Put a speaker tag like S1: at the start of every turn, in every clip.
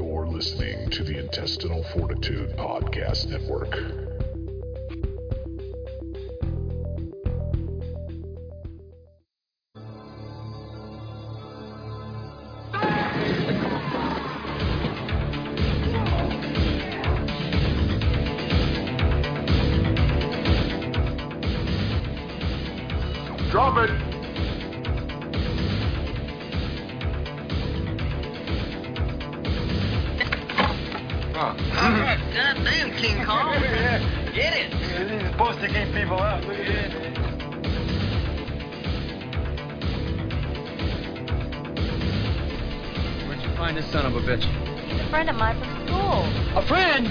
S1: listening to the Intestinal Fortitude Podcast Network.
S2: Drop it!
S3: All right, goddamn King Kong. Get it.
S2: It's supposed to keep people up. Look at that.
S4: Where'd you find this son of a bitch?
S5: He's a friend of mine from school.
S4: A friend!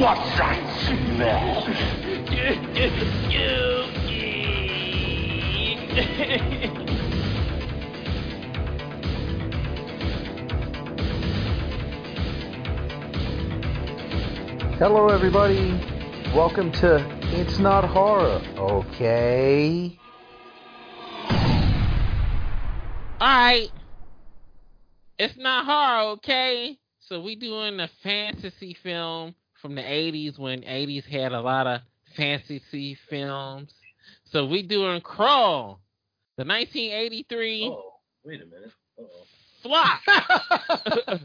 S2: What's that smell?
S6: Hello, everybody. Welcome to It's Not Horror, okay?
S7: Alright. It's not horror, okay? So we doing a fantasy film from the eighties when eighties had a lot of fantasy films. So we doing Crawl, the nineteen eighty three
S4: Oh. Wait a minute. Uh-oh.
S7: flop.
S5: Wrong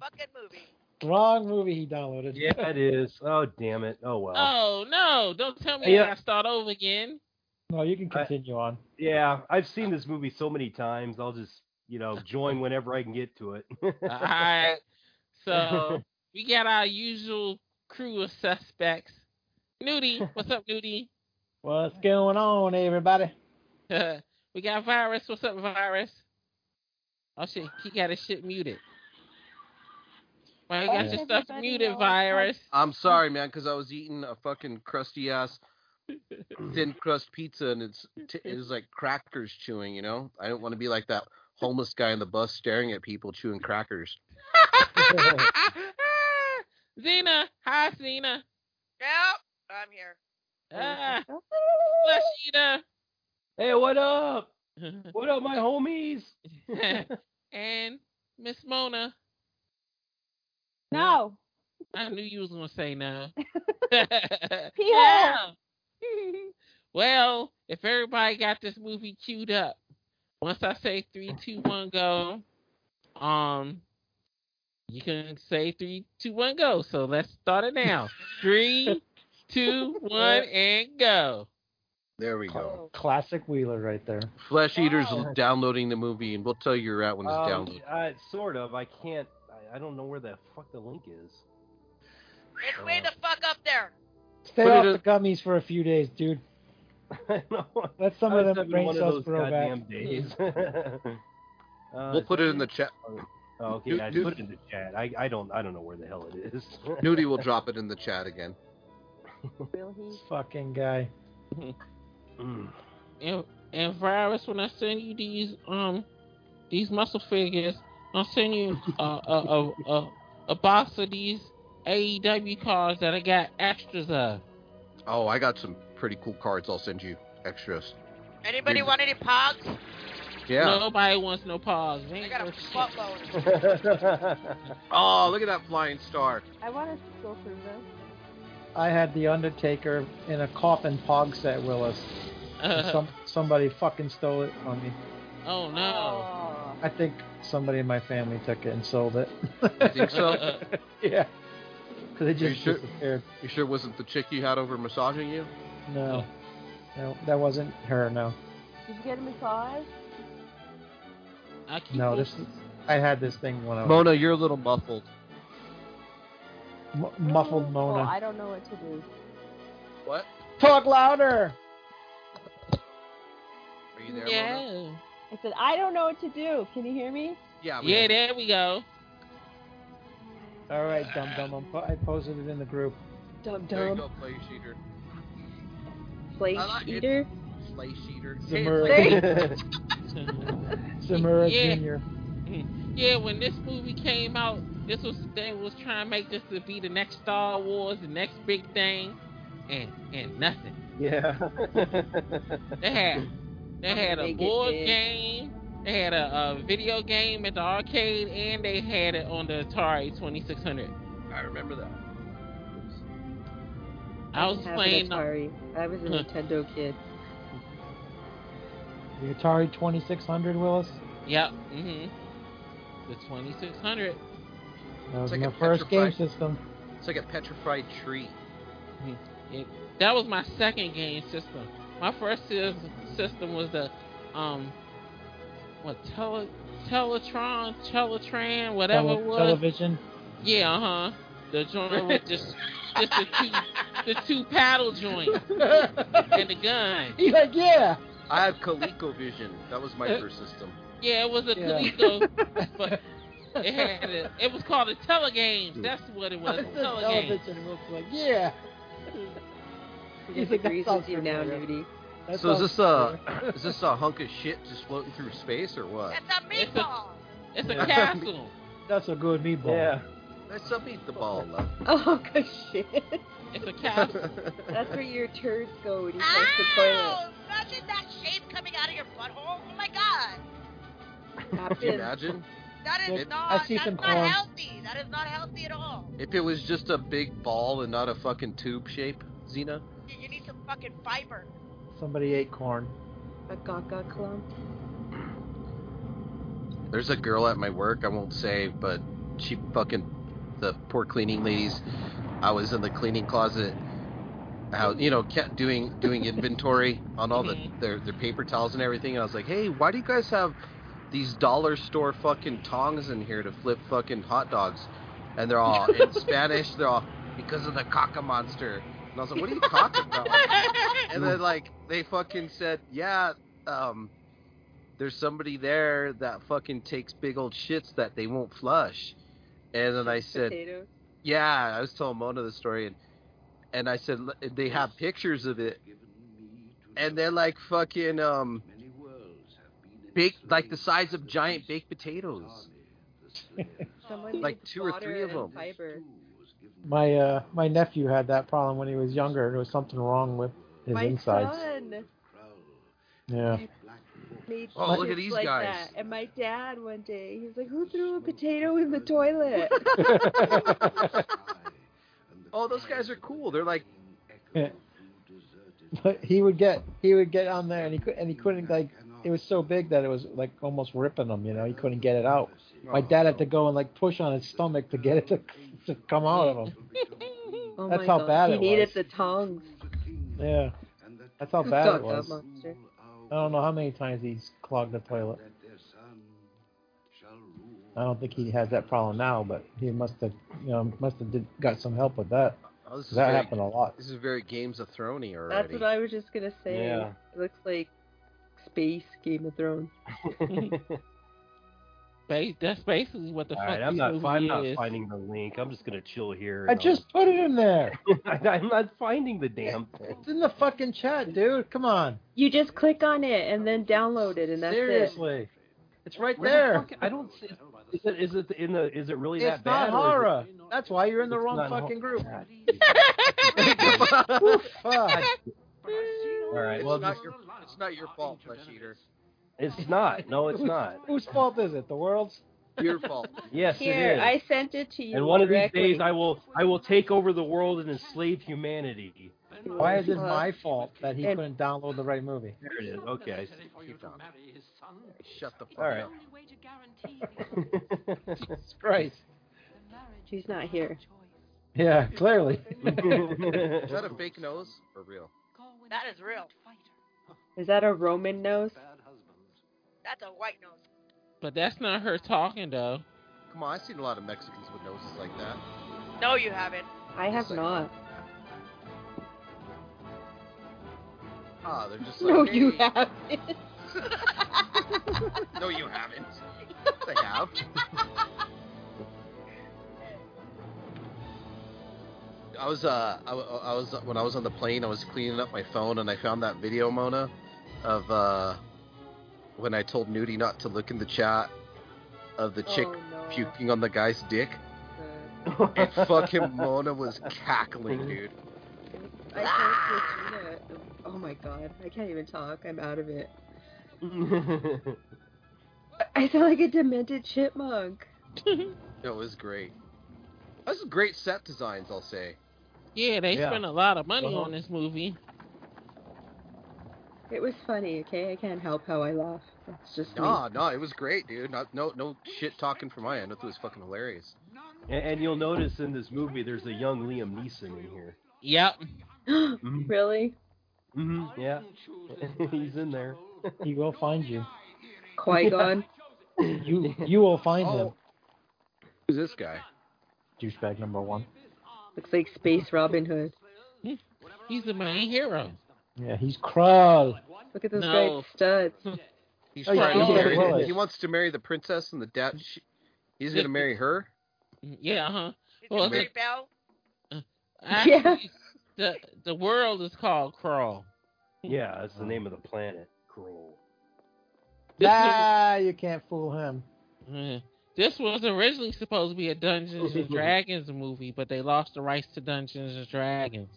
S5: fucking movie.
S8: Wrong movie he downloaded.
S4: Yeah, it is. Oh, damn it. Oh, well.
S7: oh no, don't tell me
S8: Yeah.
S7: I gotta start over again.
S8: No, you can
S4: I-
S8: continue on.
S4: Yeah, I've seen this movie so many times. I'll just, you know, join whenever I can get to it.
S7: Alright. So we got our usual crew of suspects. Nudie, what's up, Nudie?
S8: What's going on, everybody?
S7: we got virus. What's up, virus? Oh shit, he got his shit muted. Why you got
S5: Oh.
S7: your stuff
S5: Everybody
S7: muted,
S5: knows
S7: virus?
S9: I'm sorry, man, because I was eating a fucking crusty ass thin crust pizza, and it's t- it was like crackers chewing. You know, I don't want to be like that homeless guy on the bus staring at people chewing crackers.
S7: Xena, hi Xena.
S5: Yep, I'm here.
S7: Ah, bless
S4: hey, what up?
S7: Sheena.
S4: What up, my homies?
S7: and Miss Mona.
S10: No.
S7: I knew you was gonna say no.
S10: Yeah.
S7: well, if everybody got this movie queued up, once I say three, two, one, go, um, you can say three, two, one, go. So let's start it now. three, two, one, and go.
S9: There we go.
S8: Classic Wheeler right there.
S9: Flesh eaters
S8: Wow.
S9: downloading the movie, and we'll tell you you're at when it's
S4: Um,
S9: downloaded.
S4: uh, sort of. I can't. I, I don't know where the fuck the link is.
S5: It's way the fuck up there.
S8: Stay
S9: Put it
S8: off
S9: in-
S8: the gummies for a few days, dude.
S4: I know.
S8: Let some
S4: I was
S8: of them
S4: having
S8: brain
S4: one of
S8: cells
S4: those
S8: grow back.
S4: goddamn days. Uh,
S9: We'll
S4: is
S9: put
S4: that
S9: it in the chat.
S4: Oh, okay,
S9: Dude-
S4: I
S9: dude-
S4: put it in the chat. I, I don't I don't know where the hell it is.
S9: Nudie will drop it in the chat again.
S10: Will he?
S8: This fucking guy.
S4: Mm.
S7: And and virus, when I send you these um these muscle figures, I'll send you uh, a a a, a, a box of these AEW cards that I got extras of.
S9: Oh, I got some pretty cool cards. I'll send you extras.
S5: Anybody
S9: Dude.
S5: want any pogs?
S9: Yeah.
S7: Nobody wants no paws. They
S5: I
S7: ain't
S5: got a
S7: worth shit.
S5: buttload.
S9: Oh, look at that flying star.
S10: I want us to go through this.
S8: I had the Undertaker in a coffin pog set, Willis. And
S7: Uh,
S8: Some somebody fucking stole it on me.
S7: oh no.
S8: I think somebody in my family took it and sold it.
S9: You
S7: Uh,
S9: think so?
S8: yeah. Because it
S9: Are you
S8: just
S9: sure?
S8: disappeared.
S9: You sure it wasn't the chick you had over massaging you?
S8: No. No, that wasn't her. No.
S10: Did you get a massage?
S7: I keep
S8: No, this is. I had this thing when I was
S9: Mona, you're a little muffled.
S8: M- muffled
S10: Oh,
S8: Mona.
S10: I don't know what to do.
S9: What?
S8: Talk louder.
S9: Are you there, Mona?
S7: Yeah.
S10: I said, I don't know what to do. Can you hear me?
S9: Yeah. we-
S7: Yeah, there we go.
S8: All right, dum dum. I'm po- I posted it in the group.
S10: Dum
S9: There you
S10: dum.
S9: go, play cheater.
S10: Plate
S9: I like it.
S10: eater.
S9: Play cheater.
S8: Zamura, Zamura
S7: Yeah.
S8: Jr.
S7: yeah, when this movie came out, this was they was trying to make this to be the next Star Wars, the next big thing, and and nothing.
S4: yeah.
S7: They had they had a
S10: They get
S7: board
S10: big.
S7: game. They had a, a video game at the arcade, and they had it on the Atari 2600.
S9: I remember that.
S7: I was
S10: didn't have an
S7: playing. uh,
S10: Atari. I was a Nintendo kid.
S8: The Atari 2600, Willis?
S7: Yep. hmm The 2600.
S8: That
S9: It's
S8: was
S9: like
S8: my
S9: a
S8: first game
S9: petrified-
S8: system.
S9: It's like a petrified tree.
S7: That was my second game system. My first sys- system was the um, what tele Teletron, Teletran, whatever
S8: Tele-
S7: it was.
S8: television.
S7: Yeah, uh huh. The joint with just just the two the two paddle joint and the gun.
S8: He's like, yeah.
S9: I have ColecoVision. That was my first system.
S7: Yeah, it was a
S8: Yeah.
S7: Coleco, but it had a, it was called a telegames. That's what it was.
S8: It's a
S7: Telegames.
S8: television. Willis like, yeah. He's like, that
S10: agrees
S8: sounds
S10: with you now,
S8: familiar.
S10: Nudie.
S8: That
S9: So is
S8: sounds
S9: this uh, a
S8: familiar.
S9: is this a hunk of shit just floating through space or what?
S5: That's a
S7: It's a-
S5: meatball.
S7: It's
S4: Yeah.
S7: a castle.
S8: That's a good meatball.
S4: Yeah.
S9: Let's upbeat the ball, love.
S10: Oh, good shit.
S7: It's a castle.
S10: That's where your turds go when you flush the toilet.
S5: Ow! Oh, Imagine that shape coming out of your butthole. Oh my god.
S9: Can you
S10: Happens.
S9: imagine
S5: That is
S8: Look,
S5: not.
S8: I see
S5: that's
S8: some
S5: not
S8: corn.
S5: healthy. That is not healthy at all.
S9: if it was just a big ball and not a fucking tube shape, Xena?
S5: You- You need some fucking fiber.
S8: Somebody ate corn.
S10: A gaga clump.
S9: There's a girl at my work, I won't say, but she fucking the poor cleaning ladies. I was in the cleaning closet how you know, kept doing doing inventory on all the
S7: Mhm.
S9: their, their paper towels and everything, and I was like, Hey, why do you guys have these dollar store fucking tongs in here to flip fucking hot dogs? And they're all in Spanish, they're all because of the caca monster. And I was like, What are you talking about? and then like they fucking said, yeah, um, there's somebody there that fucking takes big old shits that they won't flush. And then I said,
S10: Potato.
S9: yeah, I was telling Mona the story, and and I said "L- they have pictures of it, and they're like fucking um, big, like the size of giant baked potatoes.
S10: Someone
S9: Like
S10: needs
S9: two or
S10: water
S9: three of
S10: and
S9: them.
S10: Fiber.
S8: My uh, my nephew had that problem when he was younger. There was something wrong with his
S10: My
S8: insides.
S10: son
S8: Yeah.
S10: made
S9: Oh,
S10: shits
S9: look at these
S10: like
S9: guys.
S10: That. And my dad one day, he's like, "Who threw a potato in the toilet?"
S9: Oh, those guys are cool. They're like,
S8: But he would get he would get on there and he could and he couldn't like it was so big that it was like almost ripping him. You know, he couldn't get it out. My dad
S9: oh,
S8: had to go and like push on his stomach to get it to, to come out of him.
S10: Oh
S8: That's
S10: my
S8: how
S10: God.
S8: bad
S10: he
S8: it
S10: needed
S8: was.
S10: the tongs.
S8: Yeah, that's how bad
S10: Gaga
S8: it was.
S10: monster.
S8: I don't know how many times he's clogged the toilet. I don't think he has that problem now, but he must have, you know, must have did, got some help with that.
S9: oh, this is
S8: That
S9: very,
S8: happened a lot.
S9: This is very Games of Throny already.
S10: That's what I was just gonna say.
S4: Yeah.
S10: It looks like space Game of Thrones.
S7: Ba- That's basically what the
S4: All
S7: fuck
S4: right, I'm
S7: this
S4: not.
S7: movie
S4: I'm not
S7: is.
S4: finding the link. I'm just gonna chill here.
S8: I
S4: and
S8: just put it in there.
S4: I'll- I'm not finding the damn thing.
S8: It's in the fucking chat, dude. Come on.
S10: You just click on it and then download it, and that's it.
S8: Seriously. It's right
S4: Where the
S8: there.
S4: fuck- I don't. see- Is it? Is it in the? Is it really
S8: It's
S4: that
S8: not
S4: bad? or is
S8: horror. That's why you're in the
S4: It's
S8: wrong
S4: not hor-
S8: fucking group. Fuck.
S4: it- All right.
S9: It's
S4: Well,
S9: not your, it's not your fault, flesh eater.
S4: it's not. No, it's not.
S8: Whose fault is it? The world's?
S9: Your fault.
S4: Yes,
S10: Here,
S4: it is.
S10: I sent it to you.
S4: and one of these
S10: directly.
S4: days, I will. I will take over the world and enslave humanity.
S8: Why is it
S10: Uh,
S8: my fault that he
S10: and-
S8: couldn't download the right movie?
S4: There it is. Okay. I
S9: Keep down. Shut the fuck
S4: All right.
S9: up.
S8: Jesus Christ.
S10: She's not here.
S8: Yeah, clearly.
S9: Is
S4: see.
S9: that a fake nose or real?
S5: That is real.
S10: Is that a Roman nose?
S5: That's a white nose.
S7: But that's not her talking though.
S9: Come on, I've seen a lot of Mexicans with noses like that.
S5: No, you haven't.
S10: I have
S9: Second.
S10: not.
S9: Ah, they're just like.
S10: No, you
S9: "Hey."
S10: haven't.
S9: No, you haven't. Yes, I have. I was uh, I, wa- I was when I was on the plane, I was cleaning up my phone, and I found that video, Mona, of uh, when I told Nudie not to look in the chat of the chick
S10: Oh, no.
S9: puking on the guy's dick,
S10: Uh,
S9: and fucking Mona was cackling, dude.
S10: I can't Christina. Oh my god, I can't even talk. I'm out of it. I sound like a demented chipmunk.
S9: It was great. This is great set designs, I'll say.
S7: Yeah, they
S4: Yeah.
S7: spent a lot of money
S4: Uh-huh.
S7: on this movie.
S10: It was funny, okay? I can't help how I laugh. That's just
S11: Mm.
S10: me.
S9: Nah, nah, it was great, dude. Not, no, no shit talking from my end. I thought it was fucking hilarious.
S4: And, and you'll notice in this movie, there's a young Liam Neeson in here.
S7: Yep.
S4: Mhm.
S10: really?
S4: Mhm,
S8: Mm-hmm.
S4: Yeah, he's in there.
S8: He will find you.
S10: Qui Gon?
S8: You you will find him,
S9: Oh, who's this guy?
S8: douchebag number one.
S10: Looks like Space Robin Hood.
S7: He's the main hero.
S8: Yeah, he's Krull.
S10: Look at those
S7: No.
S10: bright studs.
S9: He's
S8: Oh, yeah,
S9: trying to
S7: he's
S9: marry.
S8: Krull.
S9: the- He wants to marry the princess and the dad. She, he's gonna marry her.
S7: Yeah, uh-huh. huh? Well,
S5: Well,
S7: it's-
S5: Bell.
S7: Actually, the the world is called Crawl.
S4: Yeah, that's the name of the planet. Kroll.
S7: This,
S8: Nah, Ah, you can't fool him.
S7: was, Yeah. this was originally supposed to be a Dungeons and Dragons movie, but they lost the rights to Dungeons and Dragons.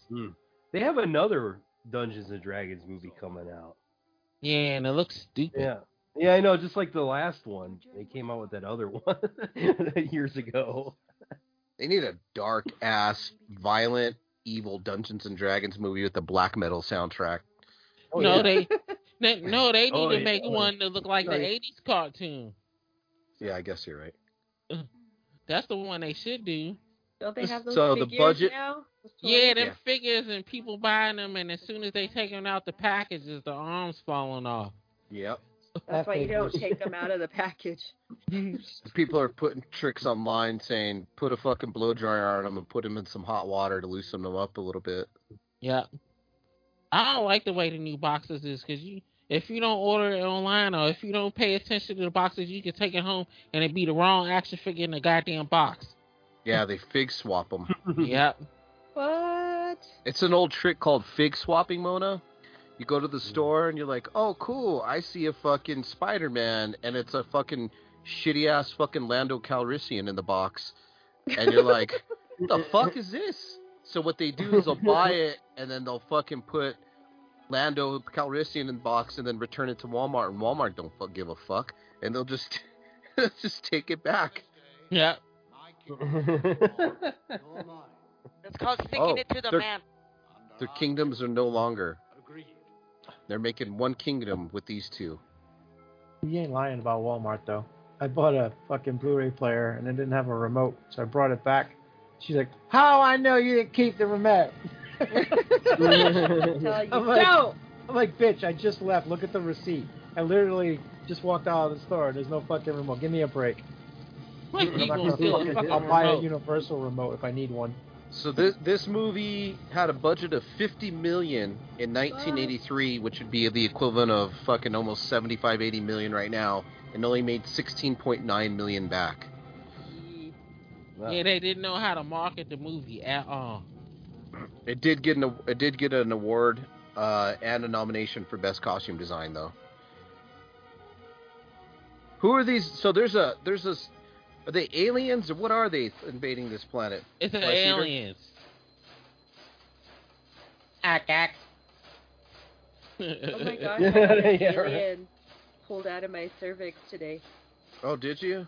S4: They have another Dungeons and Dragons movie coming out.
S7: Yeah, and it looks stupid.
S4: Yeah. Yeah, I know. Just like the last one, they came out with that other one years ago.
S9: They need a dark ass, violent, evil Dungeons and Dragons movie with a black metal soundtrack.
S7: no, they, they- no, they need
S4: Oh,
S7: to
S4: yeah.
S7: make one that look like
S4: Oh,
S7: the
S4: yeah.
S7: '80s cartoon.
S9: Yeah, I guess you're right.
S7: That's the one they should
S4: Oh,
S7: do.
S10: Don't they have those
S9: So the
S10: figures
S9: budget-
S10: now?
S7: Yeah, them
S9: Yeah.
S7: figures and people buying them, and as soon as they take them out the packages, the arms falling off.
S9: Yep.
S10: That's why you don't
S8: Epic.
S10: take them out of the package.
S9: People are putting tricks online saying put a fucking blow dryer on them and put them in some hot water to loosen them up a little bit.
S7: Yeah. I don't like the way the new boxes is because you, if you don't order it online or if you don't pay attention to the boxes, you can take it home and it be the wrong action figure in the goddamn box.
S9: Yeah, they fig swap them.
S7: yep.
S10: What?
S9: It's an old trick called fig swapping, Mona. You go to the store and you're like, oh, cool, I see a fucking Spider Man, and it's a fucking shitty ass fucking Lando Calrissian in the box. And you're like, the fuck is this? So what they do is they'll buy it and then they'll fucking put Lando Calrissian in the box and then return it to Walmart, and Walmart don't fuck give a fuck, and they'll just just take it back.
S7: Yep.
S5: It's called sticking
S9: Oh,
S5: it to the
S9: they're-
S5: man.
S9: Their kingdoms are no longer. They're making one kingdom with these two.
S8: You ain't lying about Walmart though. I bought a fucking Blu-ray player and it didn't have a remote, so I brought it back. She's like, "How I know you didn't keep the remote?"
S10: Tell you.
S8: I'm like-
S10: don't!
S8: I'm like, "Bitch, I just left. Look at the receipt. I literally just walked out of the store. There's no fucking remote. Give me a break.
S7: Like
S8: I'm
S7: you
S8: not
S7: gonna
S8: gonna
S7: steal a
S8: fucking-
S7: fucking
S8: I'll buy a
S7: remote.
S8: universal remote if I need one."
S9: So this this movie had a budget of 50 million in 1983, which would be the equivalent of fucking almost 75 80 million right now, and only made 16.9 million back.
S7: Yeah, they didn't know how to market the movie at all.
S9: It did get an it did get an award uh, and a nomination for best costume design though. Who are these? So there's a there's a s- are they aliens or what are they invading this planet?
S7: It's an
S9: Flesh eater?
S7: aliens. Ack ack.
S10: Oh my gosh, I had an
S4: Yeah, right.
S10: alien pulled out of my cervix today.
S9: Oh, did you?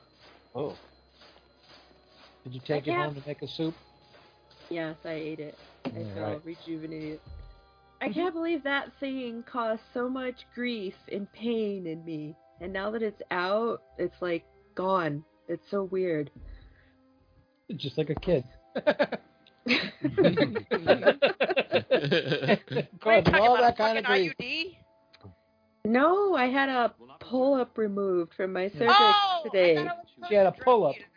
S4: oh,
S8: Did you take it
S10: can't-
S8: home to make a soup?
S10: Yes, I ate it. I
S8: Yeah,
S10: feel
S8: right. Mm-hmm.
S10: rejuvenated. I can't believe that thing caused so much grief and pain in me. And now that it's out, it's like gone. It's so weird.
S8: Just like a kid.
S5: What
S8: Causing
S5: are you
S8: all
S5: talking
S8: that
S5: about,
S8: kind
S5: a
S8: of
S5: fucking
S8: grief.
S5: IUD?
S10: No, I had a pull up removed from my cervix
S8: Ah!
S5: Oh, I
S10: today.
S5: thought I was
S8: She had a
S5: fucking
S8: pull-up.
S5: drinking.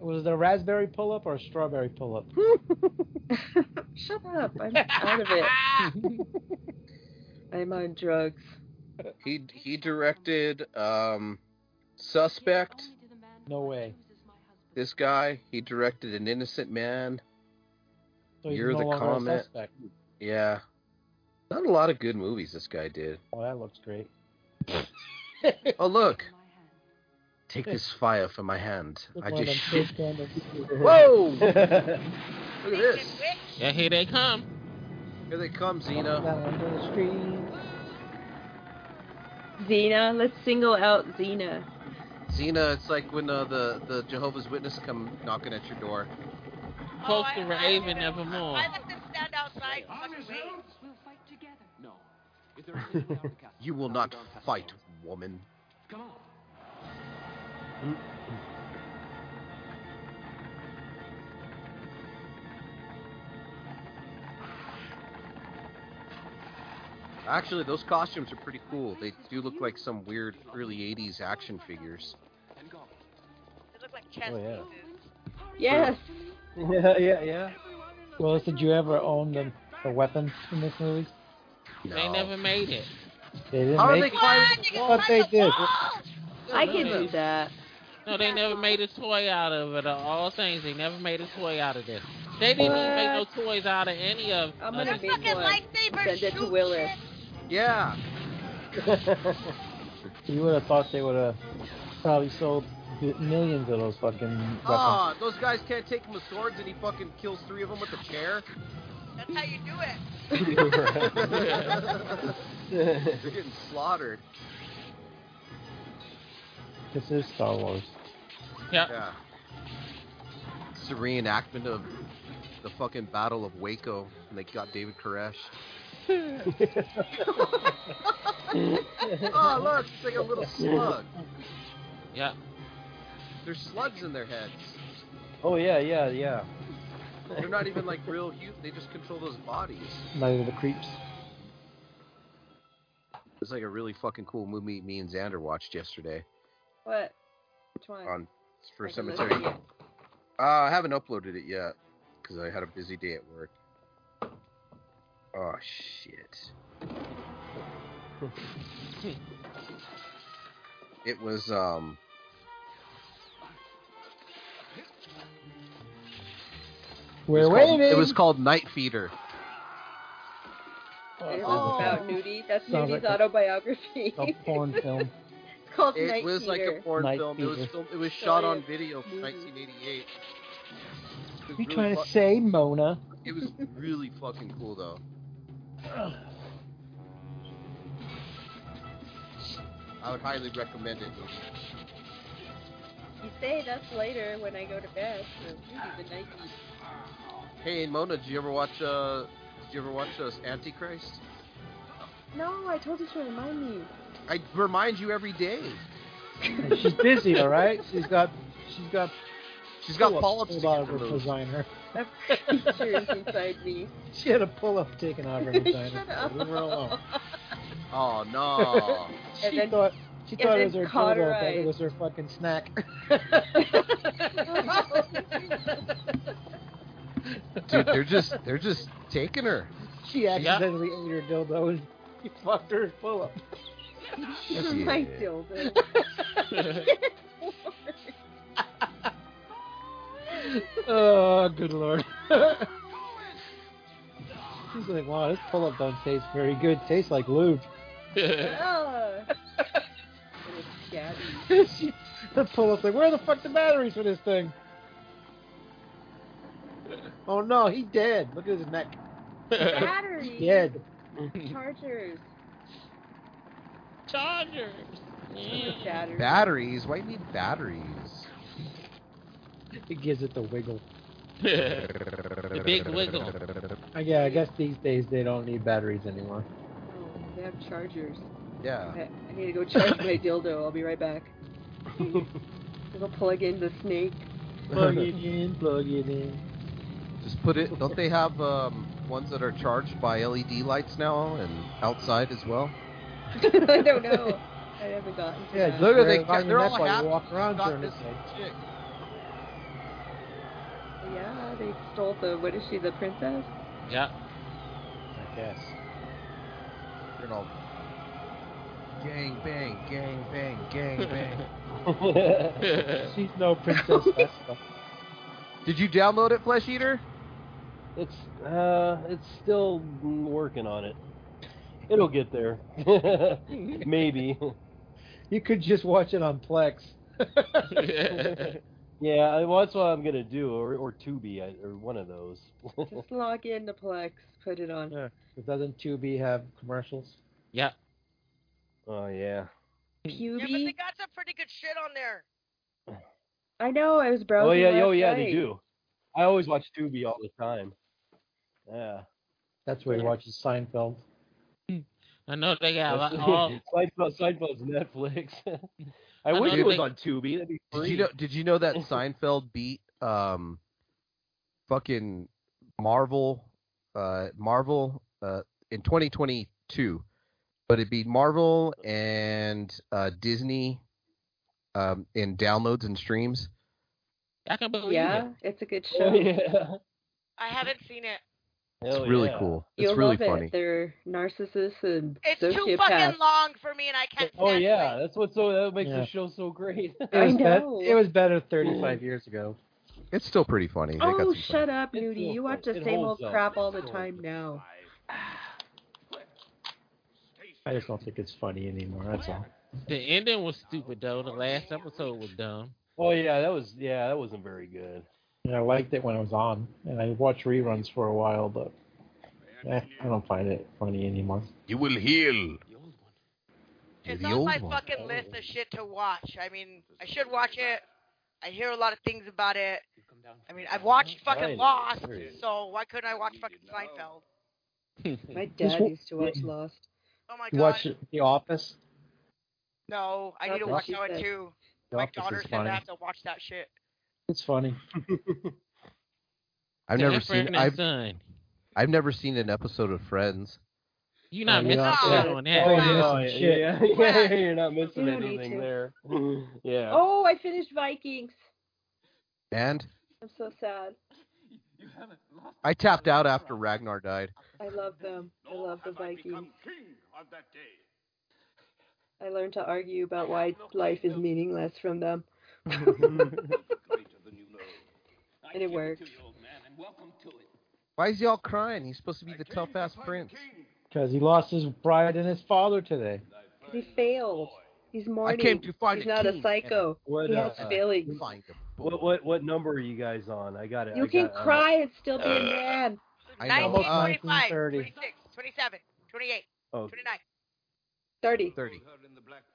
S8: Was it a raspberry pull-up or a strawberry pull-up?
S9: Hmm.
S10: Shut up. I'm out of it.
S5: Ah,
S10: I'm on drugs.
S9: He he directed um, Suspect.
S8: No way.
S9: This guy he directed An Innocent Man.
S8: So he's
S9: You're
S8: no
S9: the
S8: longer a
S9: comment.
S8: suspect.
S9: Yeah, not a lot of good movies this guy did.
S8: Oh, that looks great.
S9: Oh look, take this fire from my hand.
S8: Look,
S9: I
S8: one of
S9: just
S8: them
S9: shoot.
S8: big candles.
S9: Whoa! Look at
S4: yeah.
S9: this.
S7: yeah, here they come.
S9: Here they come, Xena.
S8: Down the street.
S10: Xena, let's single out Xena.
S9: Xena, it's like when uh, the the Jehovah's Witnesses come knocking at your door.
S7: Poke
S5: Oh, I-
S7: the
S5: I-
S7: raven
S5: I-
S7: evermore.
S5: I let them stand outside. and fucking wait.
S11: We'll fight together.
S2: No.
S9: You will not fight, woman.
S2: Come on.
S9: Actually, those costumes are pretty cool. They do look like some weird early '80s action figures.
S5: They look like chess
S4: Oh, yeah.
S5: pieces.
S10: Yes.
S4: yeah, yeah, yeah.
S8: Willis, did you ever own the, the weapons in this movie?
S7: They
S9: No.
S7: never made it.
S8: They didn't
S9: How are
S8: make
S9: they
S5: Come on, you can
S8: What
S5: fight
S8: they
S5: the
S8: did.
S5: walls!
S10: I can do that.
S7: No, they never made a toy out of it. Of all things, they never made a toy out of this. They didn't even make no toys out of any of.
S10: I'm
S7: none
S10: gonna
S5: They're
S7: of
S10: be-
S7: it.
S5: fucking
S10: one.
S5: lightsabers
S10: Send it to
S5: shoot
S10: Willis.
S5: shit.
S9: Yeah.
S8: you would have thought they would have probably sold bi- millions of those fucking weapons.
S9: Ah, those guys can't take him with swords, and he fucking kills three of them with a chair.
S5: That's how you do it.
S9: They're getting slaughtered.
S8: This is Star Wars.
S7: Yeah.
S9: Yeah. It's the reenactment of the fucking Battle of Waco, and they got David Koresh. oh, look, it's like a little slug.
S7: Yeah.
S9: There's slugs in their heads.
S4: Oh yeah, yeah, yeah.
S9: They're not even like real human. They just control those bodies.
S8: Night of the Creeps.
S9: It's like a really fucking cool movie me and Xander watched yesterday
S10: What? Which one?
S9: on for
S10: I can listen
S9: Cemetery.
S10: to you.
S9: Uh, I haven't uploaded it yet because I had a busy day at work. Oh shit! it was um. it
S8: We're
S9: was called-
S8: waiting.
S9: it was called Night Feeder.
S10: It was
S9: Oh.
S10: about nudie. That's
S8: Sounds
S10: nudie's
S8: like a-
S10: autobiography.
S8: a porn film.
S10: it's called
S9: It
S10: Night
S9: was like a
S10: Feeder.
S9: porn
S8: Night
S9: film. It was
S8: Feeder.
S9: filmed, it was shot on
S10: Giant
S9: video from
S10: movie.
S9: 1988. It was
S8: You
S9: really
S8: trying to
S9: fuck-
S8: say, Mona?
S9: It was really fucking cool though. I would highly recommend it.
S10: You say that's later when I go to bed. So nudie, the night feeder.
S9: Hey Mona, did you ever watch uh did you ever watch us Antichrist?
S10: No, I told you to remind me.
S9: I remind you every day.
S8: She's busy, all right. She's got, she's got.
S9: She's got polyps
S8: pull-ups
S9: to
S8: pulled out
S9: get
S8: of her
S9: removed.
S8: vagina.
S10: I have creatures inside me.
S8: She had a pull-up taken out of her vagina.
S10: Shut up.
S8: Leave her alone.
S9: Oh no.
S8: She
S10: And then-
S8: thought she
S10: and
S8: thought it
S10: then
S8: was her dildo, but
S10: cauterized.
S8: it was her fucking snack.
S9: Dude, they're just they're just taking her.
S8: she accidentally ate her dildo and she fucked her pull-up.
S10: My
S9: Shit.
S10: dildo.
S8: Oh, good lord. She's like, wow, this pull-up don't taste very good. Tastes like lube.
S10: Ah. And it's shabby.
S8: she, the pull-up's like, where the fuck the batteries for this thing? Oh no, he dead. Look at his neck.
S10: Batteries.
S8: Dead.
S10: Chargers.
S7: Chargers. Yeah.
S10: Batteries.
S9: Batteries? Why do you need batteries?
S8: It gives it the wiggle.
S7: the big wiggle.
S8: I- Yeah, I guess these days they don't need batteries anymore.
S10: Oh, they have chargers.
S9: Yeah.
S10: I, I need to go charge my dildo. I'll be right back. I'll plug in the snake.
S8: Plug it in, plug it in.
S9: Just put it. Don't they have um, ones that are charged by LED lights now and outside as well?
S10: I don't know. I haven't gotten to
S8: Yeah,
S10: that.
S9: look at they-
S8: they're, they're,
S9: they're all
S8: all
S9: happy.
S8: Walk around
S9: Got
S8: during
S9: this
S8: this thing.
S9: chick.
S10: Yeah, they stole the. What is she? The princess?
S7: Yeah.
S8: I guess.
S9: They're all gang bang, gang bang, gang bang.
S8: She's no princess. Vespa.
S9: Did you download it, Flesh Eater?
S4: It's uh, it's still working on it. It'll get there, maybe.
S8: you could just watch it on Plex.
S4: Yeah, I- well, that's what I'm gonna do, or or Tubi, I- or one of those.
S10: Just log in to Plex. Put it on.
S8: Doesn't Tubi have commercials?
S7: yeah.
S4: oh yeah.
S5: Yeah, but they
S10: Puby.
S5: got some pretty good shit on there.
S10: I know. I was browsing.
S4: oh yeah, oh
S10: last
S4: yeah,
S10: night.
S4: they do. I always watch Tubi all the time. Yeah.
S8: That's where he watches Seinfeld.
S7: I know they got a lot. All,
S4: Seinfeld, Seinfeld's Netflix. I,
S7: I
S4: wish
S7: know
S4: it was
S7: they-
S4: on Tubi. That'd be free.
S9: Did you know? Did you know that Seinfeld beat um, fucking Marvel, uh, Marvel uh, in 2022, but it beat Marvel and uh, Disney um, in downloads and streams.
S7: I can
S9: Oh,
S7: believe
S10: Yeah,
S7: it.
S10: it's a good show.
S4: Oh, yeah.
S5: I haven't seen it.
S9: It's
S4: Hell
S9: really
S4: yeah.
S9: cool. It's
S10: You'll
S9: really
S10: love
S9: funny.
S10: it. They're narcissists and
S5: It's
S10: sociopaths.
S5: too fucking long for me, and I can't.
S4: Oh
S5: stand
S4: yeah,
S5: it.
S4: that's what's so that makes
S8: Yeah.
S4: the show so great.
S8: It was,
S10: I
S8: bet-
S10: know.
S8: it was better 35 years ago.
S9: It's still pretty funny. They got
S10: Oh,
S9: some
S10: shut up,
S4: It's
S10: Nudie. You watch the
S4: It
S10: same
S4: holds
S10: old
S4: up.
S10: crap all the time now.
S8: I just don't think it's funny anymore. That's
S5: Oh,
S8: all.
S7: The ending was stupid though. The last episode was dumb.
S4: oh yeah, that was yeah, that wasn't very good.
S8: And I liked it when it was on, and I watched reruns for a while, but eh, I don't find it funny anymore.
S1: You will heal.
S5: It's
S9: The
S5: on
S9: old
S5: my
S9: one.
S5: fucking list of shit to watch. I mean, I should watch it. I hear a lot of things about it. I mean, I've watched fucking
S4: Right.
S5: Lost,
S4: Right.
S5: so why couldn't I watch fucking Seinfeld?
S10: My
S8: Just
S10: dad
S8: wa-
S10: used to watch
S9: Mm.
S10: Lost.
S5: Oh my
S8: You
S5: god.
S8: watch The Office?
S5: No, I need to
S10: That's
S5: watch
S10: what she
S5: that one
S10: said.
S5: too.
S8: The
S5: my
S8: Office
S5: daughter
S8: is
S5: said I
S8: funny.
S5: have to watch that shit.
S8: It's funny.
S9: I've
S7: The
S9: never
S7: Emperor
S9: seen.
S7: and
S9: I've
S7: Son.
S9: I've never seen an episode of Friends.
S7: You're not
S8: Oh,
S7: missing
S8: yeah.
S7: shit
S10: Yeah.
S7: on
S8: Oh,
S7: that.
S8: yeah.
S4: yeah,
S8: shit.
S4: yeah, yeah, you're not missing
S10: You need
S4: anything
S10: to.
S4: there. yeah.
S10: Oh, I finished Vikings.
S9: And
S10: I'm so sad.
S9: I tapped out after Ragnar died.
S10: I love them. I love the Vikings. I learned to argue about why life is meaningless from them. and it worked.
S9: Why is y'all crying? He's supposed to be the tough ass prince.
S8: Because he lost his bride and his father today.
S10: He failed. He's mourning.
S9: to find
S10: He's
S9: a
S10: not a
S9: king.
S10: psycho.
S4: What,
S10: He has
S4: uh,
S10: feelings.
S9: Find him.
S4: What what what number are you guys on? I got it.
S10: You
S4: I
S10: can
S4: got- uh, I'm-
S10: cry and still be a man.
S9: I know.
S5: 19,
S9: Almost
S5: 25,
S8: 1930.
S5: 26, 27, 28,
S4: Oh,
S5: 29,
S10: 30.
S9: 30,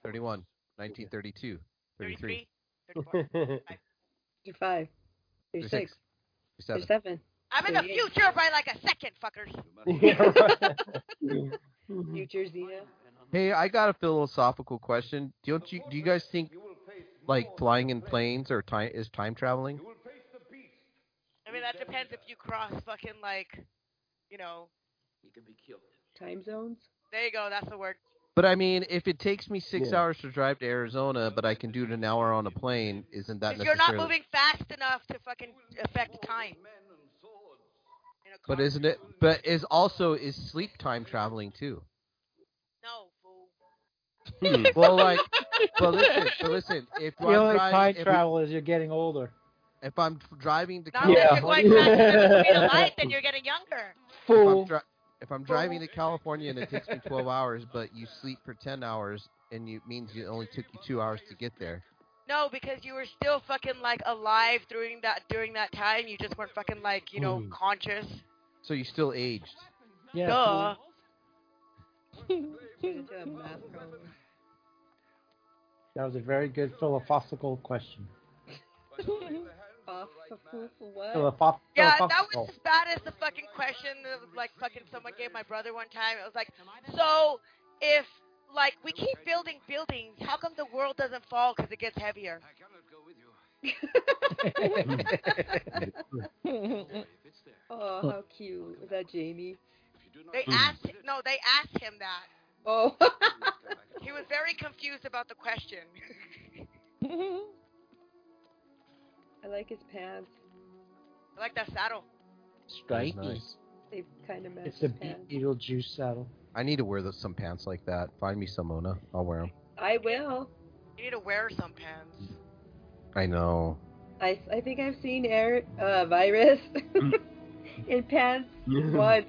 S9: 31, 1932, 33,
S5: 33, 34.
S10: You're five. You're
S9: 36,
S10: six. You're
S9: 37.
S10: seven.
S5: I'm in the
S10: 38.
S5: future by like a second, fuckers.
S4: yeah, right.
S8: Mm-hmm.
S10: Future Xena.
S9: Hey, I got a philosophical question. Don't you do you guys think like flying in planes or time is time traveling?
S5: I mean, that depends if you cross fucking like, you know,
S10: Time zones.
S5: there you go, that's the word.
S9: But I mean, if it takes me six
S4: Yeah.
S9: hours to drive to Arizona, but I can do it an hour on a plane, isn't that
S5: If you're not
S9: necessarily?
S5: moving fast enough to fucking affect time. In a
S9: but
S5: car.
S9: isn't it? But is also is sleep time traveling too?
S5: No, fool.
S9: well, like, but listen, but listen. If
S8: The
S9: I'm
S8: only time
S9: driving, if,
S8: travel is you're getting older.
S9: if I'm driving to
S5: Not yeah.
S4: Yeah.
S5: you're going
S9: California,
S5: faster than the speed of light, then you're getting younger.
S9: if
S4: Fool.
S9: I'm, dri- if I'm driving to California and it takes me 12 hours, but you sleep for 10 hours, and you it means it only took you two hours to get there.
S5: No, because you were still fucking like alive during that during that time. You just weren't fucking like you know conscious.
S9: So you still aged.
S8: Yeah.
S5: Duh.
S10: Into a math problem.
S8: That was a very good philosophical question.
S10: Off the poof, what?
S8: Philosoph-
S5: Yeah, that
S8: philosophical.
S5: was as bad as the fucking question that was like fucking someone gave my brother one time. It was like, so if like we keep building buildings, how come the world doesn't fall because it gets heavier?
S10: Oh, how cute. Was that Jamie?
S5: They asked no, they asked him that.
S10: Oh.
S5: He was very confused about the question.
S10: I like his pants.
S5: I like that saddle.
S8: That was
S7: Stripey.
S8: nice.
S10: They kind of match
S8: It's a
S10: his
S8: Be-
S10: pants.
S8: Beetlejuice saddle.
S9: I need to wear those, some pants like that. Find me some, Mona. I'll wear them.
S10: I will.
S5: You need to wear some pants.
S9: I know.
S10: I, I think I've seen air, uh, virus in pants once.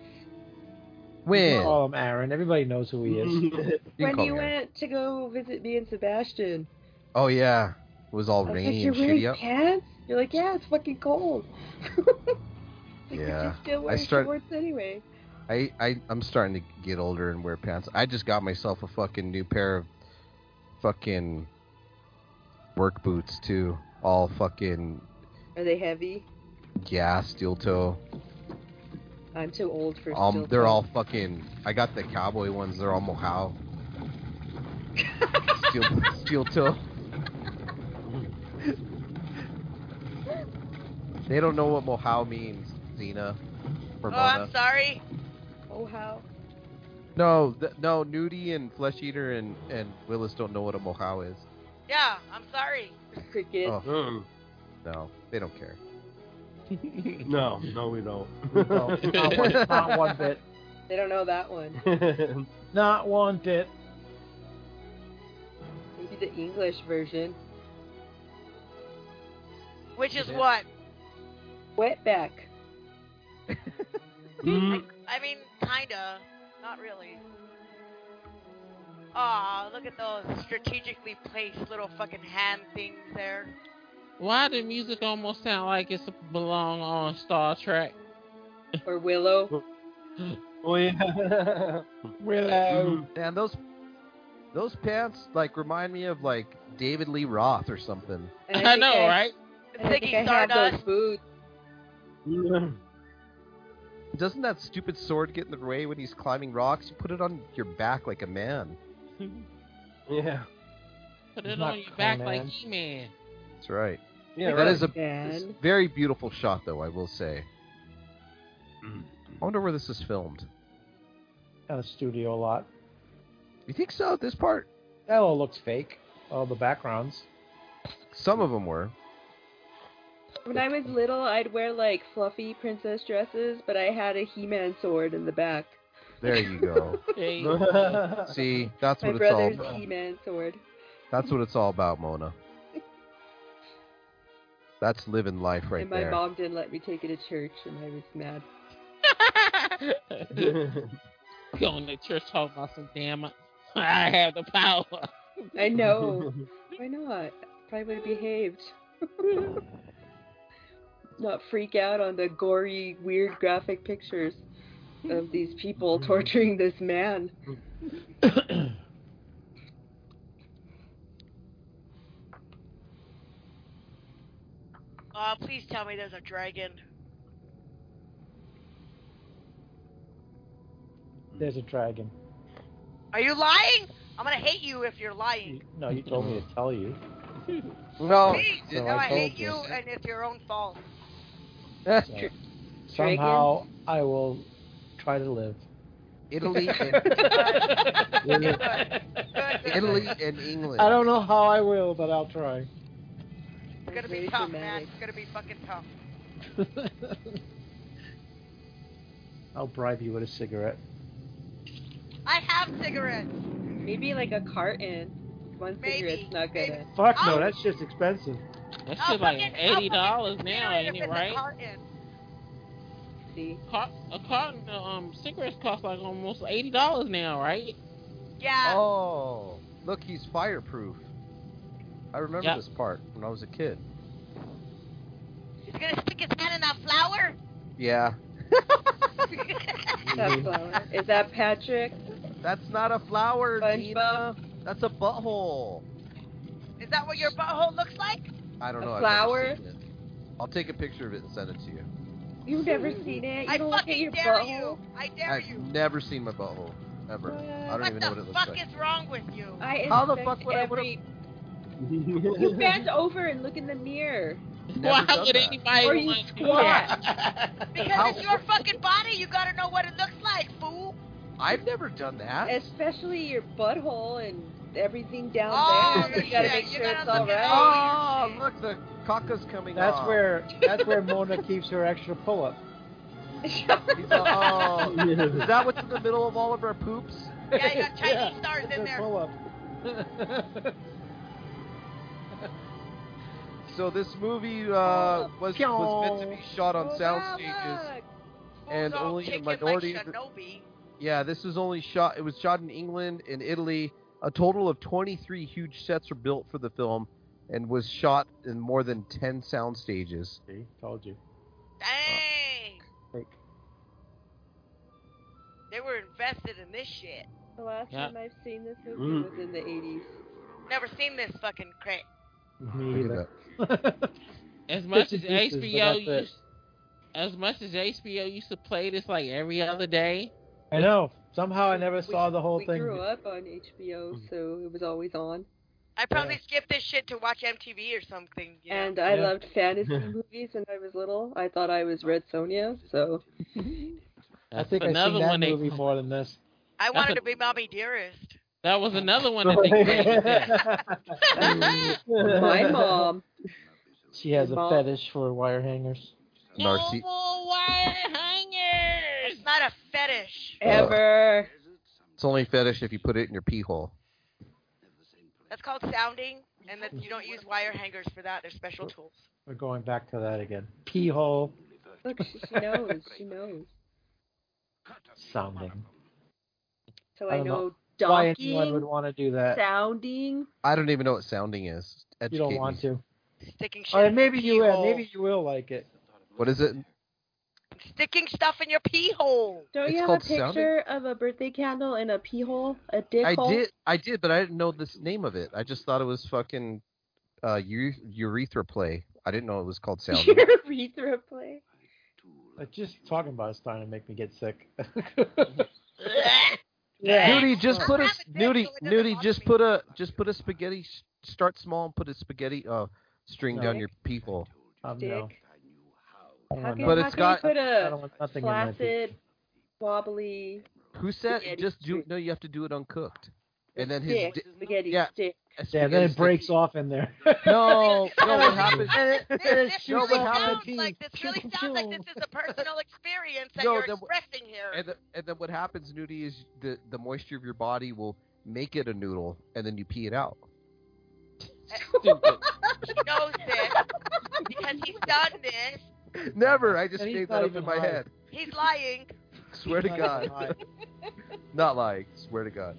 S9: When?
S8: Call him Aaron. Everybody knows who he is.
S9: You can
S10: When
S9: call
S10: you
S9: me.
S10: went to go visit me and Sebastian,
S9: Oh, yeah. It was all
S10: I was like,
S9: rainy
S10: "You're
S9: and shitty
S10: wearing
S9: up.
S10: pants?" You're like, "Yeah, it's fucking cold." Like, but
S9: Yeah.
S10: you still
S9: I
S10: wear
S9: start-
S10: shorts anyway.
S9: I, I I'm starting to get older and wear pants. I just got myself a fucking new pair of fucking work boots too, all fucking
S10: Are they heavy?
S9: yeah, steel toe.
S10: I'm too old for.
S9: Um,
S10: steel
S9: they're
S10: toe.
S9: all fucking. I got the cowboy ones. They're all mohawk. steel, steel toe. they don't know what mohawk means, Xena. Or
S5: Oh,
S9: Mona.
S5: I'm sorry.
S10: Oh how?
S9: No, th- no, Nudie and Flesh Eater and, and Willis don't know what a mohawk is.
S5: Yeah, I'm sorry.
S10: Cricket.
S9: Oh.
S4: Mm.
S9: No, they don't care.
S4: No, no, we don't.
S8: No, not, one, not one bit.
S10: They don't know that one.
S8: Not one bit.
S10: Maybe the English version.
S5: Which is what?
S10: Wetback. Mm-hmm.
S4: Mm.
S5: I mean, kinda. Not really. Aw, look at those strategically placed little fucking hand things there.
S7: Why the music almost sound like it's belong on Star Trek?
S10: Or Willow.
S4: Oh yeah.
S8: Willow.
S9: Man, those those pants like remind me of like David Lee Roth or something.
S10: And
S7: I,
S10: think
S7: know, right?
S10: I think
S5: Ziggy
S10: I have
S5: Stardust.
S10: those boots.
S4: Mm,
S9: Doesn't that stupid sword get in the way when he's climbing rocks? You put it on your back like a man.
S4: yeah.
S7: Put it
S8: Not
S7: on your back
S8: Conan.
S7: like He Man.
S9: That's right.
S4: Yeah.
S9: That
S4: Right.
S9: is a
S10: Man.
S9: it's a very beautiful shot, though. I will say. I wonder where this is filmed.
S8: On a studio lot.
S9: You think so? This part?
S8: That all looks fake. All the backgrounds.
S9: Some of them were.
S10: When I was little, I'd wear like fluffy princess dresses, but I had a He-Man sword in the back.
S9: There you go.
S7: Hey,
S9: See, that's
S10: My
S9: what it's all.
S10: brother's
S9: About.
S10: He-Man sword.
S9: That's what it's all about, Mona. That's living life right
S10: and my
S9: there.
S10: mom didn't let me take it to church, and I was mad.
S7: going to church talking about some damn. I have the power.
S10: I know. Why not? Probably would have behaved. not freak out on the gory, weird graphic pictures of these people torturing this man.
S5: Aw, please tell me there's a dragon.
S8: There's a dragon.
S5: Are you lying? I'm gonna hate you if you're
S10: Mm.
S5: lying.
S8: No, you told me to tell you.
S9: No,
S5: Please,
S8: so
S5: no,
S8: I
S5: I hate
S8: told
S5: you,
S8: you.
S5: and it's your own fault.
S9: that's
S8: So,
S9: true.
S8: Somehow I will try to live.
S9: Italy, and,
S5: Good, good,
S9: Italy,
S5: good.
S9: and England.
S8: I don't know how I will, but I'll try.
S5: It's gonna
S10: Very
S5: be tough, man.
S10: dramatic.
S5: It's gonna be fucking tough.
S8: I'll bribe you with a cigarette.
S5: I have cigarettes.
S10: Maybe like a carton. One
S5: Maybe,
S10: cigarette's not
S5: maybe.
S10: gonna.
S8: Fuck
S5: Oh.
S8: no, that's just expensive.
S7: That
S5: I'll
S7: shit like
S5: fucking- I'll
S7: eighty dollars
S5: fucking
S7: now,
S5: cigarette if
S7: ain't it?
S5: it's a
S7: Right?
S5: carton.
S10: See,
S7: Car- a carton of um, cigarettes cost like almost eighty dollars now, right?
S5: Yeah.
S9: Oh, look, he's fireproof. I remember
S7: Yeah.
S9: this part when I was a kid.
S5: He's gonna stick his hand in that flower.
S9: Yeah,
S10: that flower. Is that Patrick?
S9: that's not a flower, Tina.
S10: SpongeBob?
S9: That's a butthole.
S5: Is that what your butthole looks like?
S9: I don't
S10: A
S9: know. I've never
S10: flower?
S9: seen it. I'll take a picture of it and send it to you.
S10: You've never seen it. You
S5: I
S10: don't look at
S5: fucking
S10: your
S5: dare
S10: butthole.
S5: you. I dare
S9: I've
S5: you.
S9: never seen my butthole ever. I don't
S5: What
S9: even
S5: the
S9: know what it looks
S5: fuck
S9: like.
S5: is wrong with you?
S10: I
S9: How the
S10: inspect
S9: fuck would I would've-
S10: every... You bend over and look in the mirror.
S9: Never
S7: Why
S9: done
S7: would
S9: that.
S7: anybody
S10: Or you
S7: want to do
S10: squat.
S7: that?
S5: Because
S9: How-
S5: it's your fucking body. You gotta know what it looks like, fool.
S9: I've never done that.
S10: Especially your butthole and everything down
S5: Oh,
S10: there. You gotta
S5: yeah,
S10: make
S5: you
S10: sure
S5: gotta
S10: it's all
S5: look at
S10: right.
S5: all-
S9: oh, look, the caca's coming
S8: That's
S9: off.
S8: where that's where Mona keeps her extra pull up.
S9: He's like, oh, is that what's in the middle of all of our poops?
S5: Yeah, you got Chinese stars in there.
S8: pull up.
S4: uh,
S9: So this movie uh, was was meant to be shot on
S10: Oh,
S9: sound
S10: wow,
S9: stages.
S10: look.
S9: and
S5: Bulldog
S9: only the
S5: chicken
S9: minority
S5: Like
S9: of the-
S5: Shinobi.
S9: Yeah, this was only shot. It was shot in England and Italy. A total of 23 huge sets were built for the film, and was shot in more than 10 sound stages.
S8: See, told you.
S5: Dang.
S8: Like,
S5: They were invested in this shit.
S10: The last
S7: Yeah.
S8: Mm.
S10: time I've seen this movie was in the 80s.
S5: Never seen this fucking crap.
S8: Me either.
S7: As much as
S8: Bits and pieces, but
S7: HBO
S8: that's it.
S7: used, as much as HBO used to play this like every other day,
S8: I know. Somehow Oh, I never saw the whole
S10: we
S8: thing. Mm.
S10: grew up on HBO, so it was always on.
S5: I probably skipped this shit to watch MTV or something. You know?
S10: And I
S8: Yeah.
S10: loved fantasy movies when I was little. I thought I was Red Sonia, so
S9: Uh,
S8: I
S7: that's
S8: think I've
S7: another
S8: seen that
S7: one they
S8: movie more than this.
S5: I wanted to be mommy dearest.
S7: that was another one that they played.
S10: my mom.
S8: she has a
S10: Mom.
S8: fetish for wire hangers.
S9: Narci-
S7: Normal wire hangers.
S5: It's not a
S9: Uh,
S5: fetish.
S10: Ever.
S9: It's only fetish if you put it in your pee hole.
S5: That's called sounding, and that you don't use wire hangers for that. They're special tools.
S8: We're going back to that again. Pee hole
S10: Look, she, she knows. She knows.
S8: sounding.
S10: So
S8: I
S10: I,
S8: don't
S10: know
S8: Why anyone would
S10: docking,
S8: want to do that?
S10: sounding.
S9: I don't even know what sounding is. Educate
S8: You don't want
S9: me.
S8: to.
S5: Sticking shit.
S8: All right,
S5: in your
S8: Oh, maybe you
S5: pee
S8: will.
S5: hole.
S8: Maybe you will like it.
S9: What is it?
S5: Sticking stuff in your pee hole.
S10: Don't
S9: It's
S10: you have a
S9: called sounding?
S10: picture of a birthday candle in a pee hole? A dick
S9: I
S10: hole?
S9: did. I did, but I didn't know this name of it. I just thought it was fucking uh, u- urethra play. I didn't know it was called sounding.
S10: Urethra play.
S8: Like, just talking about it's starting to make me get sick.
S9: Nudie, just put a
S5: Have a dick
S9: Nudie,
S5: so it doesn't
S9: Nudie,
S5: bother
S9: just
S5: me.
S9: put a just put a spaghetti. s- Start small and put a spaghetti uh, string down your pee hole.
S8: um,
S10: Dick.
S8: no. I don't
S10: How
S8: want
S10: can,
S8: no-
S9: But
S10: how
S9: it's
S10: can you
S9: got-
S10: put
S8: I don't
S10: a
S8: want nothing in my pee.
S10: flaccid, wobbly
S9: Who said?
S10: Spaghetti
S9: Just do.
S10: string.
S9: No, you have to do it uncooked. And then his.
S10: dick,
S9: Di-
S10: spaghetti
S9: yeah.
S10: stick?
S9: a
S8: Yeah,
S9: spaghetti
S8: then it
S9: stick-
S8: breaks off in there.
S9: No, no. What happens?
S5: This,
S8: It
S5: this
S8: shoots
S5: really
S8: out my
S5: sounds
S8: pee.
S5: like this really sounds like this is a personal experience that
S9: No,
S5: you're
S9: then wh-
S5: expressing here.
S9: And, the, and then what happens, Nudie, is the, the moisture of your body will make it a noodle, and then you pee it out.
S7: Stupid.
S5: He knows this because he's done this.
S9: Never. I just
S8: Uh, And he's
S9: made
S8: not
S9: that up
S8: even
S9: in my
S8: lying.
S9: head.
S5: He's lying.
S9: Swear to God. Not lying. Swear to God.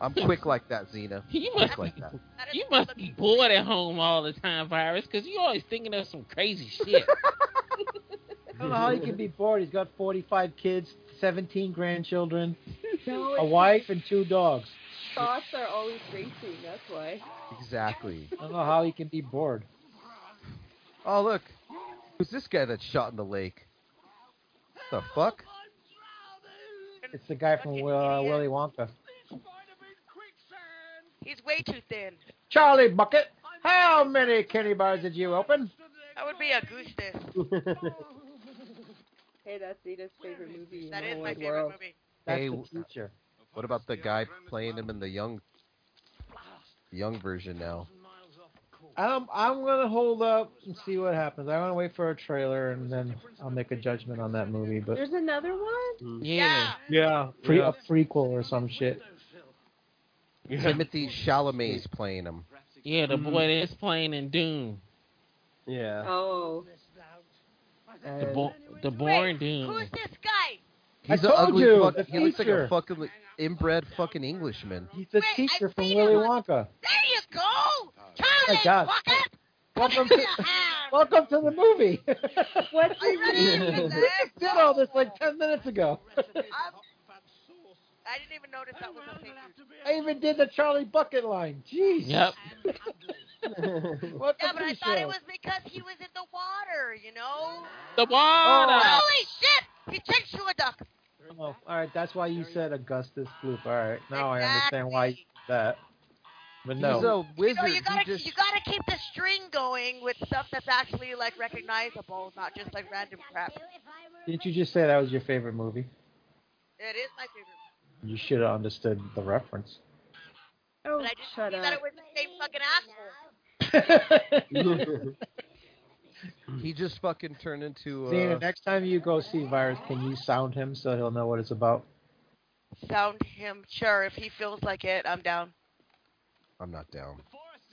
S9: I'm quick like that, Xena.
S7: You
S9: Quick
S7: must
S9: like that.
S5: That is
S7: You must be bored at home all the time, Virus, because you always thinking of some crazy shit.
S8: I don't know how he can be bored. He's got 45 kids, 17 grandchildren,
S10: No,
S8: a
S10: it's-
S8: wife, and two dogs.
S10: Thoughts are always racing. That's why.
S9: Exactly.
S8: I don't know how he can be bored.
S9: Oh, look. Who's this guy that's shot in the lake? The fuck?
S8: It's the guy from Will, uh, Willy Wonka.
S5: He's way too thin.
S8: Charlie Bucket, how many candy bars did you open?
S5: That would be a goose this.
S10: Hey, that's Zeta's favorite movie in
S5: That
S10: the
S5: is
S10: whole
S5: my
S10: wide
S5: favorite
S10: world.
S5: movie.
S8: That's
S9: Hey,
S8: the
S9: w-
S8: teacher.
S9: What about the guy playing him in the young, young version now?
S8: I'm, Um, I'm going to hold up and see what happens. I want to wait for a trailer and then I'll make a judgment on that movie. But
S10: There's another one.
S7: Yeah.
S4: Yeah.
S8: pre-
S4: yeah.
S8: a prequel or some shit.
S9: Timothy Chalamet's playing him.
S7: Yeah, the boy
S8: Mm.
S7: that's playing in Doom.
S4: Yeah.
S10: Oh.
S7: The, bo- the
S5: Wait,
S7: born
S5: who's
S7: Doom.
S5: this guy?
S9: He's
S8: I
S9: an
S8: told
S9: ugly
S8: you,
S9: fuck.
S8: the
S9: He looks like
S8: teacher.
S9: a fucking inbred fucking Englishman.
S8: He's the
S5: Wait, I've
S8: teacher from
S5: seen
S8: Willy
S5: him.
S8: Wonka.
S5: There you go!
S8: Oh
S5: Charlie
S8: my God.
S5: Bucket!
S8: Welcome to, welcome to the movie.
S10: What's
S5: Are you
S10: his
S5: ready?
S10: name?
S8: we just did all this like 10 minutes ago.
S5: I'm, I didn't even notice that was a thing.
S8: I even did the Charlie Bucket line. Jeez.
S7: Yep.
S8: What
S5: Yeah,
S8: the
S5: but I
S8: pre-show?
S5: thought it was because he was in the water, you know?
S7: The water.
S5: Holy shit! He turned to a duck.
S8: Oh, all right, that's why you said Augustus Gloop. All right, now I understand why you
S5: Exactly.
S8: did that. But
S9: He's
S8: no,
S9: a wizard.
S5: No, you gotta
S9: he just
S5: you gotta keep the string going with stuff that's actually like recognizable, not just like random crap.
S8: didn't you just say that was your favorite movie?
S5: It is my favorite.
S8: You should have understood the reference.
S10: Oh,
S5: But I just
S10: shut
S5: see that
S10: up.
S5: it was the same fucking asshole.
S9: he just fucking turned into.
S8: Zena,
S9: Uh,
S8: next time you go see Virus, can you sound him so he'll know what it's about?
S5: Sound him, sure. If he feels like it, I'm down.
S9: I'm not down.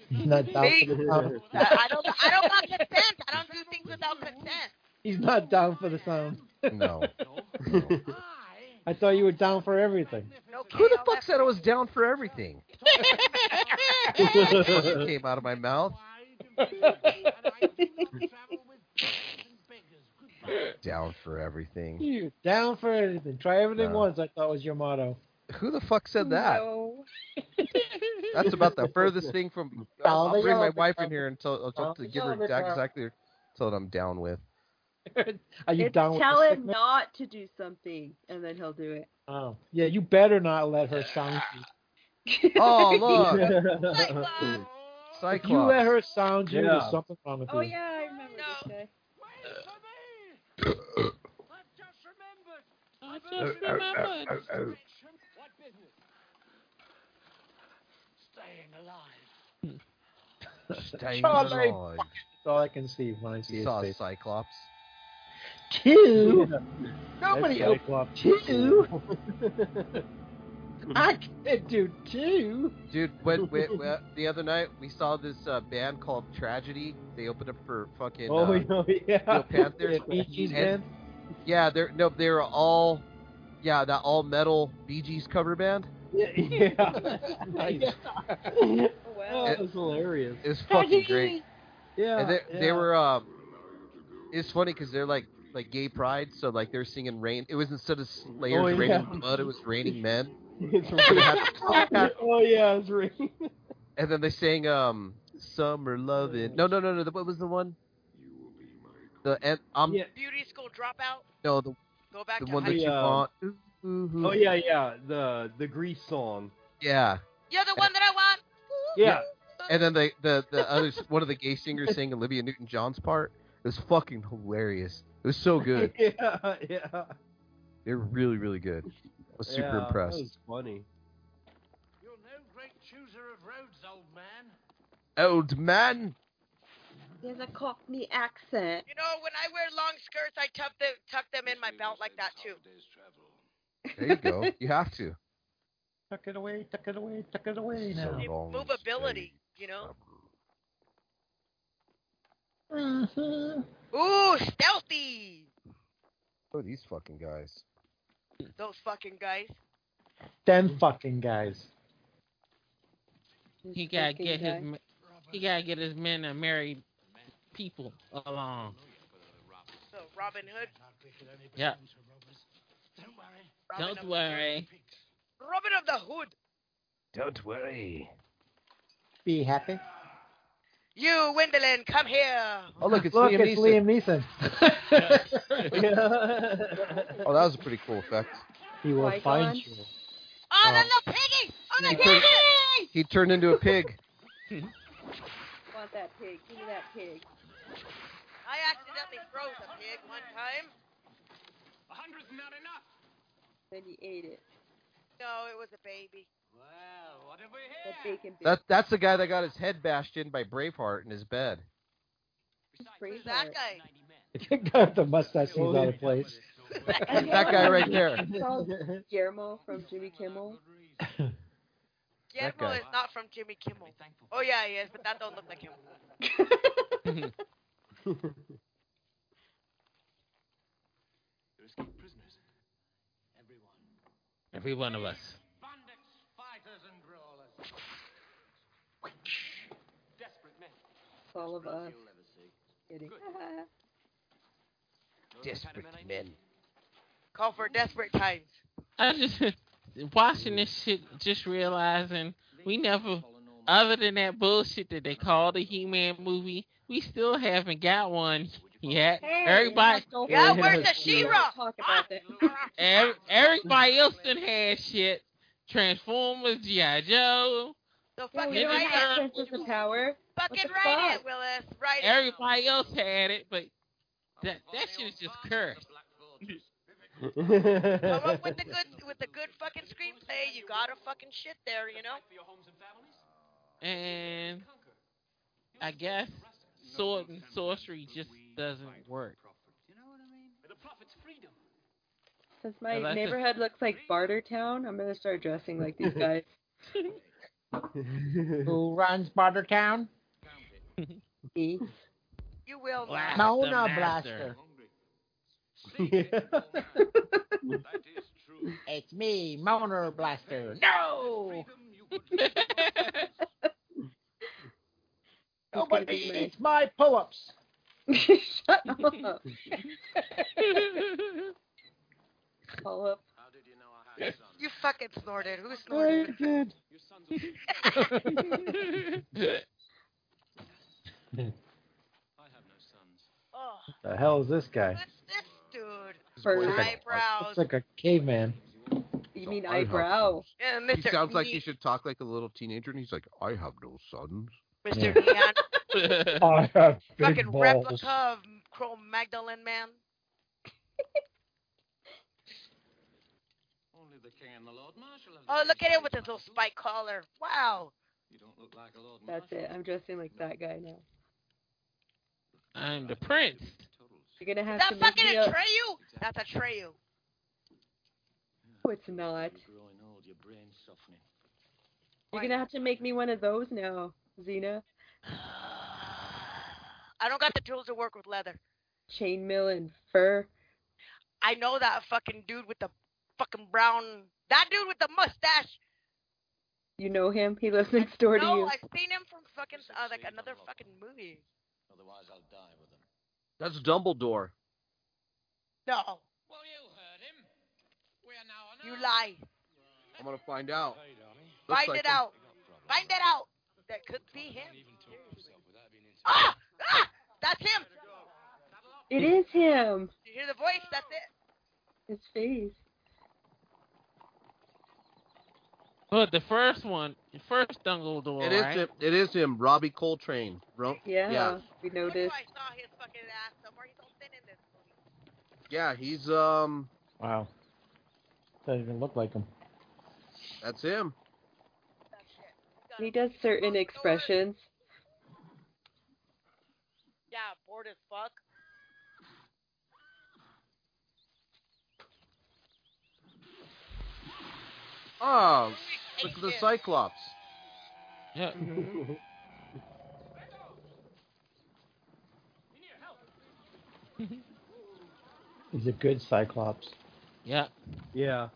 S8: He's not down for the sound.
S5: I I don't. I don't want consent. I don't do things without consent.
S8: He's not down for the sound.
S9: No.
S8: Oh. I thought you were down for everything.
S5: No
S9: Who the
S5: KO,
S9: fuck said I was down for everything? It came out of my mouth. Down for everything.
S8: you down for anything. Try everything
S9: No.
S8: once. I thought was your motto.
S9: Who the fuck said that?
S10: No.
S9: That's about the furthest thing from. uh, I'll, I'll bring my wife in here and tell, I'll tell to give her exact- exactly tell what I'm down with.
S8: Are you
S10: It's
S8: down with
S10: tell
S8: the
S10: him
S8: sickness?
S10: not to do something, and then he'll do it.
S8: Oh. Yeah, you better not let her sound you.
S9: Oh look,
S5: Cyclops.
S8: If you let
S9: Cyclops.
S8: her sound you,
S4: Yeah.
S8: there's something wrong with
S10: Oh
S8: you.
S10: yeah, I remember this guy.
S7: I just remembered.
S9: Staying
S8: Charlie.
S9: alive.
S8: That's all I can see when I see
S9: You
S8: his
S9: saw
S8: face.
S9: Cyclops.
S8: Two.
S4: Nobody
S8: opened two. I can't do two.
S9: Dude, when, when, when, the other night we saw this uh, band called Tragedy. They opened up for fucking.
S4: Oh,
S9: uh,
S4: yeah.
S9: Steel Panthers.
S8: Bee Gees
S9: And-
S8: band.
S9: yeah, they're no, they were all. Yeah, that all metal Bee Gees cover band.
S4: Yeah.
S8: Nice.
S10: Oh
S4: Oh,
S10: wow.
S4: that was hilarious.
S9: It was fucking great.
S4: Yeah.
S9: And they, they
S4: yeah.
S9: were. Um, it's funny because they're like like gay pride, so like they're singing rain. It was instead of Slayer's
S4: Oh, yeah.
S9: raining blood, it was raining men.
S4: It's
S9: Had-
S4: oh yeah, it's right.
S9: And then they sang um summer loving. No, no, no, no. the- What was the one? The and um
S4: Yeah.
S5: Beauty school dropout.
S9: no the
S5: Go back
S9: the
S5: to
S9: one
S5: high
S9: that
S4: I,
S9: you
S4: uh,
S9: want. Ooh, ooh, ooh.
S4: Oh yeah, yeah. The the Grease song.
S9: yeah.
S5: You're the one that I want.
S4: Yeah.
S9: And then the the the other one of the gay singers sang Olivia Newton John's part. It was fucking hilarious. It was so good.
S4: yeah, yeah.
S9: They were really really good. I was super
S4: Yeah,
S9: impressed.
S4: That was funny.
S2: You're no great chooser of roads, old man.
S9: Old man.
S10: He has a Cockney accent.
S5: You know, when I wear long skirts, I tuck them tuck them in my belt like that too.
S9: There you go. You have to.
S8: Tuck it away, tuck it away, tuck it away now.
S9: So long,
S5: Movability,
S9: stay.
S5: you know.
S8: Uh-huh.
S5: Ooh, stealthy.
S9: Oh, these fucking guys.
S5: Those fucking guys.
S8: Them fucking guys.
S7: He gotta
S10: Fucking
S7: get
S10: guy.
S7: his. ma- He gotta get his men and married people along.
S5: So Robin Hood.
S7: Yeah.
S5: Robin
S7: Don't
S5: of-
S7: worry.
S5: Robin of the Hood.
S9: Don't worry.
S8: Be happy.
S5: You, Wendelin, come here.
S9: Oh look, it's
S8: Look,
S9: Liam
S8: it's
S9: Neeson.
S8: Liam Neeson.
S9: Oh, that was a pretty cool effect.
S8: he will
S10: Qui-Gon.
S8: find you.
S5: On
S8: Uh,
S5: the little piggy! On the
S9: you
S5: piggy!
S9: took- He turned into a pig.
S10: Want that pig? Give me that pig.
S5: I accidentally froze a pig one time.
S2: A hundred's not enough.
S10: Then you ate it.
S5: No, it was a baby.
S2: Well, what have we
S10: That bacon bit.
S9: That that's the guy that got his head bashed in by Braveheart in his bed.
S5: Who's that guy?
S8: The guy with the mustache seems
S4: Oh,
S8: out of place.
S9: That guy right there.
S10: Guillermo from Jimmy Kimmel.
S9: That
S5: Guillermo
S9: guy.
S5: is not from Jimmy Kimmel. Oh yeah, he is, but that don't look like him.
S7: Every one of us.
S2: Bandits, fighters, and brawlers. Desperate men.
S10: It's all of us. Kidding.
S9: Desperate men.
S5: Call for desperate times.
S7: I just watching this shit, just realizing we never, other than that bullshit that they call the He-Man movie, we still haven't got one yet. Everybody,
S5: Yeah, where's the
S10: We
S5: She-Ra?
S10: don't Talk about that.
S7: ev- everybody else done had shit. Transformers, GI Joe.
S5: So
S10: Yeah,
S5: fucking
S10: we don't
S7: right here.
S10: have Princess of Power.
S5: Fucking
S10: the
S5: right
S10: fuck?
S5: it, Willis. Right it.
S7: Everybody else had it, but that that shit is just cursed.
S5: Come up with the good with the good fucking screenplay. You got a fucking shit there, you know.
S7: And I guess sword and sorcery just doesn't work.
S10: Since my
S7: Well, that's just-
S10: neighborhood looks like Barter Town, I'm gonna start dressing like these guys.
S8: Who runs Barter Town?
S10: Me.
S5: You will
S7: Blast
S5: not.
S8: Mona
S7: the master.
S8: Blaster. It's me, Moaner Blaster. No! Nobody
S10: It's gonna be
S8: eats my pull ups.
S10: Shut up. Call up.
S5: You fucking snorted. Who
S8: I
S5: snorted?
S8: did.
S5: Oh,
S8: The hell is this guy?
S5: what's this dude?
S10: For
S8: Looks like a,
S5: Eyebrows.
S8: looks like a caveman.
S10: you mean
S9: I have
S10: eyebrow?
S5: Yeah,
S9: He
S5: Mr.
S9: sounds like
S5: Ne-
S9: he should talk like a little teenager, and he's like, "I have no sons."
S5: Mr. Neon.
S8: I have
S5: fucking replica of Chrome Magdalene Man.
S2: Only the king and the lord marshal have
S5: Oh,
S2: the
S5: look at him
S2: same
S5: with his little spike collar. Wow.
S2: You don't look like a lord
S10: That's it. I'm dressing like that guy now.
S7: I'm the prince.
S10: You're gonna
S5: Is that
S10: have to make
S5: fucking
S10: me a-
S5: Atreyu? That's Atreyu.
S10: No, it's not.
S2: growing old, your brain's softening.
S10: You're gonna have to make me one of those now, Xena.
S5: I don't got the tools to work with leather.
S10: Chainmail and fur.
S5: I know that fucking dude with the fucking brown. That dude with the mustache.
S10: You know him. He lives next door to
S5: No,
S10: you.
S5: I've seen him from fucking uh, like another fucking movie.
S2: Otherwise, I'll die with them.
S9: That's Dumbledore.
S5: No,
S2: Well, you heard him. We are now on
S5: you lie.
S9: I'm gonna find out. Looks
S5: Find
S9: like
S5: it
S9: him.
S5: out. Find it out. That could be him. Ah! ah! That's him.
S10: It is him.
S5: You hear the voice? That's it.
S10: His face.
S7: But the first one, the first Dumbledore,
S9: It is
S7: right?
S9: him. It is him. Robbie Coltrane. Ro-
S10: Yeah.
S9: Yeah.
S10: We
S5: That's why
S10: noticed.
S5: I saw his fucking ass somewhere. He's so thin in this movie.
S9: yeah, he's um.
S8: Wow. Doesn't even look like him.
S9: That's him.
S5: That shit. He's got
S10: He
S5: a-
S10: does certain
S5: Dumbledore.
S10: expressions.
S5: Yeah, bored as fuck.
S9: Oh, look
S5: Hate
S9: at the
S5: him.
S9: Cyclops.
S7: Yeah.
S8: He's a good Cyclops.
S7: yeah.
S4: Yeah.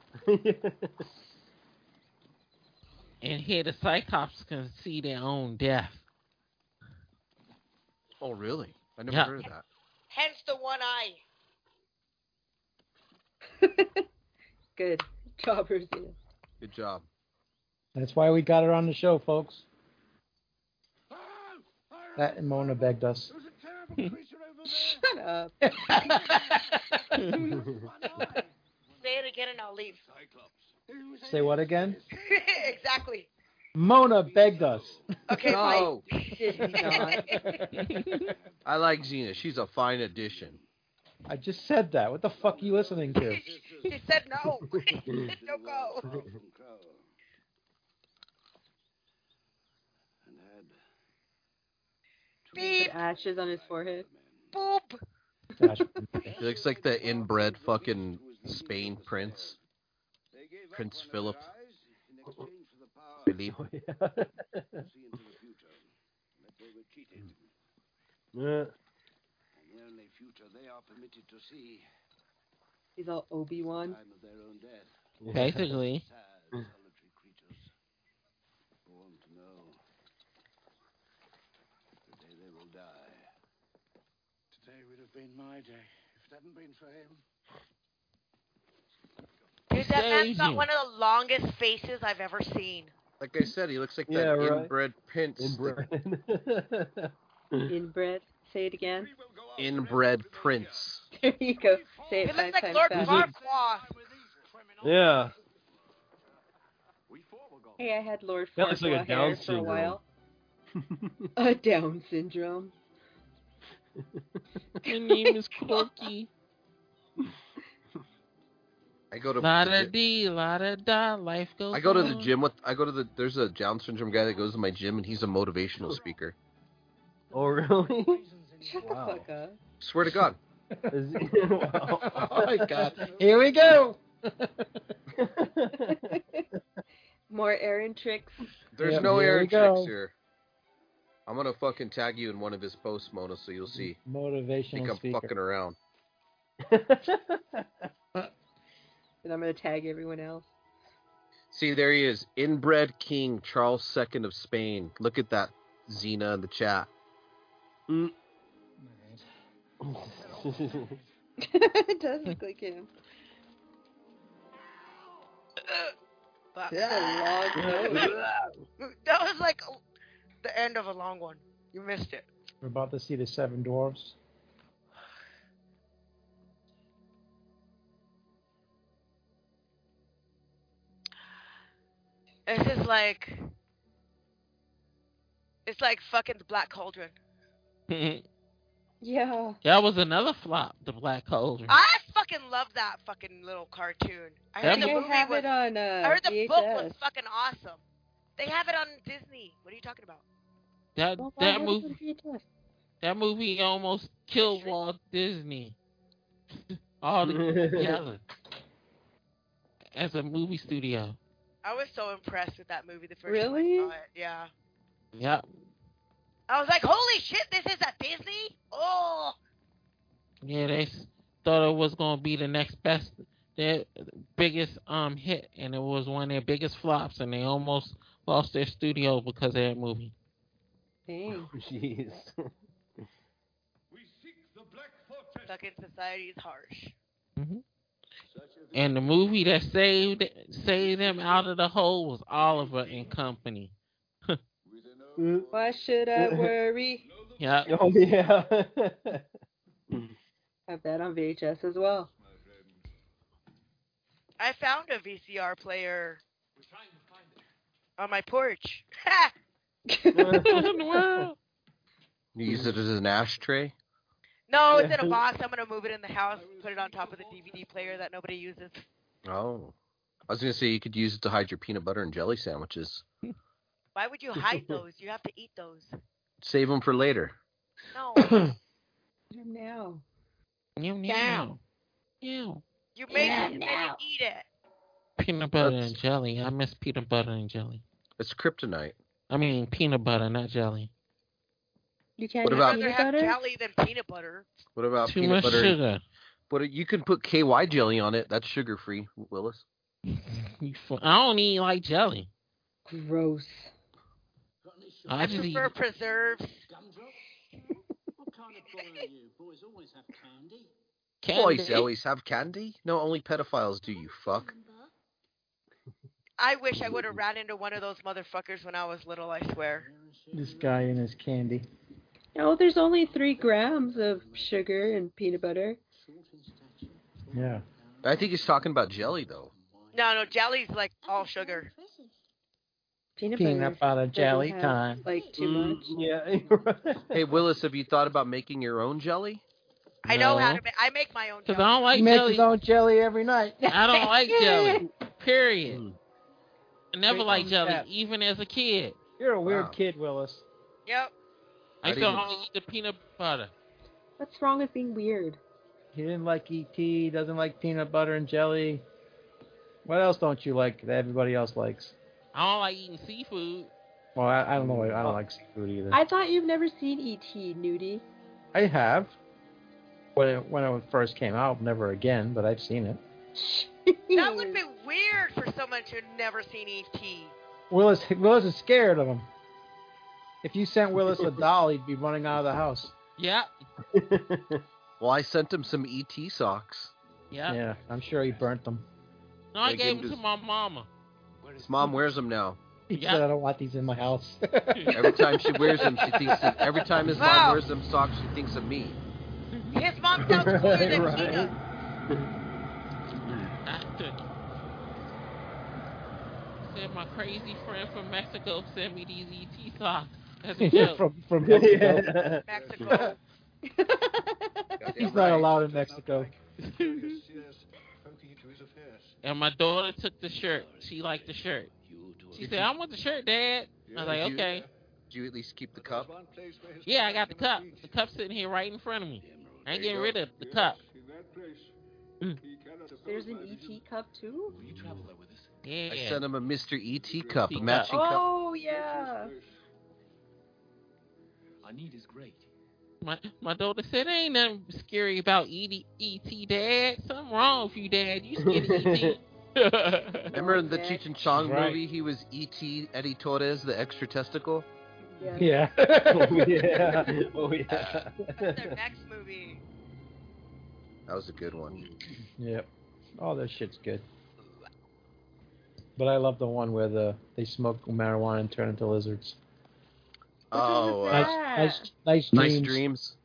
S7: And here the Cyclops can see their own death.
S9: Oh, really? I never
S7: Yeah.
S9: heard of that.
S5: Hence the one eye.
S10: Good job, Rosina.
S9: Good job.
S8: That's why we got her on the show, folks. That and Mona begged us.
S2: There's a terrible creature over there.
S10: Shut up.
S5: Say it again and I'll leave.
S8: Say what again?
S5: exactly.
S8: Mona begged us.
S5: Okay,
S9: no,
S10: Did not.
S5: Mike.
S9: Oh, I like Xena. She's a fine addition.
S8: I just said that. What the fuck are you listening to?
S5: she said no. no go. Beep,
S10: Ashes on his forehead.
S5: boop.
S8: Gosh.
S9: She looks like the inbred fucking Spain prince. Prince Philip. Philippe.
S4: Oh, Yeah.
S10: He's all Obi Wan.
S7: Basically.
S4: Hmm.
S2: Today would have been my day if it hadn't been for him.
S5: Dude, that man's got
S7: Crazy.
S5: one of the longest faces I've ever seen.
S9: Like I said, he looks like that
S4: Yeah, right.
S9: inbred prince.
S4: And
S9: the
S4: Brian.
S10: Inbred. Say it again.
S9: inbred prince.
S10: There you go. Say
S5: He
S10: it
S5: looks
S10: five
S5: like
S10: times
S5: Lord
S10: fast.
S5: Farquaad.
S4: yeah.
S10: Hey, I had Lord
S4: That looks like a
S10: Farquaad hair
S4: Down
S10: for a while. a Down syndrome.
S7: Your name is Corky.
S9: I go to
S7: La
S9: the
S7: da
S9: gy-
S7: dee, la da da, life goes
S9: I go to the
S7: on.
S9: gym with I go to the there's a Down syndrome guy that goes to my gym and he's a motivational speaker.
S4: Oh really?
S10: Shut
S4: Wow.
S10: the fuck up.
S9: Swear to God.
S4: Is-
S8: oh my god.
S4: wow.
S8: Here we go.
S10: More Aaron tricks.
S9: There's
S8: Yeah,
S9: no
S8: here
S9: air
S8: we
S9: tricks
S8: go.
S9: here. I'm gonna fucking tag you in one of his posts, Mona, so you'll see. Think
S8: Motivational
S9: I'm
S8: speaker.
S9: fucking around.
S10: And I'm going to tag everyone else.
S9: See, there he is, inbred king Charles II of Spain. Look at that, Xena in the chat.
S10: it does look like him.
S5: Fuck.
S10: That's a long note.
S5: That was like the end of a long one. You missed it.
S8: We're about to see the seven dwarves.
S5: It's just like it's like fucking the Black Cauldron.
S10: Yeah.
S7: that was another flop, the Black Cauldron.
S5: I fucking love that fucking little cartoon. I
S7: That
S5: heard the
S10: They
S5: movie
S10: have
S5: was.
S10: it on uh,
S5: I heard the
S10: VHS.
S5: book was fucking awesome. They have it on Disney. What are you talking about?
S7: That
S10: Well, why
S7: that
S10: have it on
S7: movie
S10: VHS?
S7: that movie almost killed Walt Disney. All together. As a movie studio.
S5: I was so impressed with that movie the first
S10: Really?
S5: time I saw it. Yeah.
S7: Yeah.
S5: I was like, holy shit, this is a Disney? Oh.
S7: Yeah, they s- thought it was gonna be the next best their biggest um hit and it was one of their biggest flops and they almost lost their studio because of that movie.
S10: Dang.
S4: Jeez.
S5: Fucking society is harsh.
S7: And the movie that saved saved them out of the hole was Oliver and Company.
S10: Why should I worry?
S7: Yeah.
S4: oh yeah.
S10: Have that on VHS as well.
S5: I found a VCR player on my porch.
S9: You use it as an ashtray.
S5: no, it's in a box. I'm gonna move it in the house, put it on top of the DVD player that nobody uses.
S9: Oh, I was gonna say you could use it to hide your peanut butter and jelly sandwiches.
S5: Why would you hide those? You have to eat those.
S9: Save them for later.
S5: No,
S10: Now.
S7: Meow meow. Meow.
S5: you make
S10: Yeah,
S5: it and then you
S10: now.
S5: eat it.
S7: Peanut butter
S9: That's-
S7: and jelly. I miss peanut butter and jelly.
S9: It's kryptonite.
S7: I mean peanut butter, not jelly.
S10: You can't
S9: What
S10: eat
S9: about-
S5: I'd rather
S10: peanut
S5: have
S10: butter?
S5: jelly than peanut butter.
S9: What about
S7: Too
S9: Uh, peanut
S7: much
S9: butter?
S7: sugar.
S9: But you can put KY jelly on it. That's sugar free, Willis.
S7: You fu- I don't eat like jelly.
S10: Gross.
S7: I,
S5: I
S7: just eat
S5: prefer preserves.
S9: Boys
S7: candy.
S9: always have candy. No, only pedophiles do. You fuck.
S5: I wish I would have ran into one of those motherfuckers when I was little. I swear.
S8: This guy and his candy.
S10: No, there's only three grams of sugar in peanut butter.
S8: Yeah.
S9: I think he's talking about jelly though.
S5: No, no, jelly's like all sugar.
S10: Peanut,
S8: Peanut
S10: butter.
S8: butter jelly
S10: doesn't have,
S8: time.
S10: Like too
S4: Mm,
S10: much.
S4: yeah.
S9: Hey Willis, have you thought about making your own jelly?
S5: I know how
S7: No.
S5: to make. I make my own
S7: Because I
S5: jelly.
S7: don't like
S8: He makes his
S7: jelly.
S8: own jelly every night.
S7: I don't like jelly. Period. I never
S8: Great
S7: liked jelly,
S8: concept.
S7: even as a kid.
S8: You're a weird
S9: Wow.
S8: kid, Willis.
S5: Yep.
S7: I
S9: I
S7: used to
S9: didn't-
S7: only eat the peanut butter.
S10: What's wrong with being weird?
S8: He didn't like E.T. Doesn't like peanut butter and jelly. What else don't you like that everybody else likes?
S7: I don't like eating seafood.
S8: Well, I, I don't know. I don't like seafood either.
S10: I thought you've never seen E.T., Nudie.
S8: I have. When it, when it first came out, never again, but I've seen it.
S5: That would be weird for someone to have never seen E E.T.
S8: Willis Willis is scared of him. If you sent Willis a doll, he'd be running out of the house.
S7: Yeah.
S9: Well, I sent him some ET socks.
S7: Yeah.
S8: Yeah, I'm sure he burnt them.
S7: No, I
S9: They
S7: gave
S9: give
S7: them to
S9: this-
S7: my mama.
S9: His mom wears them now.
S8: He
S7: Yeah.
S8: said, "I don't want these in my house."
S9: Every time she wears them, she thinks. Of, every time his
S5: Wow.
S9: mom wears them socks, she thinks of me.
S5: His mom sounds cooler than
S4: Right.
S5: she does.
S7: I said my crazy friend from Mexico sent me these ET socks. That's a joke.
S8: from from Mexico.
S4: yeah.
S5: Mexico.
S8: He's not allowed in Mexico.
S7: and my daughter took the shirt. She liked the shirt. She said, "I want the shirt, Dad." I was like,
S9: You-
S7: "Okay."
S9: Do you at least keep the cup?
S7: Yeah, I got the cup. The cup's sitting here right in front of me. I ain't getting rid of the cup.
S10: There's an E.T. cup too?
S7: Yeah. E
S9: I sent him a Mr. ET cup, a matching cup.
S10: Oh, yeah.
S7: My my daughter said, "Ain't nothing scary about E ET, ET Dad. Something wrong with you, Dad. You scared of E ET."
S9: Remember in the
S10: Okay.
S9: Cheech and Chong
S8: Right.
S9: movie, he was ET Eddie Torres, the extra testicle.
S10: Yeah.
S8: Yeah.
S4: Oh yeah. Oh yeah.
S5: That's their next movie.
S9: That was a good one.
S8: yep. All this shit's good. But I love the one where the they smoke marijuana and turn into lizards.
S10: Which one was
S9: Oh,
S10: that?
S9: uh,
S8: Nice, nice, nice
S9: nice
S8: dreams.
S9: dreams.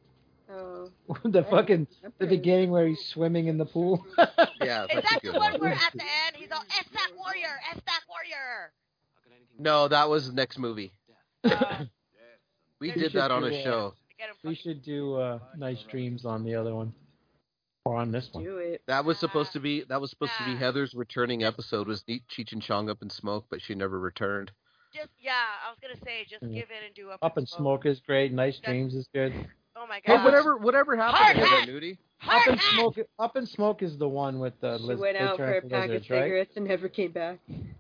S10: Oh,
S8: the fucking
S10: I'm
S8: the
S10: pretty-
S8: beginning where he's swimming in the pool.
S9: Yeah,
S5: Is
S9: that's
S5: that
S9: a
S5: the
S9: good
S5: one
S9: one.
S5: where at the end he's all F that warrior, F that warrior?
S9: No, that was the next movie.
S5: Uh,
S9: We
S5: We
S9: did
S8: should
S9: that on
S8: do
S9: a
S8: that.
S9: show.
S5: I get him
S8: we
S5: fucking-
S8: should do uh, nice dreams on the other one, or on this one.
S10: do it.
S9: That was supposed to be that was supposed to
S5: Yeah.
S9: be Heather's returning episode was Ne- Cheech and Chong up in smoke, but she never returned.
S5: just yeah, I was gonna say just
S8: Yeah.
S5: give in and do up,
S8: Up in Smoke is great. Nice Dreams is good.
S5: Oh my
S9: Hey,
S5: god.
S9: whatever whatever
S5: Hard
S9: happened to
S5: hat!
S9: Heather Nudie?
S8: Up
S5: Hard
S8: in
S5: hat!
S8: Smoke. Up in Smoke is the one with the
S10: She
S8: liz-
S10: went
S8: they
S10: out
S8: turn
S10: for a
S8: into
S10: pack of
S8: lizards, right?
S10: cigarettes and never came back.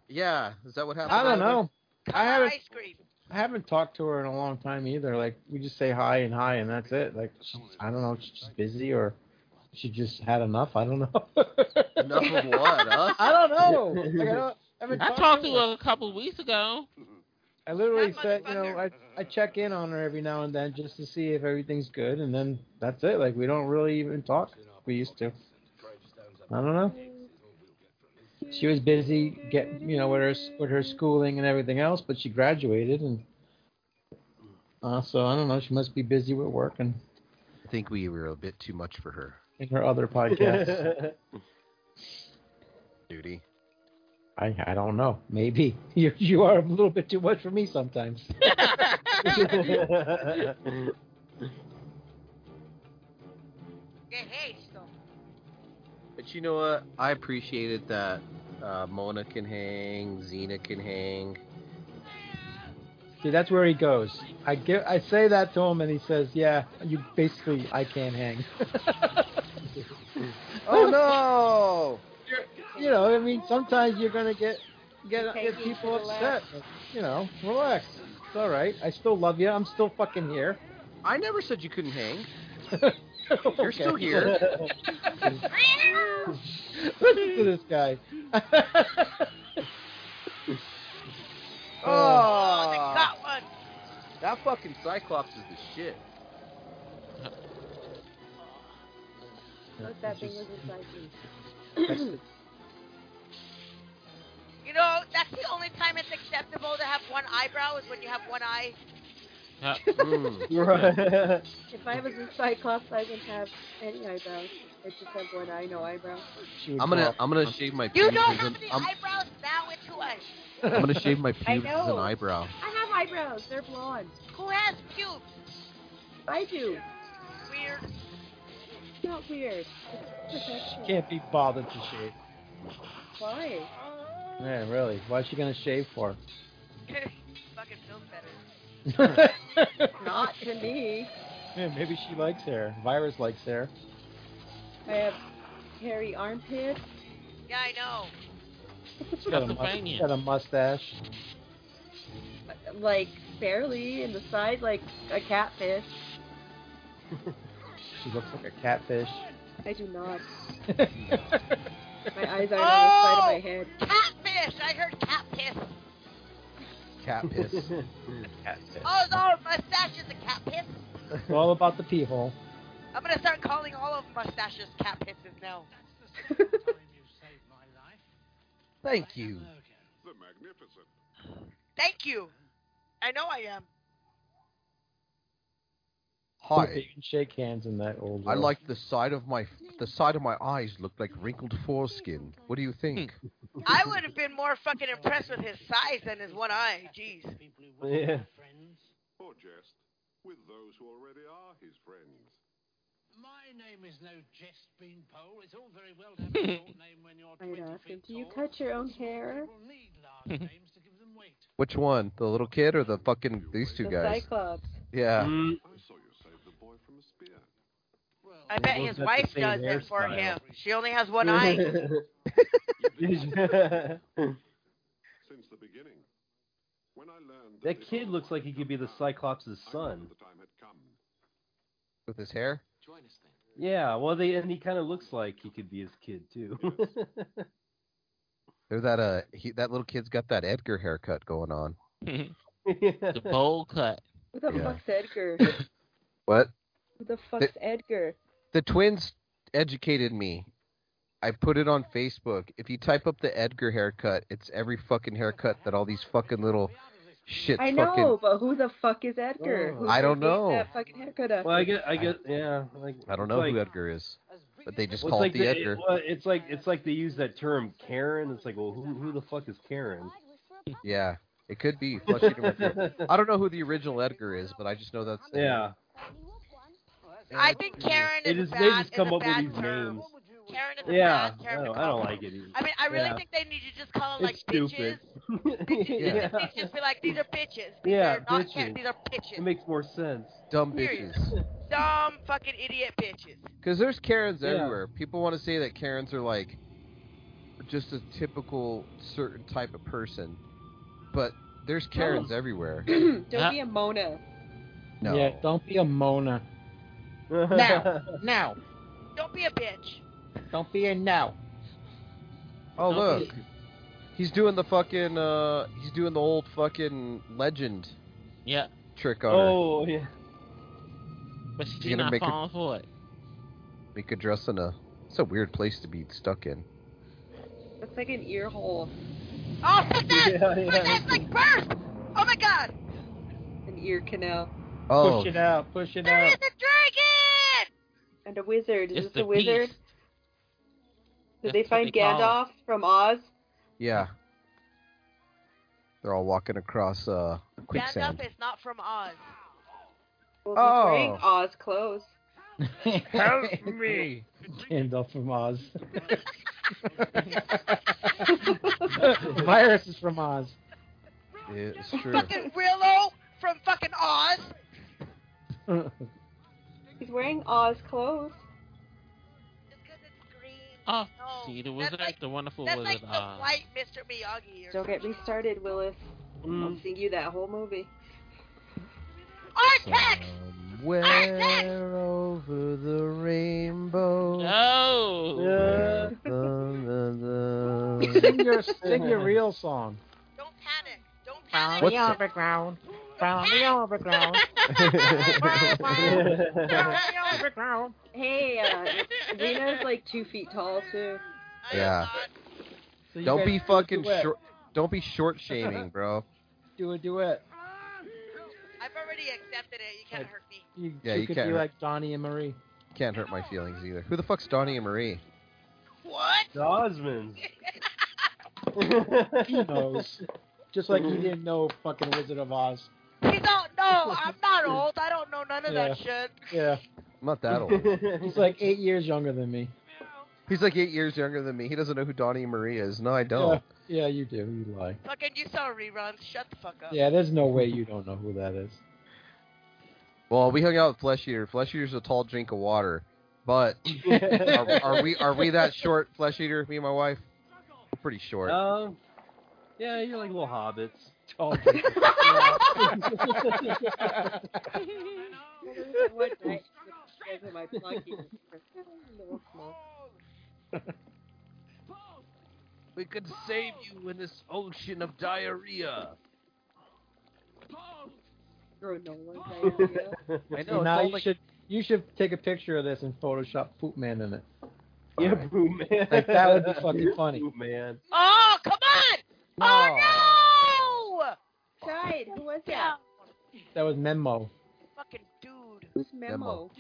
S9: Yeah, is that what happened?
S8: I don't
S9: to Heather?
S8: know. I
S5: Color
S8: haven't
S5: ice cream.
S8: I haven't talked to her in a long time either. Like we just say hi and hi and that's it. Like she's- I don't know, if she's just busy or she just had enough. I don't know.
S9: Enough of what? Us?
S8: I don't know. Like, I, don't, I, haven't
S7: I talked to her a couple weeks ago.
S8: I literally
S5: That
S8: said, you know, I
S5: motherfucker.
S8: I check in on her every now and then just to see if everything's good, and then that's it. Like we don't really even talk. We used to. I don't know. She was busy get you know with her with her schooling and everything else, but she graduated and. Uh, so I don't know. She must be busy with work and
S9: I think we were a bit too much for her,
S8: in her other podcast.
S9: Nudie.
S8: I I don't know. Maybe you you are a little bit too much for me sometimes.
S5: Get hazed, though.
S9: But you know what? I appreciated that uh, Mona can hang, Xena can hang.
S8: See, that's where he goes. I give, I say that to him, and he says, "Yeah, you basically, I can't hang."
S9: Oh
S8: you know, I mean, sometimes you're gonna get get
S10: Take
S8: get
S10: it
S8: people
S10: to the left.
S8: upset. You know, relax. It's all right. I still love you. I'm still fucking here.
S9: no! I never said you couldn't hang.
S8: Okay.
S9: still here.
S8: Listen to this guy.
S9: Oh,
S5: Oh, they got one.
S9: that fucking Cyclops is the shit.
S10: Look, that thing was inside me.
S5: You know, that's the only time it's acceptable to have one eyebrow is when you have one eye.
S7: Uh,
S9: Mm.
S8: right.
S10: If I was a Cyclops, I wouldn't have any eyebrows. I just have one eye, no eyebrows.
S8: She would
S9: I'm gonna
S8: drop.
S9: I'm gonna shave my
S5: You
S9: pubes
S5: know
S9: as
S5: how
S9: an,
S5: many
S9: I'm,
S5: eyebrows now into us.
S9: I'm gonna shave my pubes as an
S10: know.
S9: eyebrow.
S10: I have eyebrows. They're blonde.
S5: Who has pubes?
S10: I do.
S5: Weird.
S10: It's not weird. It's
S8: She
S10: protection.
S8: can't be bothered to shave.
S10: Why?
S5: Oh,
S8: Yeah, really. Why's she gonna shave for?
S5: Fucking feels better.
S10: Not to me.
S8: Yeah, maybe she likes hair. Virus likes hair.
S10: I have hairy armpits.
S5: Yeah, I know.
S8: She's got, a mus-
S7: Pennsylvania.
S8: she's got a mustache.
S10: like barely in the side like a catfish.
S8: She looks like a catfish.
S10: I do not.
S8: That's
S10: My eyes aren't on the side
S8: Oh!
S10: of my head.
S5: Catfish! I heard catfish.
S9: Cat piss.
S5: Oh, no, mustache is a cat piss.
S8: all about the pee hole.
S5: I'm gonna start calling all of mustaches cat pisses now.
S9: Thank you.
S1: The Magnificent.
S5: Thank you. I know I am.
S8: You
S9: Hi.
S8: can shake hands in that old.
S9: I
S8: world.
S9: like the side of my the side of my eyes look like wrinkled foreskin. What do you think?
S5: I would have been more fucking impressed with his size than his one eye. Jeez.
S4: Yeah.
S1: Or jest with those who already are his friends.
S2: My name is no jest beanpole. It's all very well to have a short name when you're
S10: I would
S2: 20
S10: ask him,
S2: feet
S10: do you
S2: tall.
S10: cut your own hair?
S2: People need large names to give them weight.
S9: Which one? The little kid or the fucking these two
S10: the
S9: guys?
S10: Cyclops.
S9: Yeah.
S1: I saw you save the boy from a spear.
S2: Well,
S5: I bet
S8: both
S5: his
S8: got the
S5: wife
S8: same
S5: does it for
S8: hairstyle.
S5: him. She only has one eye.
S1: Since the beginning. When I learned
S4: that
S1: this
S4: kid
S1: old
S4: looks like he
S1: had
S4: could be
S1: come
S4: the
S1: down,
S4: Cyclops'
S1: I knew
S4: son.
S1: the time had come.
S9: With his hair?
S4: Yeah, well, they and he kind of looks like he could be his kid too.
S9: They're that uh he, that little kid's got that Edgar haircut going on.
S7: The bowl cut.
S10: Who the
S9: Yeah.
S10: fuck's Edgar?
S9: What?
S10: Who the fuck's Edgar?
S9: The twins educated me I put it on Facebook. If you type up the Edgar haircut, it's every fucking haircut that all these fucking little shit
S10: I know,
S9: fucking.
S10: but who the fuck is Edgar?
S4: Oh.
S10: Who
S9: I don't
S10: gave
S9: know.
S10: That fucking haircut up?
S4: Well, I get, I get, yeah. Like,
S9: I don't
S4: it's
S9: know
S4: like,
S9: who Edgar is, but they just
S4: well, it's
S9: call
S4: like
S9: it the Edgar.
S4: well, it's like it's like they use that term Karen. It's like, well, who, who the fuck is Karen?
S9: Yeah, it could be. Flush it in with your- I don't know who the original Edgar is, but I just know that's.
S4: yeah,
S5: I think Karen
S4: They
S5: is
S4: just-
S5: bad.
S4: they just come
S5: is a
S4: up with
S5: bad
S4: these
S5: term.
S4: names.
S5: Karen is
S4: yeah.
S5: a bad
S4: I
S5: term.
S4: don't,
S5: to
S4: I
S5: call
S4: don't
S5: them.
S4: like it. Either.
S5: I mean, I really
S4: Yeah.
S5: think they need to just call them like
S4: it's stupid.
S5: bitches.
S4: yeah.
S5: They should just be like, these are bitches. These
S4: Yeah,
S5: are not
S4: bitches.
S5: Karen, these are
S4: It
S5: bitches.
S4: makes more sense.
S9: Dumb
S5: Period.
S9: bitches.
S5: Dumb fucking idiot bitches.
S9: Because there's Karens
S4: Yeah.
S9: everywhere. People want to say that Karens are like just a typical certain type of person, but there's Karens everywhere.
S10: don't be a Mona.
S9: No.
S8: Yeah, don't be a Mona.
S7: Now. Now,
S5: Don't be a bitch.
S8: Don't be a no.
S9: Oh
S7: Don't
S9: look, he's doing the fucking uh, he's doing the old fucking legend
S7: yeah,
S9: trick on her.
S4: oh yeah.
S7: but she's
S9: You're gonna
S7: not
S9: make her-
S7: falling for it.
S9: We could dress in a. It's a weird place to be stuck in.
S10: That's like an ear hole.
S5: Oh, look at that!
S4: Yeah,
S5: Look at
S4: yeah.
S5: that! It's like burst! Oh my god!
S10: An ear canal.
S9: Oh,
S8: Push it out. Push it
S5: There is
S8: out.
S5: a dragon!
S10: And a wizard. Is
S7: It's
S10: this a
S7: the
S10: wizard?
S7: beast.
S10: Did
S7: That's
S10: they
S7: what
S10: find
S7: they call
S10: Gandalf from Oz?
S9: yeah. They're all walking across uh
S5: Gandalf
S9: quicksand.
S5: is not from Oz.
S10: Well,
S9: Oh.
S10: he's wearing Oz clothes.
S9: Help me!
S8: Gandalf from Oz. Virus is from Oz.
S9: It's true.
S5: Fucking Willow from fucking Oz!
S10: He's wearing Oz clothes.
S5: Just 'cause it's green.
S7: Oh,
S5: No,
S7: see the
S5: that's
S7: wizard,
S5: like-
S7: the wonderful
S5: That's
S7: wizard.
S5: like the
S7: uh,
S5: white Mr. Miyagi or
S10: Don't get me started, Willis.
S7: Hmm.
S4: Mm.
S10: I'll sing you that whole movie.
S5: Artex!
S9: Somewhere over the rainbow.
S7: Ah. no,
S4: Yeah.
S9: Dun, dun, dun.
S8: Sing your sing your real song.
S5: Don't panic! Don't
S7: found
S5: panic!
S9: What's
S7: the
S9: that?
S7: overground, found the overground, found the overground.
S10: Hey, uh, Zena's like two feet tall too.
S5: I am
S9: Yeah.
S5: not.
S8: So you
S9: Don't
S8: guys
S9: be
S8: do a
S9: fucking
S8: duet.
S9: short. Don't be short shaming, bro.
S8: Do a duet.
S5: I've already accepted it. You can't hurt me.
S8: You,
S9: Yeah,
S8: you,
S9: you
S8: could
S9: can't-
S8: be like Donnie and Marie.
S9: Can't hurt my feelings either. Who the fuck's Donnie and Marie?
S5: What?
S4: The Osmonds.
S8: He knows. Just like he didn't know fucking Wizard of Oz.
S5: He's all, no, I'm not old. I don't know none of that shit.
S8: Yeah.
S9: I'm not that old.
S8: He's like eight years younger than me.
S9: He's like eight years younger than me. He doesn't know who Donnie and Marie is. No, I don't.
S8: Yeah, you do. You lie.
S5: Fucking, you saw reruns. Shut the fuck up.
S8: Yeah, there's no way you don't know who that is.
S9: Well, we hung out with Flesh Eater. Flesh Eater's a tall drink of water. But are, are we are we that short, Flesh Eater? Me and my wife. We're pretty short.
S8: Uh,
S4: Um, yeah, you're like little hobbits.
S8: Oh,
S10: What night was in my plug here? Little small.
S9: We could save you in this ocean of diarrhea.
S10: You're a Nolan's idea.
S9: I
S8: And now you should you should take a picture of this and Photoshop Poop Man in it.
S4: yeah, Boo Man.
S8: Like, that would be fucking funny.
S4: Boo Man.
S5: Oh, come on! Oh,
S10: Died. Who was
S5: no!
S10: that?
S8: That was Menmo.
S5: Fucking dude.
S10: Who's Memo?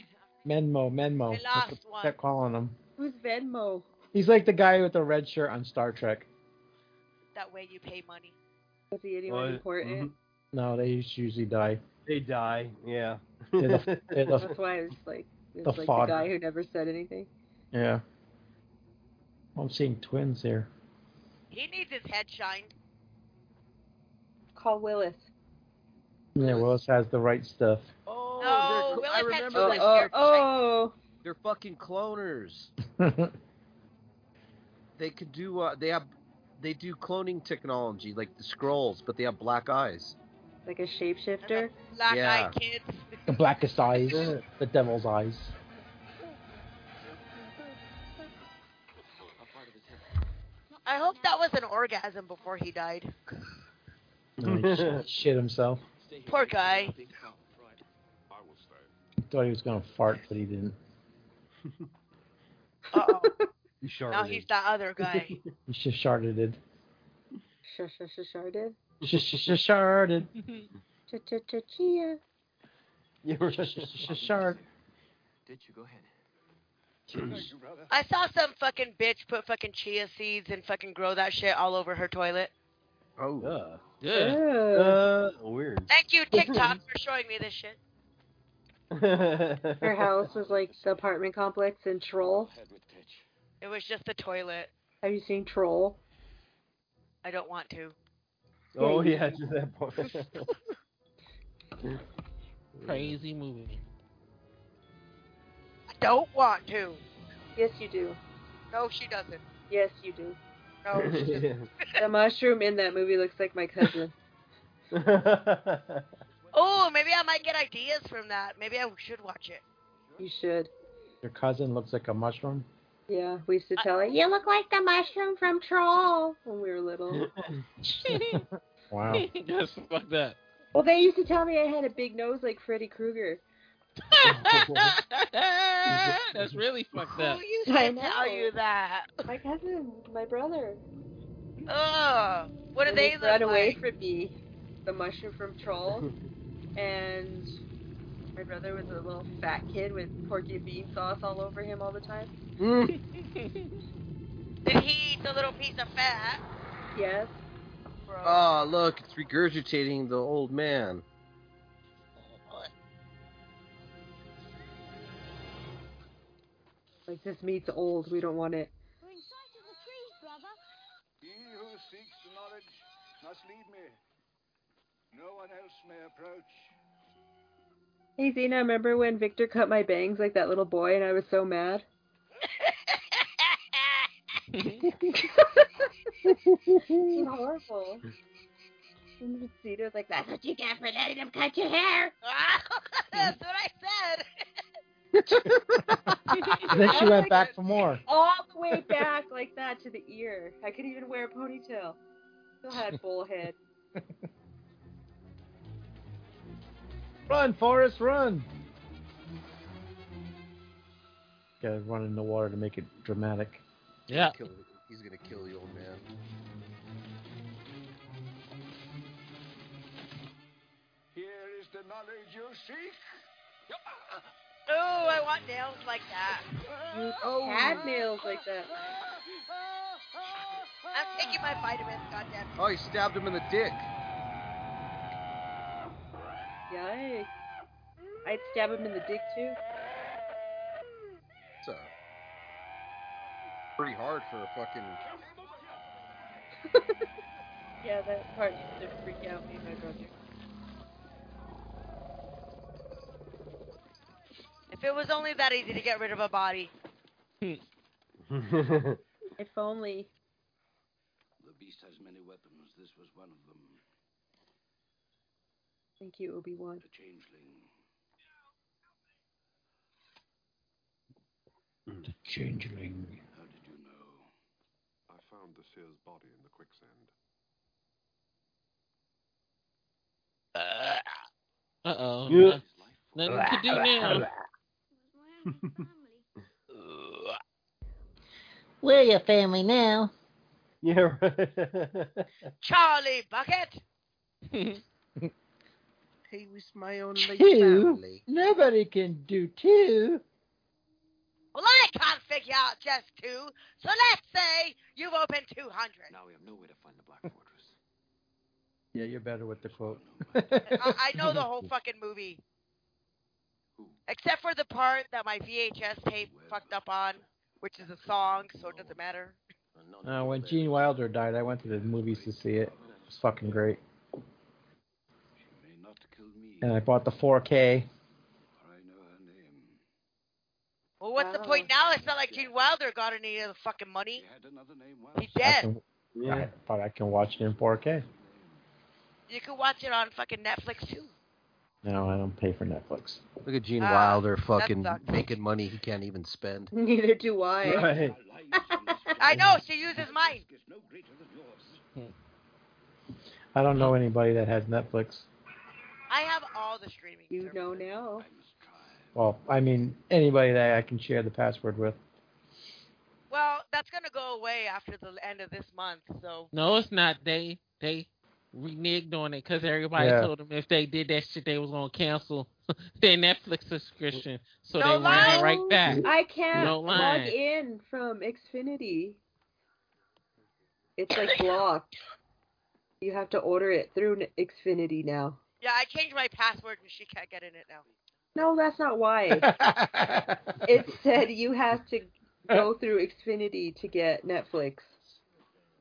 S8: Menmo. Menmo.
S5: I
S8: That's
S5: lost
S8: what
S5: one.
S8: they're calling him.
S10: Who's Venmo?
S8: He's like the guy with the red shirt on Star Trek.
S5: That way you pay money.
S10: Was he anyone
S4: What?
S7: Mm-hmm.
S10: important?
S8: No, they just usually die.
S4: They die. Yeah.
S8: They're the, they're the-
S10: That's why I was like,
S8: The
S10: it was like the
S8: fodder.
S10: guy who never said anything.
S8: yeah. I'm seeing twins here.
S5: He needs his head shined.
S10: Call Willis.
S8: Yeah, Willis has the right stuff.
S9: Oh, they're,
S5: No, Willis
S9: I
S5: had
S9: remember
S5: two
S10: Oh,
S9: this.
S5: legs.
S10: oh,
S5: They're-
S10: oh!
S9: They're fucking cloners.
S8: That's
S9: They could do. Uh, they have. They do cloning technology like the scrolls, but they have black eyes.
S10: Like a shapeshifter.
S5: Black
S9: Yeah.
S5: eyed kids.
S8: the blackest eyes, the devil's eyes.
S5: I hope that was an orgasm before he died.
S8: And he sh- shit himself.
S5: Poor guy.
S1: I will stay.
S8: Thought he was gonna fart, but he didn't.
S5: Uh oh. Now he's the other guy.
S8: He just sharded it.
S10: Sharded?
S8: Just just sharded.
S10: Cha-cha-cha-chia.
S8: You were just just shard.
S3: Did you go ahead?
S5: I saw some fucking bitch put fucking chia seeds and fucking grow that shit all over her toilet.
S9: Oh,
S4: Uh,
S7: Good.
S4: uh, weird.
S5: Thank you, TikTok, for showing me this shit.
S10: Her house was like the apartment complex in
S4: Oh,
S10: Troll.
S5: It was just the toilet.
S10: Have you seen Troll?
S5: I don't want to.
S4: oh yeah, just that part.
S7: Crazy movie.
S5: I don't want to.
S10: Yes, you do.
S5: No, she doesn't.
S10: Yes, you do.
S5: No, she doesn't.
S10: The mushroom in that movie looks like my cousin.
S5: Oh, maybe I might get ideas from that. Maybe I should watch it.
S10: You should.
S8: Your cousin looks like a mushroom.
S10: Yeah, we used to tell her, "You look like the mushroom from Troll" when we were little.
S8: Wow.
S7: That's fucked up.
S10: Well, they used to tell me I had a big nose like Freddy Krueger.
S7: That's really fucked up.
S5: Who used
S10: I
S5: to
S10: know.
S5: tell you that?
S10: My cousin, my brother.
S5: Ugh. What do
S10: And
S5: they look
S10: run away
S5: like?
S10: from me? The mushroom from Troll, and my brother was a little fat kid with porky and bean sauce all over him all the time.
S5: Did he eat the little piece of fat?
S10: Yes.
S5: Bro.
S9: oh, look, it's regurgitating the old man.
S10: Like this meat's old. We don't want it.
S1: He who seeks knowledge must lead me. No one else may approach.
S10: Hey Zena, remember when Victor cut my bangs like that little boy, and I was so mad? He's horrible. And Zeta's like, "That's what you get for letting him cut your hair."
S5: That's what I said.
S8: And then she went back for more.
S10: all the way back like that to the ear. I could even wear a ponytail. Still had bull head.
S8: Run, Forrest, run! Gotta run in the water to make it dramatic. Uh,
S7: yeah.
S9: Kill, he's gonna kill the old man.
S1: Here is the knowledge you seek.
S5: Oh, I want nails like that.
S10: You had nails like that.
S5: I'm taking my vitamins, goddamn.
S9: Oh, he stabbed him in the dick.
S10: Yikes. I'd stab him in the dick too.
S9: It's uh, pretty hard for a fucking.
S10: Yeah, that part used to freak out me and my brother.
S5: If it was only that easy to get rid of a body.
S10: If only.
S2: The beast has many weapons. This was one of them.
S10: Thank you, Obi Wan.
S2: A changeling.
S8: Changeling.
S2: How did you know?
S1: I found the seer's body in the quicksand.
S7: Uh oh.
S4: Yeah.
S7: Nothing to do now.
S8: We're your family now.
S4: yeah. Right.
S5: Charlie Bucket.
S9: He was my own
S8: Two. Nobody can do two.
S5: Well, I can't figure out just two, so let's say you've opened 200.
S2: Now we have nowhere to find the Black Fortress.
S8: Yeah, you're better with the quote.
S5: I, I know the whole fucking movie. Except for the part that my VHS tape fucked up on, which is a song, so it doesn't matter.
S8: Uh, when Gene Wilder died, I went to the movies to see it. It was fucking great.
S2: May not kill me,
S8: And I bought the 4K.
S2: for I know her name.
S5: Well, what's
S10: Oh,
S5: the point now? It's not like Gene Wilder got any of the fucking money.
S2: She had another name while
S5: He's
S8: I
S5: dead.
S8: can, I, but I can watch it in 4K.
S5: You can watch it on fucking Netflix too.
S8: No, I don't pay for Netflix.
S9: Look at Gene
S5: Ah,
S9: Wilder
S5: that
S9: fucking
S5: sucks.
S9: making money he can't even spend.
S10: Neither do I.
S8: Right.
S5: I know, she uses mine.
S2: is no greater than yours.
S8: I don't know anybody that has Netflix.
S5: I have all the streaming.
S10: You know
S5: services.
S10: now.
S8: Well, I mean, anybody that I can share the password with.
S5: Well, that's gonna go away after the end of this month. So
S7: No, it's not. They they reneged on it because everybody
S6: Yeah.
S7: told them if they did that shit, they was gonna cancel their Netflix subscription. So
S5: No
S7: they went
S5: lies.
S7: right back.
S10: I can't
S7: No
S10: log
S7: line.
S10: in from Xfinity. It's like blocked. You have to order it through N- Xfinity now.
S5: yeah, I changed my password and she can't get in it now.
S10: No, that's not why. it said you have to go through Xfinity to get Netflix.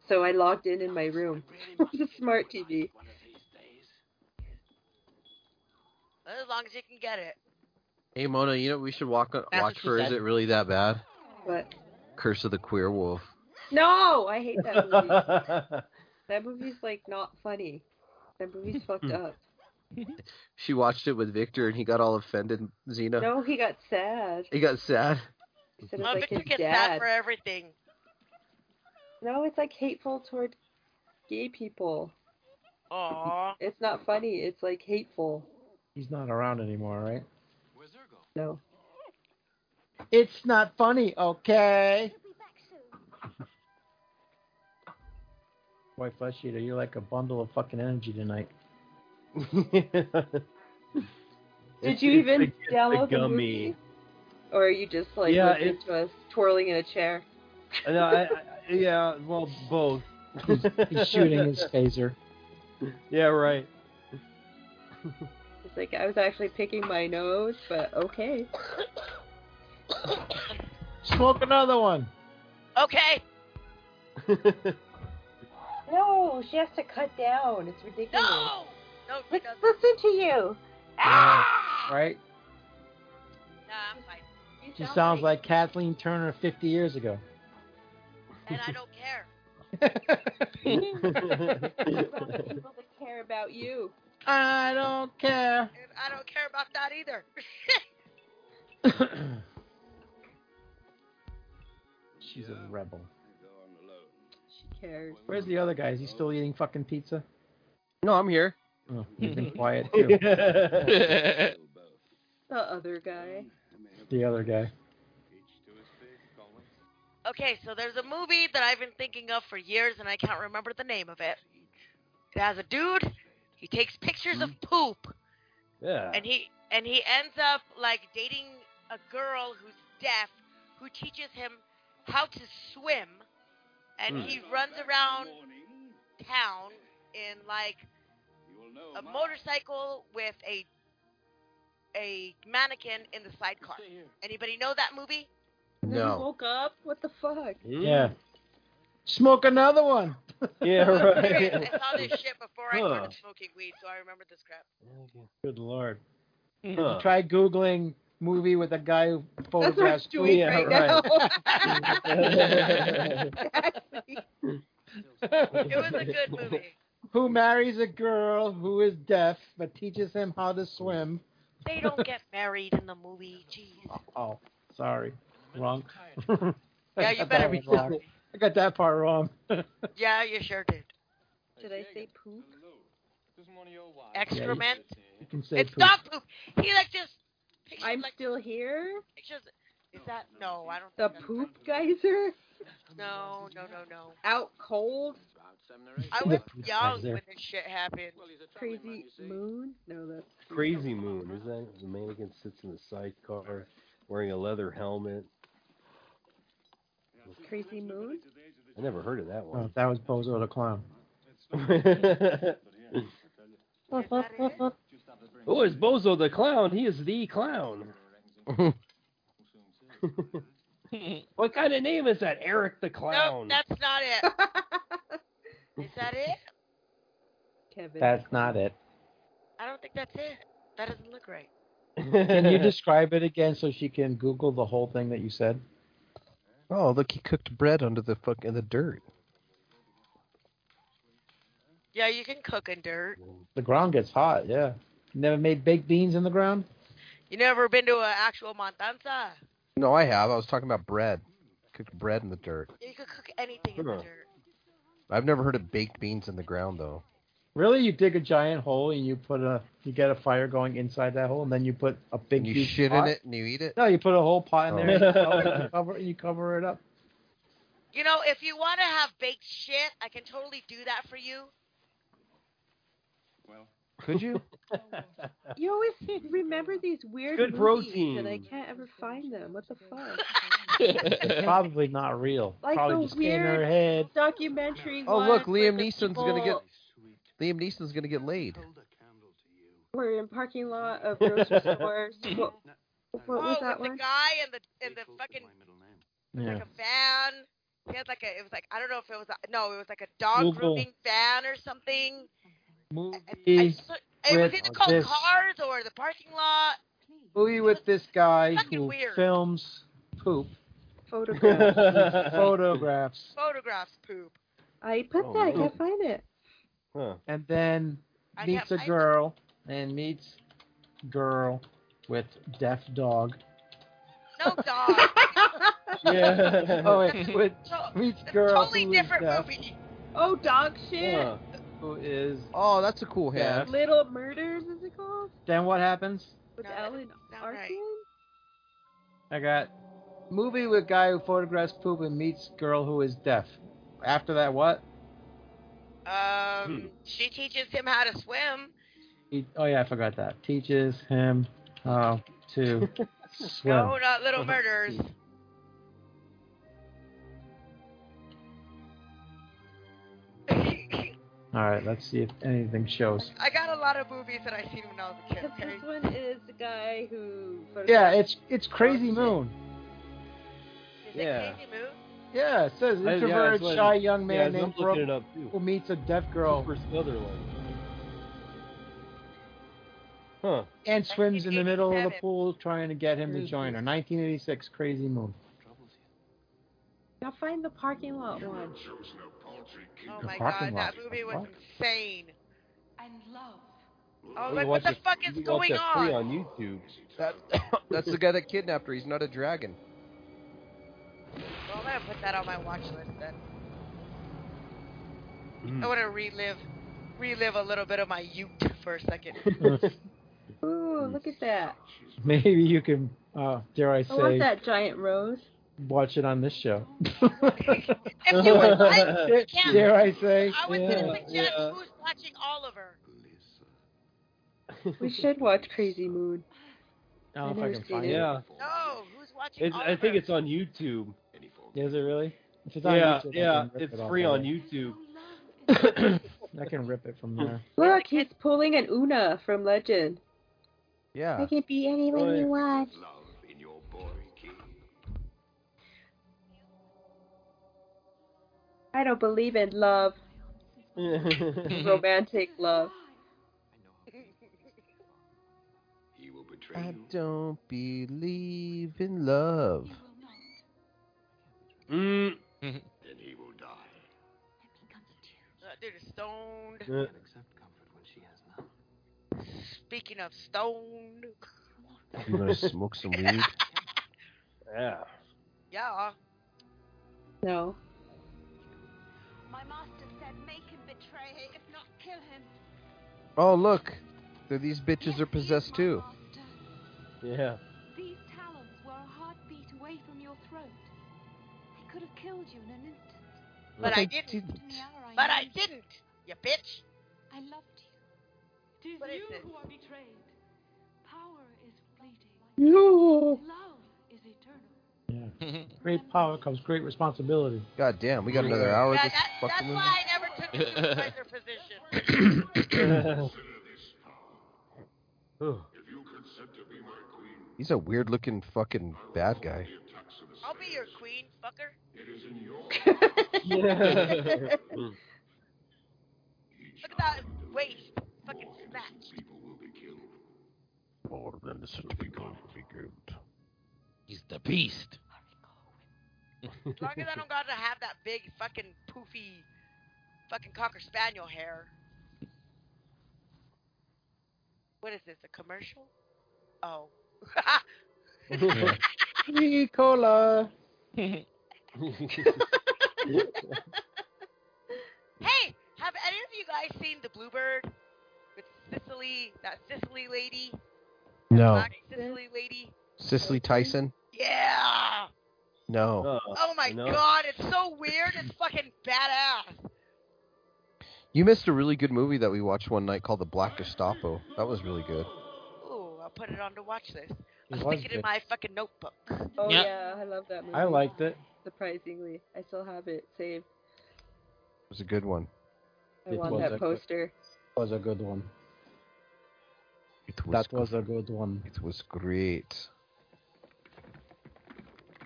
S10: So I logged in in my room with a smart TV.
S5: As long as you can get it.
S9: Hey Mona, you know what we should walk
S7: what
S9: watch
S7: she
S9: for. Is
S7: said.
S9: it really that bad?
S10: But
S9: Curse of the Queer Wolf.
S10: no, I hate that movie. That movie's like not funny. That
S4: Hmm.
S10: movie's fucked up.
S9: She watched it with Victor, and he got all offended. Xena,
S10: No, he got sad.
S9: he got sad.
S10: He said it's
S5: Oh,
S10: like
S5: Victor
S10: his
S5: gets sad
S10: dad.
S5: for everything.
S10: No, it's like hateful toward gay people.
S5: Aww.
S10: It's not funny. It's like hateful.
S8: He's not around anymore, right?
S3: Where's Ergo?
S10: No.
S8: It's not funny, okay? Boy, Flesh Eater, you're like a bundle of fucking energy tonight.
S10: Did you even download the
S4: gummy.
S10: movie? Or are you just like
S4: Yeah,
S10: listening
S4: it-
S10: to us twirling in a chair?
S4: No, I, I, yeah, well, both.
S8: He's, he's shooting his phaser.
S4: Yeah, right.
S10: It's like I was actually picking my nose, but okay.
S8: Smoke another one.
S5: Okay.
S10: No, she has to cut down. It's ridiculous.
S5: No. No, she doesn't.
S10: listen to you.
S8: Right?
S5: Nah, I'm fine.
S10: You
S8: She
S10: sound
S8: sounds like Kathleen Turner 50 years ago.
S5: And I don't care.
S10: want the people that care about you.
S8: I don't care.
S5: And I don't care about that either.
S8: She's a rebel.
S10: She cares.
S8: Where's the other guy? Is he still eating fucking pizza?
S9: No, I'm here.
S8: Oh, he's been quiet too.
S10: The other guy.
S8: the other guy.
S5: Okay, so there's a movie that I've been thinking of for years and I can't remember the name of it. It has a dude. He takes pictures of poop
S4: yeah.
S5: and he and he ends up like dating a girl who's deaf who teaches him how to swim and
S4: Hmm.
S5: he runs around town in like a motorcycle with a a mannequin in the sidecar. Anybody know that movie?
S10: And then he
S9: No.
S10: woke up. What the fuck?
S8: Yeah. Hmm. Smoke another one.
S4: Yeah,
S5: Serious,
S4: right.
S5: I saw this shit before I
S4: Huh.
S5: started smoking weed, so I remember this crap.
S8: Good lord.
S4: Huh.
S8: Try googling movie with a guy who
S10: That's what
S8: photographs
S10: he's doing
S8: poop.
S10: right, now.
S5: It was a good movie.
S8: Who marries a girl who is deaf but teaches him how to swim.
S5: They don't get married in the movie. Jeez.
S8: Oh, sorry. Wrong.
S5: Yeah,
S8: I
S5: you
S8: got
S5: better
S8: that
S5: be
S8: one wrong. I got that part wrong.
S5: Yeah, you sure did.
S10: Did I say poop?
S5: Excrement.
S8: You can say
S5: it's
S8: poop.
S5: not poop. He like just pictures
S10: I'm
S5: like
S10: still here.
S5: pictures. Is that no? I don't.
S10: The
S5: think that's-
S10: poop geyser
S5: No, no, no, no.
S10: out cold.
S5: I
S8: The
S5: was
S8: poop
S5: young
S8: geyser.
S5: when this shit happened.
S10: Crazy moon. No, that's
S4: Crazy Moon. Is that the mannequin sits in the sidecar wearing a leather helmet?
S10: crazy moon.
S4: I never heard of that
S8: Oh,
S4: one.
S8: that was Bozo the Clown.
S5: Is that it?
S4: oh, it's Bozo the Clown. He is the clown. What kind of name is that? Eric the
S5: No,
S4: Clown.
S5: that's not it. Is that it?
S10: Kevin.
S8: That's not it.
S5: I don't think that's it. That doesn't look right.
S8: Can you describe it again so she can Google the whole thing that you said?
S9: Oh, look, he cooked bread under the fuck in the dirt.
S5: Yeah, you can cook in dirt.
S8: The ground gets hot, yeah. Never made baked beans in the ground?
S5: You never been to an actual matanza?
S9: No, I have. I was talking about bread. Cooked bread in the dirt.
S5: You could cook anything in the
S4: Huh.
S5: dirt.
S9: I've never heard of baked beans in the ground though.
S8: Really? You dig a giant hole and you put a you get a fire going inside that hole and then you put a big
S9: And you
S8: huge
S9: shit in
S8: pot?
S9: it and you eat it.
S8: No, you put a whole pot in
S9: Oh.
S8: there and you cover, you cover, you cover it up.
S5: You know, if you want to have baked shit, I can totally do that for you.
S1: Well,
S6: Could you?
S10: You always remember these weird
S4: Good
S10: movies
S4: protein.
S10: and I can't ever find them. What the fuck?
S8: It's probably not real.
S10: Like
S8: probably
S10: the
S8: just in her
S10: weird
S8: head.
S10: documentary.
S9: Oh,
S10: one
S9: look,
S10: where
S9: Liam
S10: the
S9: Neeson's gonna
S10: people
S9: get Liam Neeson's gonna get laid.
S10: We're in parking lot of grocery stores. What, what
S5: oh,
S10: was that
S5: with
S10: one?
S5: the guy in the in the fucking
S8: Yeah.
S5: like a van. He had like a it was like I don't know if it was a, no it was like a dog
S8: Google.
S5: grooming van or something. I, I
S8: Movie
S5: saw- it was
S8: with
S5: either called
S8: this.
S5: cars or the parking lot.
S8: movie with this guy
S5: Fucking
S8: who
S5: weird.
S8: films poop,
S10: Photograph.
S8: photographs,
S5: Photographs poop.
S10: I put
S4: Oh,
S10: that. I
S4: no.
S10: can't find it.
S4: Huh.
S8: and then
S5: I
S8: meets a
S5: can't- I-
S8: girl and meets girl with deaf dog.
S5: No dog.
S4: Yeah.
S8: Oh wait, with
S5: So-
S8: meets
S5: It's a
S8: girl
S5: totally
S8: who is
S5: different
S8: deaf,
S5: movie.
S10: Oh, dog shit.
S4: Huh.
S8: who is
S9: Oh, that's a cool
S8: Yeah.
S9: hat.
S10: Little Murders is it called?
S8: Then what happens?
S10: With
S5: No, that
S10: Ellen
S5: doesn't sound right.
S10: Arkin.
S8: I got movie with guy who photographs poop and meets girl who is deaf. After that, what? Hmm.
S5: Um, she teaches him how to swim.
S8: He, oh yeah, I forgot that. Teaches him how to swim.
S5: No, not Little Murders.
S8: All right, let's see if anything shows.
S5: I got a lot of movies that I seen when I was a kid.
S10: Because
S5: Okay?
S10: this one is the guy who.
S8: Yeah, it's it's Crazy Moon.
S5: Is
S4: Yeah.
S5: it Crazy Moon?
S8: Yeah, it says
S4: Yeah,
S8: introverted
S4: that's what-
S8: shy young
S4: yeah,
S8: man
S4: I'm
S8: named
S4: looking
S8: Brooke
S4: it up too.
S8: who meets a deaf girl
S4: Cooper Sutherland.
S5: Oh,
S4: Huh.
S8: and swims in the middle of the
S5: 1987.
S8: pool trying to get him to join her. 1986, Crazy Moon.
S10: Now find the parking lot one.
S5: Oh
S8: The
S5: my
S8: parking
S5: god,
S8: lot.
S5: that movie was
S8: What?
S5: insane. And love. I was
S4: You can
S5: like, what
S4: watch
S5: the
S4: it-
S5: fuck
S4: you
S5: is
S4: can
S5: going
S4: watch that free
S5: on?
S4: on YouTube.
S9: That, that's the guy that kidnapped her. He's not a dragon.
S5: Well, I'm gonna put that on my watch list then. I
S1: Hmm.
S4: Mm.
S5: want to relive, relive a little bit of my youth for a second.
S10: Ooh, look at that.
S8: Maybe you can, uh, dare I
S10: I want
S8: say,
S10: that giant rose.
S8: watch it on this show.
S5: if you would like, Yeah.
S8: dare I say?
S5: I was
S8: yeah.
S5: gonna suggest
S4: yeah.
S5: who's watching Oliver.
S4: Oh.
S10: We should watch Crazy Moon.
S8: I don't know
S10: I've
S8: if I
S10: never
S8: can
S10: seen
S8: find it.
S4: yeah. Oh.
S5: No, who's watching
S4: It's,
S5: Oliver?
S4: I think it's on YouTube.
S8: Is it really? If it's on
S4: Yeah,
S8: YouTube, I
S4: yeah,
S8: can rip
S4: it's
S8: it off
S4: free
S8: of
S4: on
S8: it.
S4: YouTube.
S8: I can rip it from there.
S10: Look, he's pulling an Una from Legend. I
S9: Yeah.
S10: can be anyone
S4: Oh, yeah.
S10: you want. I don't believe in love,
S7: Mm-hmm.
S10: romantic love.
S9: I don't believe in love.
S4: Mm.
S5: That dude is stoned.
S4: Yeah.
S5: Speaking of stoned,
S9: You gonna smoke some weed?
S4: Yeah.
S5: yeah.
S10: No.
S11: My master said make him betray her, if not kill him.
S9: Oh look, They're- these bitches are possessed too.
S4: Yeah.
S11: These talons were a heartbeat away from your throat. They could have killed you in an instant.
S5: But I didn't.
S11: In the hour I
S5: But I
S11: knew
S5: didn't. You bitch.
S11: I loved you. It is
S5: What is
S11: you
S5: this?
S11: who are betrayed. Power is fleeting. Love is eternal.
S8: Great power comes great responsibility.
S9: God damn, we got another hour. of
S5: Yeah,
S9: this
S5: that, that's
S9: fucking movie.
S5: why I never took the supervisor position.
S9: He's a weird looking fucking bad guy.
S5: I'll be your queen, fucker.
S4: yeah.
S5: Look at that waist. Fucking snatched.
S9: More than innocent people
S7: He's the beast.
S5: As long as I don't gotta have that big fucking poofy fucking cocker spaniel hair. What is this? A commercial? Oh.
S8: Ricola.
S5: hey, have any of you guys seen The Bluebird with Sicily? That Sicily lady,
S9: No.
S5: black Sicily lady.
S9: Cicely Tyson.
S5: Yeah.
S9: No.
S4: Uh,
S5: Oh my
S9: No.
S5: god, it's so weird. It's fucking badass.
S9: You missed a really good movie that we watched one night called The Black Gestapo. That was really good.
S5: Ooh, I'll put it on to watch this.
S8: It
S5: I'll
S8: was
S5: stick it in
S8: good.
S5: my fucking notebook.
S10: Oh
S7: Yeah.
S10: yeah, I love that movie.
S8: I liked it.
S10: Surprisingly, I still have it saved.
S9: It was a good one.
S10: I
S8: It
S10: want
S8: was
S10: that
S8: a good-
S10: poster.
S8: was a good one.
S9: It was,
S8: That was a good one.
S9: it was great.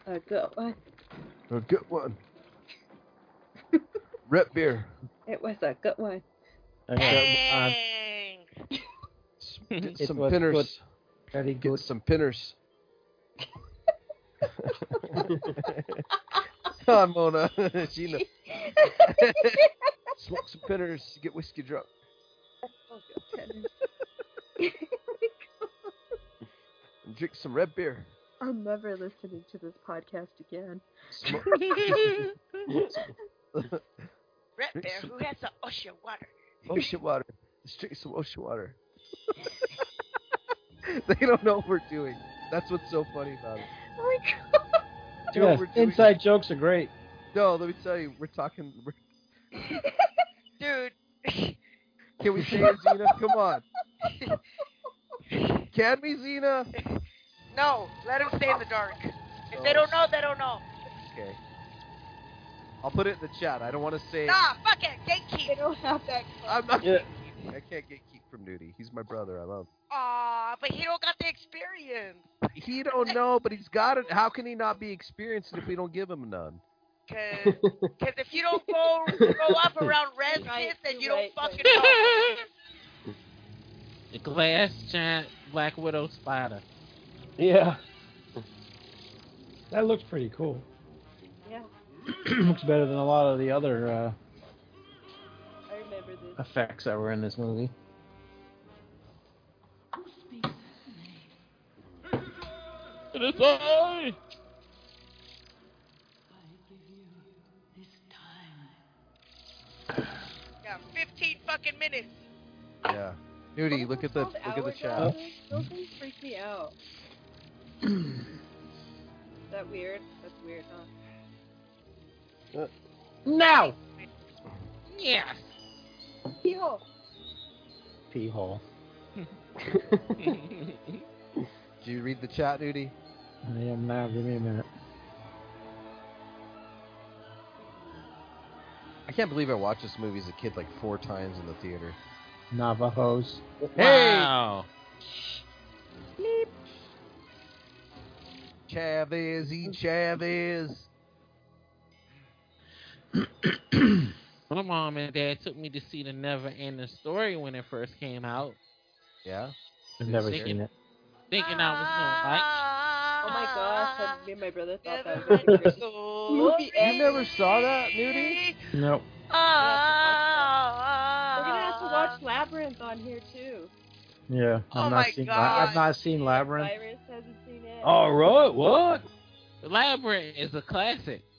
S10: Uh, go. uh,
S9: A good one. Rep beer.
S10: It was a good one.
S8: And that, uh,
S5: Dang.
S9: Get
S8: It
S9: some
S8: was
S9: pinners.
S8: good. very
S9: Get
S8: good.
S9: some pinners. Come on, Mona. she knows. Smoke some pinners. Get whiskey drunk.
S10: Oh,
S9: And drink some red beer.
S10: I'm never listening to this podcast again.
S9: Smoke,
S5: Red Bear, who has the Osha water?
S9: ocean water. Let's drink some ocean water. they don't know what we're doing. That's what's so funny about it.
S10: Oh my
S9: Do what
S8: Yes,
S9: we're doing.
S8: inside jokes are great.
S9: No, let me tell you, we're talking. We're,
S5: Dude,
S9: can we say it, Zena? Come on. Can we, Zena?
S5: no, let him stay in the dark. If they don't know, they don't know.
S9: Okay. I'll put it in the chat. I don't want to say.
S5: Nah, fuck it,
S10: They
S5: gatekeep.
S10: don't have that.
S9: I'm not.
S4: Yeah.
S9: I can't get keep from Nudie. He's my brother. I love.
S5: Aw, but he don't got the experience.
S9: Him. He don't know, but he's got it. How can he not be experienced if we don't give him none?
S5: Cause, 'cause if you don't go, grow up around red
S10: Right,
S5: kids, then you
S10: you're
S5: don't
S10: right,
S5: fucking know.
S7: The glass giant black widow spider.
S4: Yeah.
S8: That looks pretty cool.
S10: Yeah,
S8: looks better than a lot of the other uh,
S10: I remember this.
S8: effects that were in this movie.
S7: It is I.
S5: Yeah, 15 fucking minutes.
S9: Yeah. Nudie, look at the look at the chat.
S10: Those things freak me out. Is that weird? That's weird, huh?
S8: No.
S7: Yes.
S10: Heel.
S8: Pee hole.
S9: Do you read the chat, Nudie?
S8: I am now. Give me a minute.
S9: I can't believe I watched this movie as a kid like four times in the theater.
S8: Navajos.
S7: Wow.
S9: Chavez, E. Chavez.
S7: My mom and dad took me to see the Never Ending Story when it first came out,
S9: Yeah.
S8: I've never
S7: Sick.
S8: seen it.
S7: thinking I was gonna like.
S5: Ah.
S10: Oh my gosh, I, me and my brother thought that was
S5: Never
S10: really
S5: ending
S10: good.
S9: never
S5: story.
S10: Movie ever. You
S9: saw that, Nudie?
S8: Nope.
S5: Ah.
S10: We're gonna have to watch Labyrinth on here too.
S8: Yeah.
S5: Oh
S8: I've
S5: my
S8: not seen.
S5: God.
S8: I've not seen Labyrinth.
S10: Cyrus hasn't seen it.
S4: All right. What?
S7: Labyrinth is a classic.
S10: Yeah.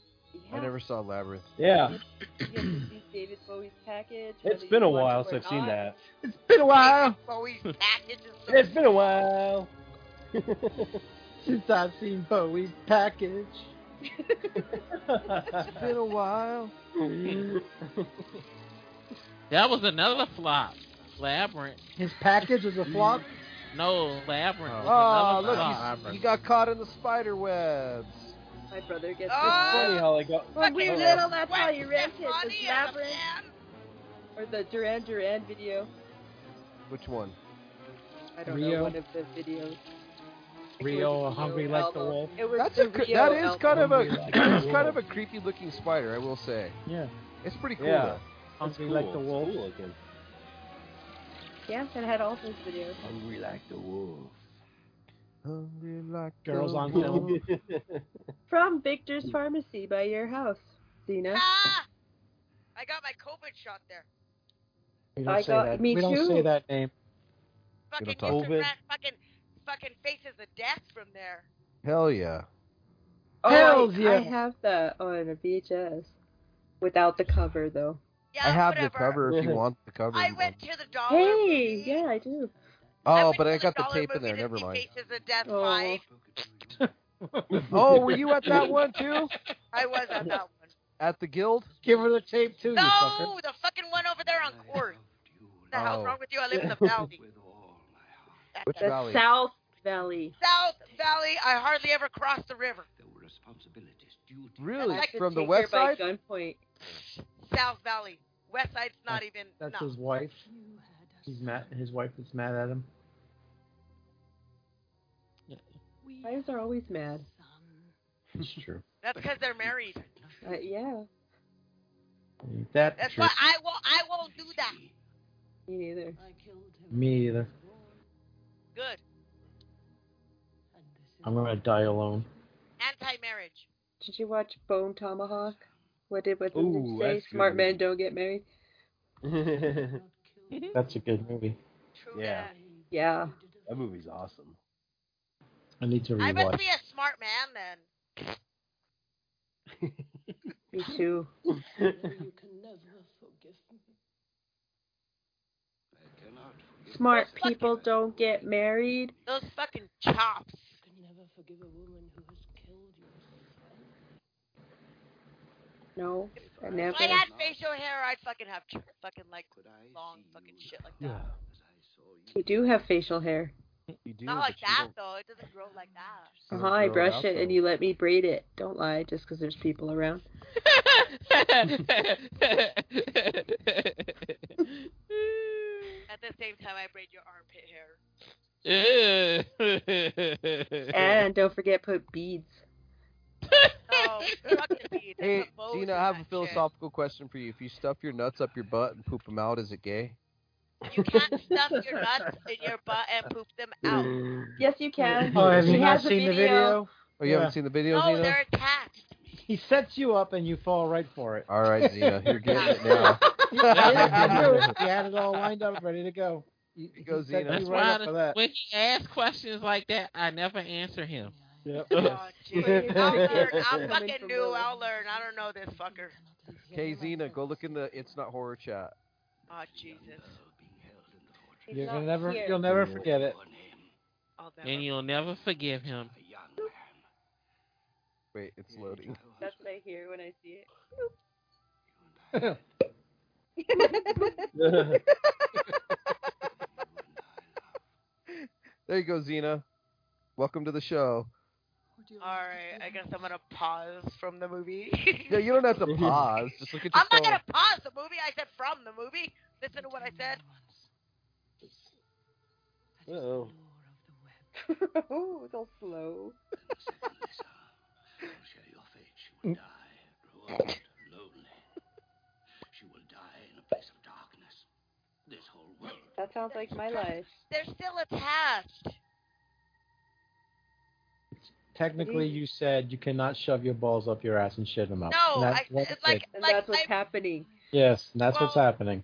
S9: I never saw Labyrinth.
S4: Yeah.
S10: You have to see David Bowie's package.
S4: It's
S10: whether
S4: been
S10: you
S4: a
S10: want
S4: while
S10: to
S4: since
S10: or
S4: I've seen
S10: not.
S4: that.
S8: It's been a while
S5: Always packages.
S4: It's been a while.
S8: since I've seen Bowie's package.
S10: Ah!
S9: It's been a while.
S7: That was another flop. Labyrinth.
S8: His package was a flop.
S7: No, Labyrinth. was
S9: Oh,
S7: another
S9: look,
S7: flop.
S9: he's, he got caught in the spider webs.
S10: My brother gets
S5: Ah!
S10: this
S4: Funny how I got.
S10: When we were
S4: Oh.
S10: little, that's how you
S5: Gwen
S10: rented was
S5: Stefani as a
S10: Labyrinth
S5: man?
S10: or the Duran Duran video.
S9: Which one?
S10: I don't know
S8: Rio.
S10: one of the videos. It
S8: Rio,
S10: was a
S8: Hungry Like the
S10: album.
S8: Wolf.
S10: It was
S9: That's
S10: the
S9: a cre-
S10: Rio
S9: that is
S10: album.
S9: kind of a
S8: Hungry like a
S9: it's
S8: wolf.
S9: kind of a creepy looking spider, I will say.
S8: Yeah.
S9: It's pretty cool.
S4: Yeah.
S8: Hungry like the wolf.
S4: Cool looking.
S10: Yeah, it had all those videos.
S4: Hungry like the wolf.
S9: though. Hungry like
S8: Girls
S9: the
S8: on
S9: wolf.
S8: film.
S10: From Victor's Pharmacy by your house, Zena.
S5: Ah! I got my COVID shot there.
S8: We don't
S10: I
S8: say
S10: got-
S8: that.
S10: me
S8: we
S10: too.
S8: don't say that name.
S5: Fucking
S9: talk-
S5: used to
S4: COVID?
S5: rat fucking fucking faces of death from there.
S9: Hell yeah.
S10: Oh,
S8: Hells
S10: I,
S8: yeah.
S10: I have that on a VHS. Without the cover, though.
S5: Yeah,
S9: I have
S5: Uh, whatever.
S9: the cover if you
S4: Yeah.
S9: want the cover.
S5: I
S9: you
S5: went
S9: know.
S5: to the dollar.
S10: Hey,
S5: movie.
S10: yeah, I do.
S9: Oh,
S5: went
S9: but
S5: to
S9: I got the
S5: dollar
S9: tape in
S5: movie
S9: there.
S5: to
S9: Never
S5: see
S9: mind.
S5: Faces of Death
S10: Oh.
S5: five.
S9: oh, were you at that one too?
S5: I was at that one.
S9: At the guild?
S8: Give her the tape too. you
S5: No,
S8: fucker.
S5: the fucking one over there on Court. What the hell's
S9: Oh.
S5: wrong with you? I live in the valley.
S9: Which
S10: The
S9: valley?
S10: South Valley.
S5: South Valley. I hardly ever cross the river.
S12: Responsibilities due to
S9: Really?
S10: Acted
S9: From the
S10: taken
S9: west
S10: by
S9: side?
S10: gunpoint.
S5: South Valley. West Side's not even.
S8: That's
S5: no.
S8: his wife. He's mad. His wife is mad at him.
S10: Wives are always mad.
S8: That's true.
S5: That's because they're married.
S10: Uh, yeah,
S8: That
S5: That's
S8: true.
S5: why I won't. I won't do that.
S10: me neither.
S8: Me either.
S5: Good.
S8: I'm gonna die alone.
S5: Anti-marriage.
S10: Did you watch Bone Tomahawk? What did what did
S4: Ooh,
S10: it say?
S4: that's good.
S10: Smart men don't get married.
S4: that
S8: That's a good movie.
S5: True
S4: Yeah.
S5: that.
S10: Yeah.
S4: movie's awesome.
S8: I need to
S5: I must
S8: rewatch.
S5: be a smart man then.
S10: Me too. Smart people don't get married.
S5: Those fucking chops.
S10: No, I
S5: If
S10: never.
S5: I had facial hair, I'd fucking have ch- fucking like long fucking shit like that.
S10: You do have facial hair.
S9: You do,
S5: Not like
S9: but you
S5: that
S9: don't-
S5: though. It doesn't grow like that.
S9: you
S10: Uh-huh,
S9: don't
S10: I
S9: grow
S10: brush
S9: out,
S10: it and
S9: though.
S10: you let me braid it. Don't lie, just because there's people around.
S5: At the same time, I braid your armpit hair.
S10: And don't forget put beads.
S5: No, fuck the beads.
S9: Hey,
S5: Put bows
S9: Gina,
S5: in
S9: I have a
S5: that shit.
S9: philosophical question for you. If you stuff your nuts up your butt and poop them out, is it gay?
S5: You can't stuff your nuts in your butt and poop them out.
S10: Yes, you can.
S8: Oh, have
S10: she
S8: you not
S10: has
S8: seen
S10: a
S8: the video?
S9: Oh, you
S8: Yeah.
S9: haven't seen the video,
S5: No,
S9: Zena?
S5: they're attached.
S8: He sets you up and you fall right for it.
S9: All right, Zena, you're getting it now.
S8: Yeah, you do it. You had it all lined up, ready to go. You,
S9: It goes
S8: he set
S9: in.
S8: you
S9: That's
S8: right
S7: why
S8: up for that.
S7: when he asks questions like that, I never answer him.
S8: Yep.
S5: Oh, jeez. I'll learn. I'm
S10: Coming
S5: fucking
S10: from
S5: new.
S10: Willie.
S5: I'll learn. I don't know this fucker.
S9: Okay, Zena, go look in the It's Not Horror chat.
S5: Oh, Jesus.
S10: He's
S8: You're
S10: not
S8: gonna never,
S10: here.
S8: you'll never forget it.
S5: I'll never.
S7: And you'll never forgive him.
S9: Wait, it's loading.
S10: That's what I hear when I see
S8: That's
S10: it.
S9: There you go, Zena. Welcome to the show.
S5: Alright, I guess I'm gonna pause from the movie.
S9: Yeah, you don't have to pause. Just look at your
S5: I'm
S9: phone.
S5: not gonna pause the movie. I said from the movie. Listen to what I said.
S4: Oh,
S10: oh, it's all slow. That sounds like my life.
S5: They're still attached.
S8: Technically, you said you cannot shove your balls up your ass and shit them out.
S5: No,
S8: And
S5: I,
S8: that's what
S5: it's
S8: it is.
S5: like,
S10: Uh, And
S5: like,
S10: that's what's
S5: I-
S10: happening.
S8: Yes, and that's what's
S5: Well-
S8: happening.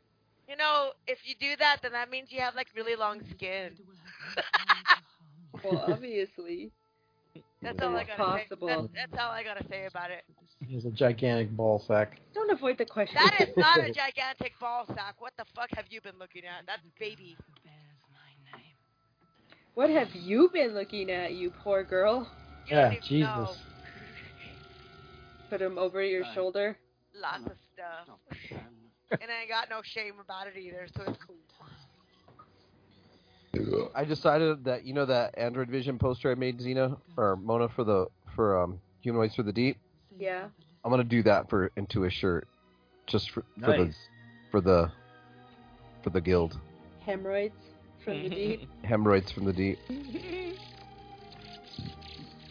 S5: you know, if you do that, then that means you have like really long skin.
S10: Well, obviously.
S5: That's all I gotta
S10: Possible.
S5: say. That's, that's all I gotta say about it.
S8: He has a gigantic ball sack.
S10: Don't avoid the question.
S5: That is not a gigantic ball sack. What the fuck have you been looking at? That's baby.
S10: What have you been looking at, you poor girl?
S5: You
S8: yeah,
S5: don't even
S8: Jesus.
S5: know.
S10: Put him over your shoulder.
S5: Lots of stuff. and I ain't got no shame about it either, so it's cool.
S9: I decided that you know that Android Vision poster I made, Xena or Mona for the for um Humanoids for the Deep.
S10: Yeah.
S9: I'm gonna do that for into a shirt, just for, for the
S4: nice.
S9: for the for the guild
S10: Hemorrhoids from the
S8: Mm-hmm.
S10: deep.
S9: hemorrhoids from the deep.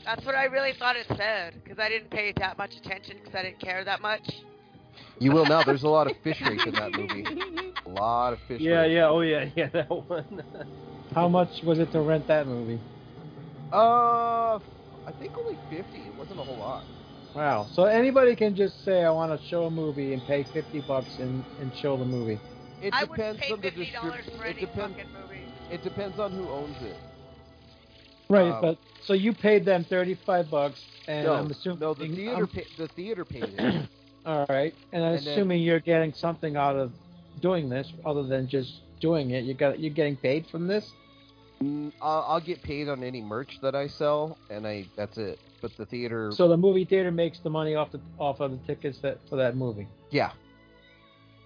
S5: That's what I really thought it said, because I didn't pay that much attention because I didn't care that much.
S9: You will now. There's a lot of fish rape in that movie. A lot of fish.
S4: Yeah,
S9: rape.
S4: yeah, oh yeah, yeah, that one.
S8: How much was it to rent that movie?
S9: Uh, I think only fifty. It wasn't a whole lot.
S8: Wow. So anybody can just say, I want to show a movie and pay 50 bucks and, and show the movie.
S9: It
S5: I would
S9: depends
S5: pay
S9: on the
S5: fifty dollars
S9: distribution.
S5: for
S9: It
S5: any
S9: depends.
S5: fucking movie.
S9: It depends on who owns it.
S8: Right,
S9: Um,
S8: but so you paid them 35 bucks, and
S9: no,
S8: I'm assuming.
S9: no, the
S8: I'm-
S9: theater, pa- the theater paid it.
S8: all right, and I'm
S9: and then-
S8: assuming you're getting something out of doing this other than just doing it. You got you're getting paid from this.
S9: Mm, I'll, I'll get paid on any merch that I sell, and I that's it. But the theater,
S8: So the movie theater makes the money off the off of the tickets that for that movie.
S9: yeah,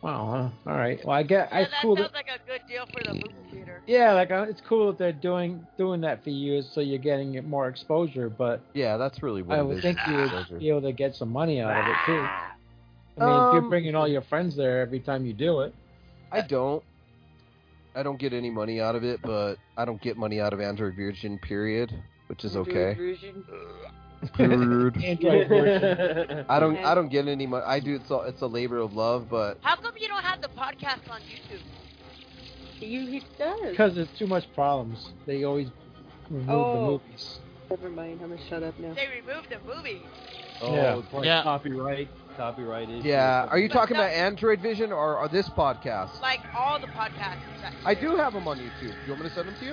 S8: Wow. Huh? All right. Well, I get.
S5: Yeah,
S8: I
S5: that
S8: cool.
S5: sounds
S8: That,
S5: like a good deal for the movie theater.
S8: yeah, like uh, it's cool that they're doing doing that for you, so you're getting it more exposure. But
S9: yeah, that's really what
S8: I
S9: it
S8: would
S9: is,
S8: think you
S9: exposure.
S8: would be able to get some money out of it too. I mean, if
S9: Um,
S8: you're bringing all your friends there every time you do it,
S9: I don't. I don't get any money out of it, but I don't get money out of Android Virgin, period, which is okay. Period.
S8: Android version.
S9: I don't. I don't get any money. I do. It's a, it's a labor of love, but
S5: How come you don't have the podcast on YouTube?
S10: You, he does.
S8: because there's too much problems. They always remove
S10: Oh.
S8: the movies.
S10: Never mind. I'm gonna shut up now.
S5: They removed the movie.
S4: Oh,
S8: Yeah.
S4: it's like
S7: Yeah.
S4: copyright, copyright issue.
S9: yeah. Are you
S5: But
S9: talking
S5: no-
S9: about Android Vision or, or this podcast?
S5: Like all the podcasts. that-
S9: I do have them on YouTube. You want me to send them to you?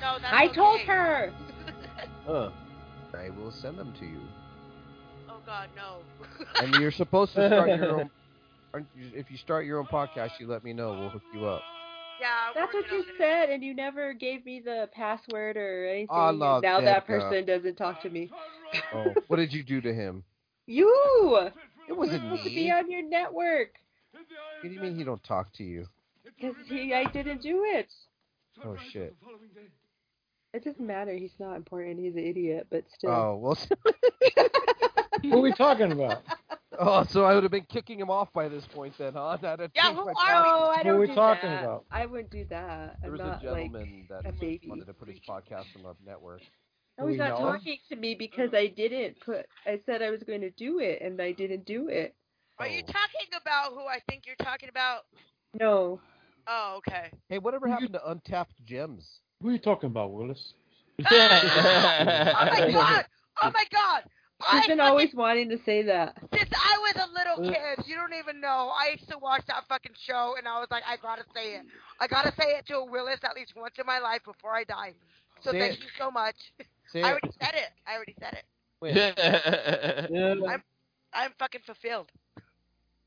S5: No, that's
S10: I told
S5: okay.
S10: her.
S4: Huh.
S9: I will send them to you.
S5: Oh God, no.
S9: And you're supposed to start your own. aren't you- If you start your own podcast, you let me know. We'll hook you up.
S5: yeah, I'm
S10: That's what
S5: working
S10: you
S5: on it.
S10: said, and you never gave me the password or anything.
S9: I
S10: and
S9: love
S10: now
S9: that
S10: that
S9: girl.
S10: person doesn't talk to me.
S4: Oh.
S9: What did you do to him?
S10: You.
S9: It
S10: You're
S9: wasn't
S10: supposed to be
S9: me.
S10: on your network
S9: What do you mean he don't talk to you?
S10: because he. I didn't do it.
S9: Oh shit.
S10: It doesn't matter. He's not important. He's an idiot, but still.
S9: Oh well.
S8: Who are we talking about?
S9: Oh, so I would have been kicking him off by this point then, huh? I'd have
S5: Yeah,
S9: changed
S5: who
S9: my
S5: are
S9: password.
S10: No, Oh, I
S8: Who
S10: don't
S8: are we
S10: do
S8: talking
S10: that.
S8: about?
S10: I wouldn't do that.
S9: There
S10: I'm
S9: was a
S10: not like.
S9: gentleman
S10: a
S9: that
S10: baby.
S9: wanted to put his podcast on the network.
S10: No,
S8: Do
S10: he's
S8: we
S10: not
S8: know him?
S10: talking to me because I didn't put. I said I was going to do it, and I didn't do it.
S5: Are you
S9: Oh.
S5: talking about who I think you're talking about?
S10: No.
S5: Oh, okay.
S9: Hey, whatever happened to Untapped Gems?
S8: Who are you talking about, Willis?
S5: Oh my God! Oh my God! I
S10: He's been
S5: fucking-
S10: always wanting to say that.
S5: since I was a
S9: Uh.
S5: little kid, you don't even know. I used to watch that fucking show, and I was like, I gotta say it. I gotta say it to a Willis at least once in my life before I die. So
S9: Say
S5: thank
S9: it.
S5: you so much.
S9: Say
S5: I
S9: it.
S5: already said it. I already said it.
S9: Wait,
S4: Yeah.
S5: I'm fucking fulfilled.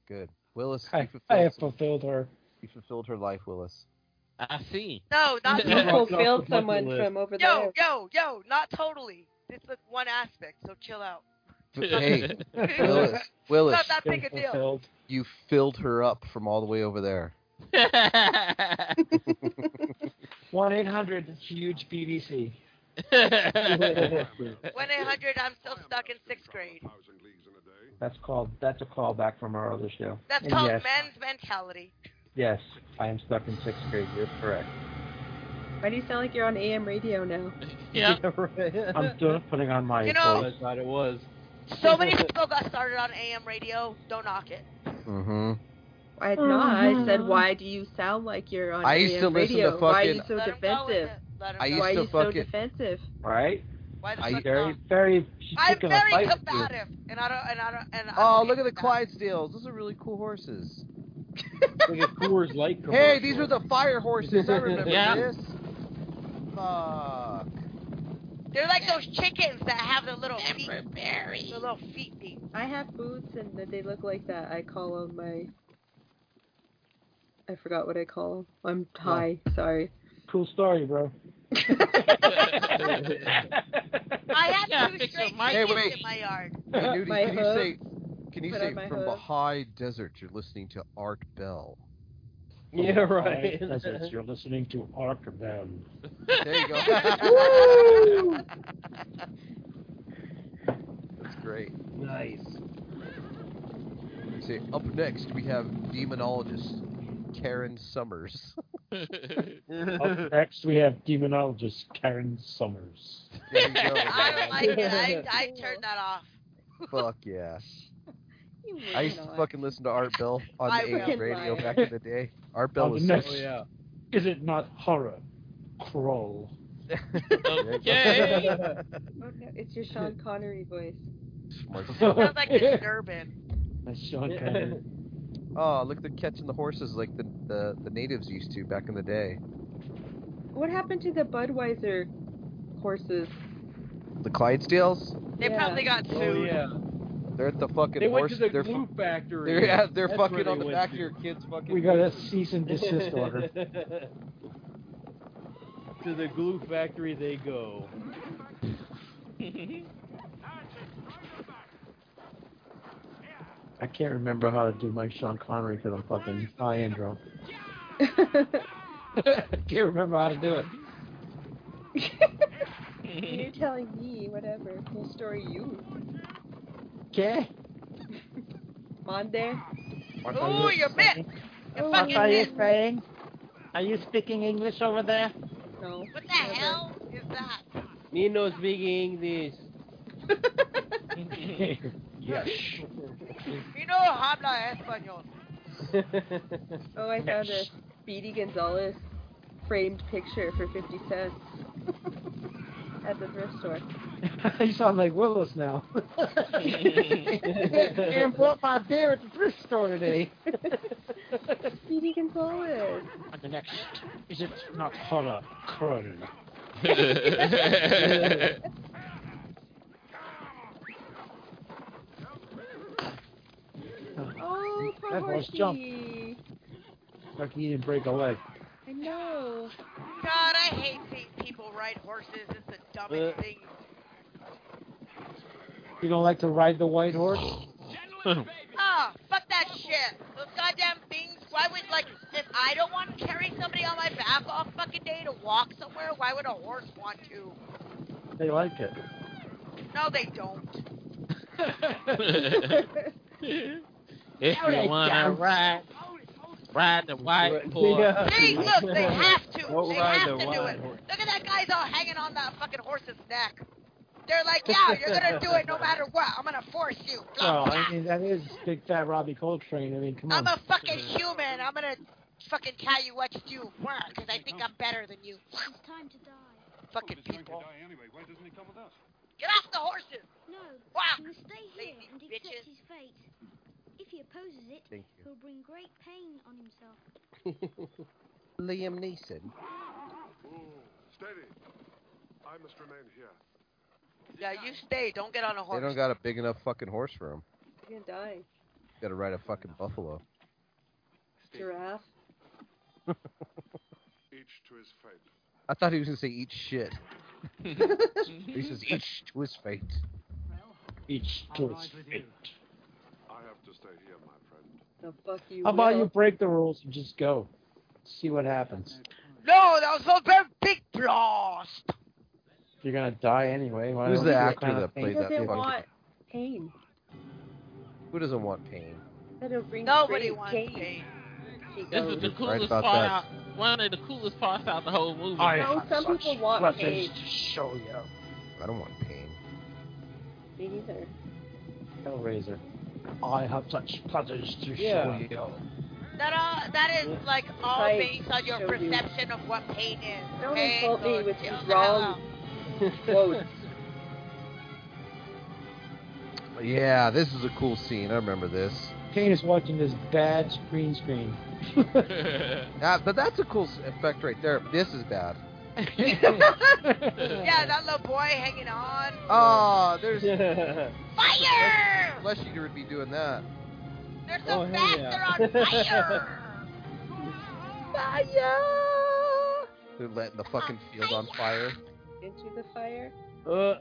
S9: Good. Willis, you
S8: I,
S9: fulfilled,
S8: I have fulfilled her.
S9: you fulfilled her life, Willis.
S7: I see.
S5: No, not
S7: Yeah.
S10: You
S7: Crossed
S4: off
S10: fulfilled
S4: the bucket
S10: someone
S4: list.
S10: from over
S5: yo,
S10: there.
S5: yo, yo, not totally. It's like one aspect, so chill out.
S9: F- hey,
S5: it's
S9: Willis, Willis,
S5: not that big a deal.
S8: Fulfilled.
S9: you filled her up from all the way over there.
S8: One eight hundred huge BBC.
S5: One eight hundred. I'm still stuck in sixth grade.
S8: That's called. That's a callback from our other show.
S5: That's
S8: And
S5: called
S8: yes,
S5: men's mentality.
S8: Yes, I am stuck in sixth grade. You're correct.
S10: Why do you sound like you're on AM radio now?
S7: yeah.
S4: right.
S8: I'm done putting on my.
S5: You know-
S4: I thought it was.
S5: So many people got started on AM radio. Don't knock it.
S9: Mm-hmm.
S10: I had not. I said, why do you sound like you're on
S9: I
S10: AM
S9: used to listen to
S10: radio? why are you
S9: fucking-
S10: so
S5: Let 'em go with
S10: defensive?
S5: it. Let 'em
S9: I
S5: go.
S9: used
S10: Why are
S9: to
S10: you so
S9: fucking-
S10: defensive?
S8: right?
S5: Why the
S9: I-
S5: fuck
S8: Very,
S5: not?
S8: very. She's
S5: I'm
S8: picking a
S5: very
S8: fight. with you.
S5: combative, and I don't, and I don't, and I'm
S9: Oh,
S5: okay
S9: look at the
S5: with that.
S9: Clydesdales. Those are really cool horses.
S4: Like a Coors Light commercial.
S9: Hey, these are the fire horses. I remember
S7: Yeah.
S9: this. Fuck.
S5: They're like those chickens that have the little feet. The little feet thing.
S10: I have boots and that they look like that. I call them my. I forgot what I call them. I'm high. Sorry.
S8: Cool story, bro.
S9: Oh,
S5: I have
S7: Yeah,
S5: two
S7: fix
S5: stray
S7: your mic.
S9: Hey,
S5: chickens
S9: wait.
S5: in my yard.
S9: Hey, Nudie,
S10: My
S9: can you say, can you
S10: Put
S9: say
S10: on my
S9: from the
S10: hooves.
S9: high desert you're listening to Art Bell?
S4: Yeah, right.
S8: That's it. You're listening to Arkham.
S9: There you go. That's great.
S4: nice.
S9: See, up next we have demonologist Karen Summers.
S8: Up next, we have demonologist Karen Summers.
S9: There you go.
S5: I don't like it. I, I turned that off.
S9: Fuck yeah.
S10: You
S9: I used to
S10: moron.
S9: fucking listen to Art Bell on
S5: I
S9: the AM
S10: fucking
S9: radio
S10: liar.
S9: back in the day. Art Bell
S8: On
S9: was
S8: the
S9: so
S8: next-
S4: Oh yeah.
S8: Is it not horror? Crawl.
S7: okay.
S10: Oh, no, it's your Sean Connery voice.
S9: smart.
S5: Sounds like disturbing.
S8: That's Sean Connery.
S9: Oh, look, they're catching the horses like the, the, the natives used to back in the day.
S10: What happened to the Budweiser horses?
S9: The Clydesdales?
S5: They
S10: Yeah.
S5: probably got sued.
S4: Oh yeah.
S9: They're at the fucking
S4: They went
S9: horse.
S4: to the
S9: they're
S4: glue factory.
S9: They're yeah, they're
S4: That's where
S9: fucking
S4: they
S9: on the
S4: went
S9: back
S4: to.
S9: of your kids fucking.
S8: We got a cease and desist order.
S4: to the glue factory they go.
S8: I can't remember how to do my Sean Connery because I'm fucking high and drunk. I can't remember how to do it.
S10: You're telling me whatever. Cool story you.
S8: Okay.
S10: Monday.
S8: What
S5: Ooh,
S8: you
S5: you're bit. You're
S8: What
S5: fucking
S8: are you
S5: bit.
S8: saying? Are you speaking English over there?
S10: No.
S5: What the hell is that?
S4: Me no speaking English.
S8: yes.
S5: You know, habla español.
S10: Oh, I found a Speedy Gonzalez framed picture for 50 cents at the thrift store.
S8: you sound like Willis now. and bought my beer at the thrift store today.
S10: Speedy Gonzalez.
S8: the next, is it not horror? Krull.
S10: Oh, poor
S8: That horse jumped.
S10: horsey.
S8: Like he didn't break a leg.
S10: I know.
S5: God, I hate seeing people ride horses. It's the dumbest thing.
S8: You don't like to ride the white horse?
S5: Ah, fuck that shit. Those goddamn things. Why would like if I don't want to carry somebody on my back all fucking day to walk somewhere? Why would a horse want to?
S8: They like it.
S5: No, they don't.
S7: if you wanna ride, ride the white horse.
S4: Yeah.
S5: They look. They have to.
S4: Don't
S5: they
S4: ride the
S5: have to do
S4: white
S5: it.
S4: horse.
S5: Look at that guy's all hanging on that fucking horse's neck. They're like, yeah, you're gonna do it no matter what. I'm gonna force you.
S8: Well, Oh, I mean, that is big fat Robbie Coltrane. I mean, come
S5: I'm
S8: on.
S5: a fucking human. I'm gonna fucking tell you what to do because I think I'm better than you.
S11: It's time to die.
S5: Fucking
S1: He's going to
S5: people.
S1: die anyway. Why doesn't he come with us?
S5: Get off the horses.
S11: No,
S5: Wah!
S11: he must stay here
S5: Lazy
S11: and accept
S5: bitches.
S11: his fate. If he opposes it,
S6: Thank you.
S11: he'll bring great pain on himself.
S6: Liam Neeson.
S1: Steady. I must remain here.
S5: Yeah, you stay. Don't get on a
S6: They
S5: horse.
S6: don't got a big enough fucking horse for him.
S10: You're gonna die.
S6: Got to ride a fucking buffalo.
S10: Giraffe.
S1: Each to his fate.
S6: I thought he was gonna say eat shit. He says each to his fate.
S8: Each to its fate.
S1: I have to stay here, my friend.
S10: The fuck you.
S8: How about
S10: will.
S8: you break the rules and just go? See what happens.
S5: No, that was a very big blast.
S8: You're gonna die anyway. Why
S6: Who's
S8: don't
S6: the
S8: you
S6: actor
S8: kinda
S6: that
S8: think-
S10: Who
S6: played that
S10: doesn't
S6: fucking-
S10: want pain?
S6: Who doesn't want pain?
S10: That'll bring
S5: Nobody
S10: great
S5: wants
S10: pain.
S5: pain.
S10: She
S7: This
S10: goes,
S7: is the
S6: Right
S7: coolest
S6: about
S7: part
S6: that.
S7: out. One of the coolest parts out the whole movie.
S8: I
S10: No,
S8: have
S10: some
S8: such
S10: people want
S8: weapons
S10: hate.
S8: to show you.
S6: I don't want pain.
S10: Me neither.
S8: Hellraiser. I have such putters to
S4: Yeah.
S8: show
S5: That all. That is like all
S10: Right.
S5: based on your
S10: Show you.
S5: perception of what pain is.
S10: Don't
S5: okay?
S10: insult me
S5: So
S10: with
S5: chill
S10: these
S5: the hell
S10: wrong-
S5: out.
S10: Whoa.
S6: Yeah, this is a cool scene. I remember this.
S8: you. Kane is watching this bad green screen.
S6: Ah, but that's a cool s- effect right there. This is bad.
S5: Yeah, that little boy hanging on.
S6: Oh, there's
S5: Fire!
S6: unless you would be doing that.
S5: They're so
S4: Oh, hell
S5: fast.
S4: yeah.
S5: They're on fire.
S10: Fire!
S6: They're letting the fucking field on fire.
S10: Into the fire.
S4: Uh,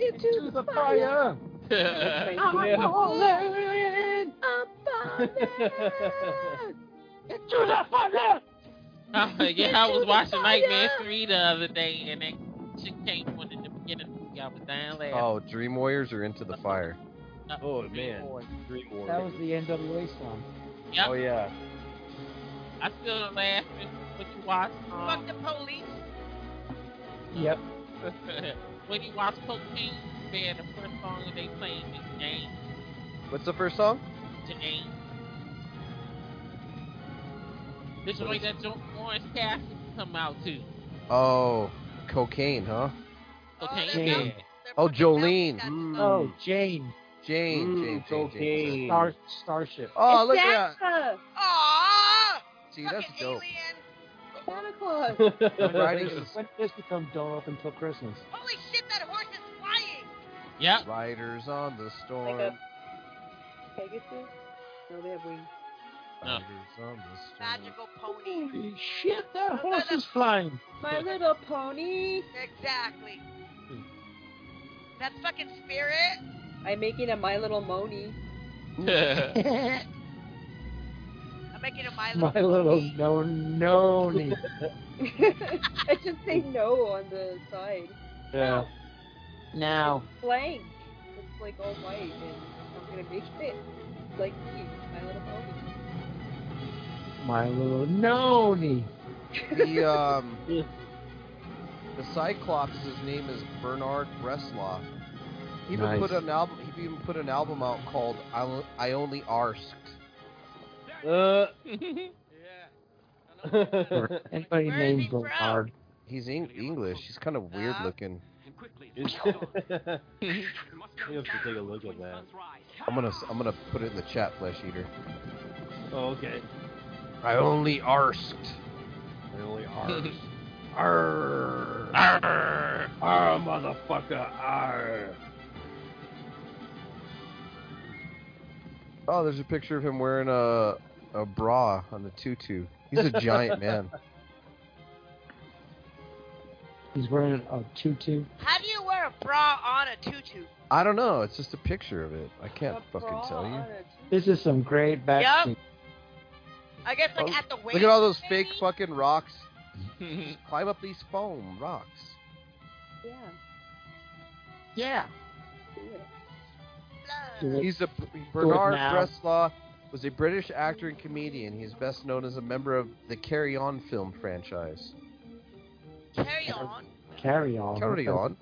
S8: Into the fire!
S10: Right.
S4: Yeah.
S8: falling! Into the fire!
S7: Oh, yeah, I was watching Nightmare 3 the other day, and that shit came on in the beginning. of the movie. I was down there.
S6: Oh, dream warriors are into the fire.
S4: oh man. Dream
S8: That was
S4: Warriors.
S8: the NWA song.
S7: Yep.
S4: Oh yeah.
S7: I still don't laugh at when you watch.
S5: Fuck
S7: Um,
S5: the police.
S8: Yep.
S7: when you watch Cocaine, they're the first song they playing is James.
S6: What's the first song?
S7: James. This is like that jo- Orange Cassidy come out too.
S6: Oh, cocaine, huh?
S7: Cocaine.
S5: Oh, they
S8: Jane.
S5: know. They're
S6: Oh,
S5: fucking melting
S6: Jolene.
S5: that
S6: Mm.
S5: stuff.
S8: Oh, Jane.
S6: Jane,
S4: Mm,
S6: Jane, Jane, Jane, Jane.
S4: cocaine.
S8: Star, Starship.
S6: Oh,
S10: it's
S6: look at that.
S10: Santa!
S5: Aww.
S6: See, that's
S5: fucking
S6: dope.
S5: alien.
S10: Santa Claus!
S4: um,
S6: Riding
S8: When
S6: is-
S8: did this become Don't Open Till Christmas?
S5: Holy shit, that horse is flying.
S7: Yep.
S6: Riders on the storm.
S10: Like a Pegasus? No, they have wings.
S7: No.
S5: Magical pony.
S8: Shit, that horse is flying.
S10: My little pony.
S5: Exactly. That's fucking spirit.
S10: I'm making a My Little Moni.
S7: I'm
S5: making a My Little.
S8: My little no no.
S10: I should say no on the side.
S8: Yeah. Now.
S10: Blank. It's like all white, and I'm gonna make it like me, My Little Pony.
S8: My little noni.
S9: The um, the Cyclops. His name is Bernard Breslau. He even
S8: Nice.
S9: put an album. He even put an album out called "I, Lo- I Only Arsked."
S4: Uh,
S8: Anybody
S5: Where is he
S8: named
S5: from?
S8: Bernard.
S9: He's Eng- English. He's kind of weird
S5: Uh.
S9: looking.
S4: you have to take a look at that.
S9: I'm gonna I'm gonna put it in the chat, Flesh Eater.
S4: Oh, okay.
S9: I only arsked.
S4: Really hard.
S9: Arr. Arr. Arr, motherfucker. Arr. Oh, there's a picture of him wearing a a bra on the tutu. He's a giant man.
S8: He's wearing a tutu.
S5: How do you wear a bra on a tutu?
S9: I don't know. It's just a picture of it. I can't
S10: A
S9: fucking
S10: bra
S9: tell you.
S10: on a
S8: This is some great back.
S5: Yup. I guess like
S9: Oh,
S5: at the waist.
S9: Look at all those fake
S5: maybe?
S9: fucking rocks. Climb up these foam rocks.
S10: t- Yeah.
S8: Yeah.
S10: do it.
S8: Do it.
S9: He's a Bernard
S8: now.
S9: Breslau was a British actor and comedian. He's best known as a member of the Carry On film franchise.
S5: Carry on.
S8: Carry on.
S9: Carry on.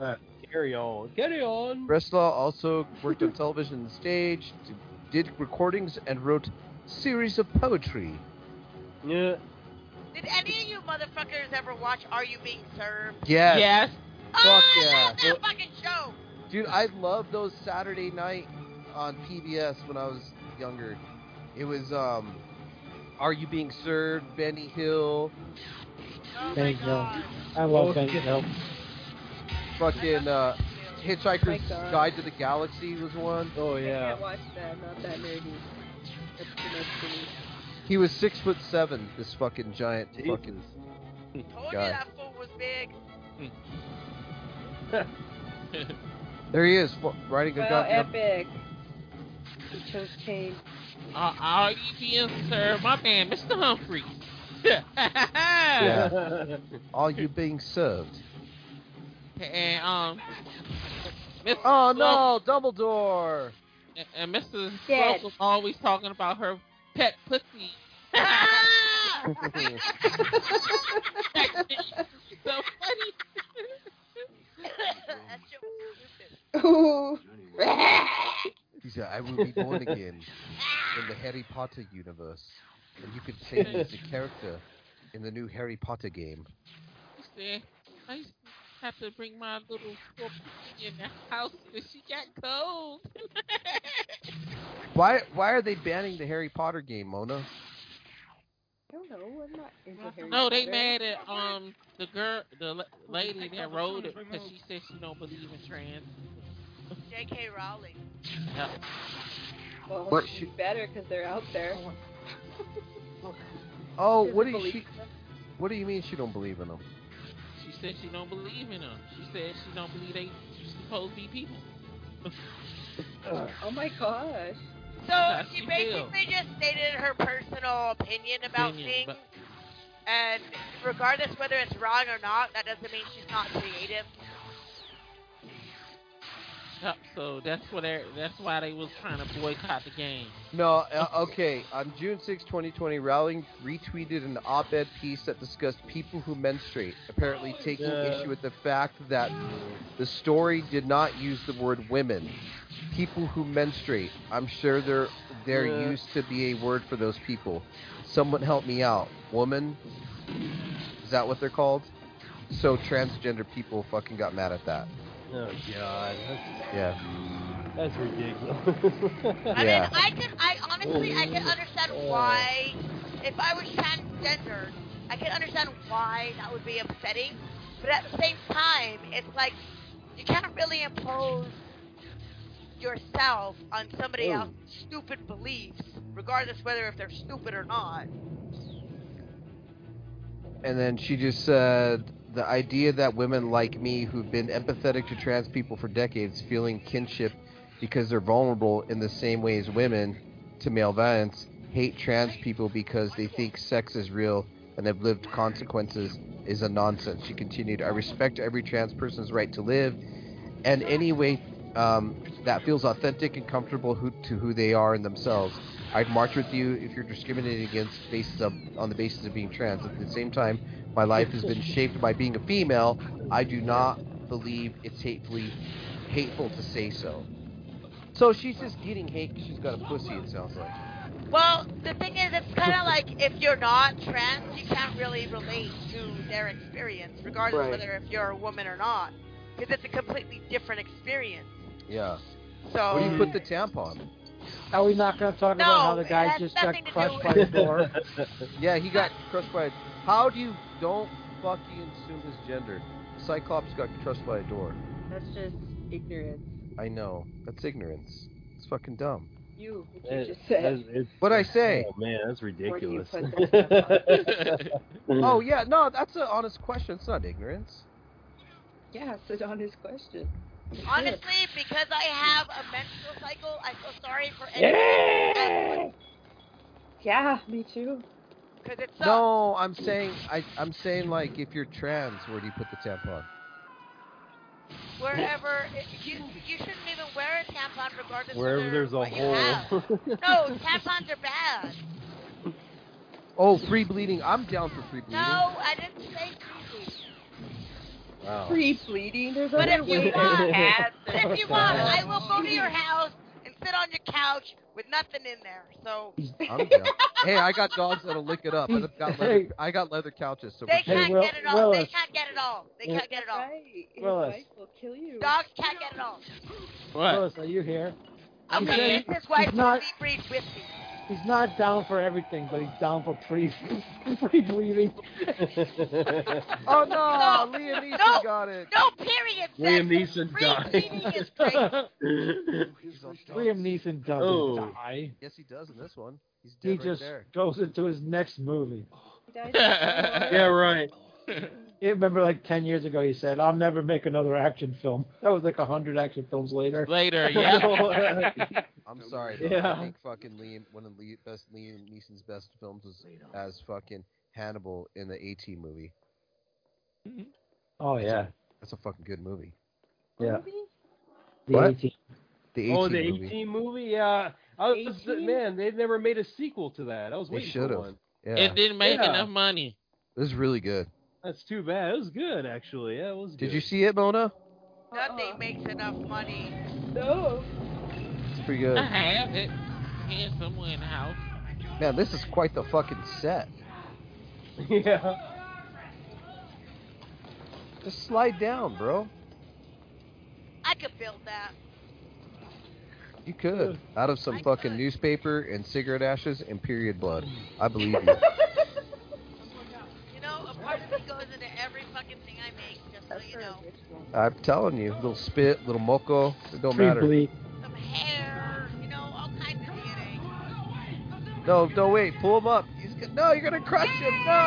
S4: Carry on. Carry on.
S9: Breslau also worked on television and stage, d- did recordings, and wrote series of poetry.
S4: Yeah.
S5: Did any of you motherfuckers ever watch Are You Being Served?
S9: Yes,
S7: yes.
S5: Oh, I
S9: yeah.
S5: love that fucking show.
S9: dude, I love those Saturday night on PBS when I was younger. It was um, Are You Being Served? Benny Hill,
S5: Oh my
S8: Thank you.
S5: god.
S8: I love Ben Hill.
S9: fucking uh, Hitchhiker's
S10: My God.
S9: Guide to the Galaxy was one.
S4: Oh
S10: I
S4: yeah.
S10: can't watch that. Not that nerdy. That's too much for me.
S9: He was six foot seven. This fucking giant
S4: Jesus.
S9: fucking.
S5: Told
S9: God.
S5: you that fool was big.
S9: There he is, fu- riding a
S10: Wow,
S9: goddamn.
S10: epic. He chose pain.
S7: Uh, all you being served, my man, Mr. Humphrey.
S9: Yeah. Are you being served?
S7: And um, Mr.
S9: Oh no, Dumbledore!
S7: And, and Mrs.
S10: Dead.
S7: Slocum always talking about her pet pussy. so funny.
S5: that shit was stupid.
S10: Ooh.
S9: He said, "I will be born again in the Harry Potter universe, and you can play me as a character in the new Harry Potter game."
S7: She said, I used to have to bring my little squirrel pussy in the house because she got cold.
S9: Why? Why are they banning the Harry Potter game, Mona?
S10: I don't know. I'm not into Harry
S7: no, they
S10: Potter.
S7: mad at um the girl, the la- lady that wrote it because she said she don't believe in trans.
S5: J.K. Rowling.
S10: Well,
S9: What
S10: it's
S9: she-
S10: better because they're out there.
S9: Oh,
S10: Doesn't
S9: what do you?
S10: believe
S9: She,
S10: them.
S9: what do you mean she don't believe in them?
S7: She said she don't believe in them. She said she don't believe they supposed to be people.
S10: Oh my gosh.
S5: So
S7: That's
S5: she
S7: you
S5: basically just stated her personal opinion about
S7: Opinion,
S5: things.
S7: but-
S5: And regardless whether it's wrong or not, that doesn't mean she's not creative.
S7: Yep, so that's what they that's why they was trying to boycott the game.
S9: No, uh, okay. On June 6, 2020, Rowling retweeted an op ed piece that discussed people who menstruate, apparently taking
S4: Yeah.
S9: issue with the fact that the story did not use the word women. People who menstruate. I'm sure there there
S4: Yeah.
S9: used to be a word for those people. Someone help me out. Woman? Is that what they're called? So transgender people fucking got mad at that.
S4: Oh god. That's,
S9: Yeah.
S4: that's ridiculous.
S5: I
S9: Yeah.
S5: mean, I can, I honestly, I can understand why, if I was transgender, I can understand why that would be upsetting. But at the same time, it's like, you can't really impose yourself on somebody
S9: Ooh.
S5: else's stupid beliefs, regardless whether if they're stupid or not.
S9: And then she just said the idea that women like me who've been empathetic to trans people for decades feeling kinship because they're vulnerable in the same way as women to male violence hate trans people because they think sex is real and have lived consequences is a nonsense. She continued, I respect every trans person's right to live and any way um, that feels authentic and comfortable who, to who they are and themselves. I'd march with you if you're discriminated against based of, on the basis of being trans. At the same time, my life has been shaped by being a female. I do not believe it's hatefully hateful to say so. So she's just getting hate. 'cause She's got a pussy. It sounds like.
S5: Well, the thing is, it's kind of like if you're not trans, you can't really relate to their experience, regardless
S9: Right.
S5: whether if you're a woman or not, because it's a completely different experience.
S9: Yeah.
S5: So.
S9: Where do you
S8: Um,
S9: put the tampon?
S8: Are we not going to talk about how the
S5: No, it
S8: guy
S5: has
S8: just got
S5: nothing to do
S8: crushed by
S5: with-
S8: the door?
S9: yeah, he got crushed by. How do you don't fucking assume his gender? Cyclops got crushed by a door.
S10: That's just ignorance.
S9: I know. That's ignorance. It's fucking dumb.
S10: You, what you
S4: It-
S10: just said.
S4: it's- it's-
S9: What'd I say?
S4: Oh man, that's ridiculous.
S10: put that
S9: Oh yeah, no, that's an honest question. It's not ignorance.
S10: Yeah, it's an honest question.
S5: Honestly, because I have a menstrual cycle, I feel sorry for
S9: Yeah.
S5: anyone.
S10: Yeah, me too.
S5: Because it's so.
S9: No, I'm saying I, I'm saying like if you're trans, where do you put the tampon?
S5: wherever it, you you shouldn't even wear a tampon regardless.
S4: Wherever
S5: whether
S4: there's a
S5: what you have.
S4: hole.
S5: No, tampons are bad.
S9: Oh, free bleeding. I'm down for free
S5: No,
S9: bleeding.
S5: I didn't say freely.
S9: Wow.
S10: Free bleeding. There's
S5: But
S10: other
S5: if you
S10: ways.
S5: want,
S10: Cats
S5: but
S10: and
S5: if you want, I
S10: stuff.
S5: will go to your house and sit on your couch with nothing in there. So
S9: I'm down. hey, I got dogs that'll lick it up. I got leather,
S8: Hey.
S9: I got leather couches. So
S5: they
S8: Hey,
S5: can't
S8: Will-
S5: get it all.
S9: uh,
S5: They
S8: Willis.
S5: can't get it all. They
S8: Yeah.
S5: can't get it all.
S10: Right. His
S8: Willis.
S10: wife will kill you.
S5: Dogs can't get it all.
S7: What?
S8: Lois, are you here?
S5: I'm gonna
S8: saying
S5: make his wife
S8: he's not-
S5: sleep breed with me.
S8: He's not down for everything, but he's down for pre pre bleeding.
S9: oh no,
S5: No.
S9: Liam Neeson
S5: No.
S9: got it.
S5: No period.
S4: Liam
S5: says
S4: Neeson
S5: free
S4: dying.
S5: bleeding is great.
S8: Liam Neeson doesn't
S4: Oh.
S8: die.
S9: Yes, he does in this one. He's dead
S8: He
S9: right
S8: just
S9: there.
S8: goes into his next movie.
S10: He died of
S4: yeah, right.
S8: You remember, like ten years ago, he said, "I'll never make another action film." That was like a hundred action films later.
S7: Later, yeah.
S9: I'm sorry. Though.
S8: Yeah.
S9: I think fucking Liam, one of the best Liam Neeson's best films was as fucking Hannibal in the AT movie.
S8: oh yeah,
S9: That's a fucking good movie.
S8: yeah.
S10: movie?
S8: The
S9: What?
S8: 18.
S9: The AT
S4: Oh, the
S9: E movie.
S4: 18 movie. Yeah, I was
S10: 18?
S4: man. They've never made a sequel to that. I was
S9: They
S4: waiting for
S9: should've.
S4: one.
S9: Yeah,
S7: It didn't make
S4: Yeah.
S7: enough money.
S9: this is really good.
S4: That's too bad. It was good actually. Yeah, it was.
S9: Did
S4: good.
S9: you see it, Mona?
S5: Nothing makes enough money.
S10: Uh-uh. No.
S9: It's pretty
S7: I
S9: good.
S7: have it. Here somewhere in the house.
S9: Man, this is quite the fucking set.
S4: yeah.
S9: Just slide down, bro.
S5: I could build that.
S9: You could. Out of some
S5: I
S9: fucking
S5: could.
S9: newspaper and cigarette ashes and period blood. I believe you.
S5: You know, a part of me goes into every fucking thing I make, just so you know.
S9: I'm telling you. Little spit, little moco. It don't
S8: Pre
S9: matter.
S8: bleed.
S5: Some hair, you know, all kinds of DNA.
S9: No, no, wait. Pull him up. He's go- no, you're going to crush him. No!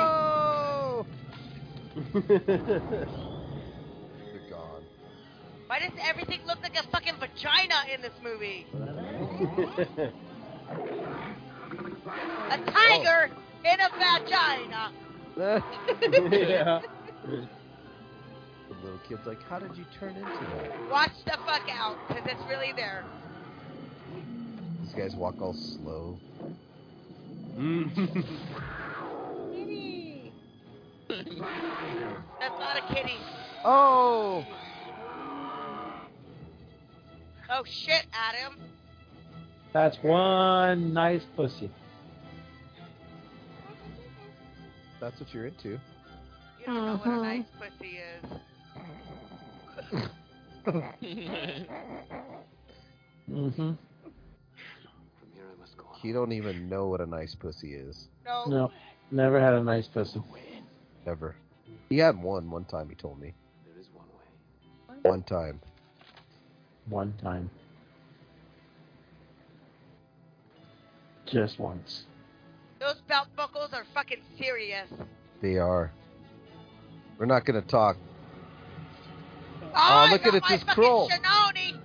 S9: They're gone.
S5: Why does everything look like a fucking vagina in this movie? A tiger in a vagina.
S4: yeah.
S9: The little kid's like, how did you turn into that?
S5: Watch the fuck out, because it's really there.
S9: These guys walk all slow.
S4: Mm.
S10: Kitty.
S5: That's not a kitty.
S9: Oh!
S5: Oh shit, Adam.
S8: That's one nice pussy.
S9: That's what you're into.
S5: You don't know what a
S10: Uh-huh.
S5: nice pussy is.
S8: Mm-hmm.
S9: He don't even know what a nice pussy is.
S5: No.
S8: No, never had a nice pussy.
S9: Ever. He had one one time, he told me. One time.
S8: One time. Just once.
S5: Those belt buckles are fucking serious.
S9: They are. We're not gonna talk.
S5: Oh,
S9: Aw,
S5: I
S9: look
S5: got
S9: at it,
S5: my
S9: just
S5: fucking
S9: crawl.
S5: Shinoni.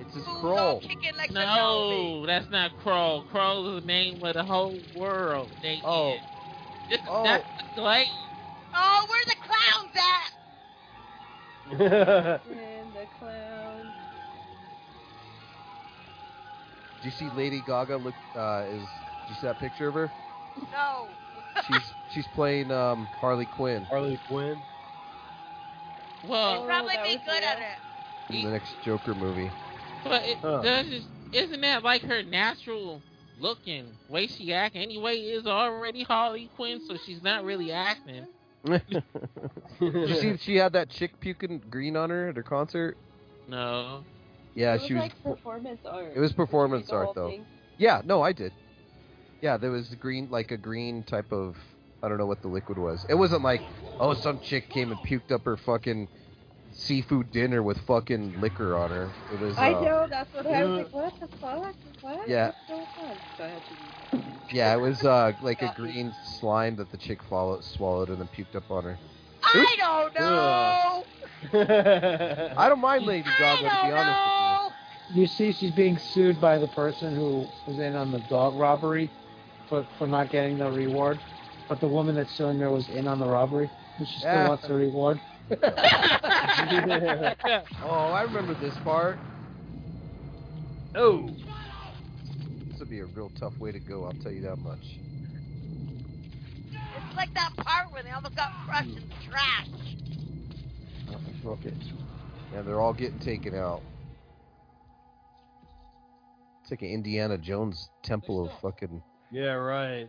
S9: It's his
S5: Who's all
S9: crawl.
S5: kicking like Shinobi.
S7: No, that's not Kroll. Kroll is the name of the whole world. They
S9: Oh.
S7: This,
S9: Oh.
S7: That's the glade.
S5: Oh, where the clowns at?
S4: Did
S10: And the clown.
S9: Do you see Lady Gaga? Look, uh, is do you see that picture of her?
S10: Oh,
S5: No.
S9: She's she's playing um, Harley Quinn
S4: Harley Quinn.
S7: Well,
S5: They'd probably
S10: that
S5: be
S10: was
S5: good
S10: real.
S5: at it.
S9: in the next Joker movie.
S7: But it
S4: Huh.
S7: doesn't isn't that like her natural looking way she act anyway is already Harley Quinn, so she's not really acting.
S9: Did you see she had that chick puking green on her at her concert?
S7: No.
S9: Yeah,
S10: it was
S9: she was.
S10: like performance art.
S9: it was performance
S10: The whole
S9: art though.
S10: thing.
S9: Yeah, no, I did. Yeah, there was green, like a green type of. I don't know what the liquid was. It wasn't like, oh, some chick came and puked up her fucking seafood dinner with fucking liquor on her. It was. Uh,
S10: I know, that's what I was like, what the fuck? What?
S9: Yeah.
S10: What's going on? So I had to-
S9: Yeah, it was uh, like a
S10: Got me.
S9: green slime that the chick follow- swallowed and then puked up on her.
S5: I don't know.
S9: I don't mind Lady
S5: I
S9: Gaga, to be
S5: don't
S9: honest
S5: know.
S8: You see, she's being sued by the person who was in on the dog robbery for, for not getting the reward. But the woman that's suing her was in on the robbery, and she still
S9: Yeah.
S8: wants the reward.
S9: with you. Oh, I remember this part.
S4: oh.
S9: This would be a real tough way to go, I'll tell you that much.
S5: It's like that part where they almost got crushed and trashed.
S8: Oh, fuck it.
S9: Yeah, they're all getting taken out. It's like an Indiana Jones temple of fucking
S4: Yeah, right.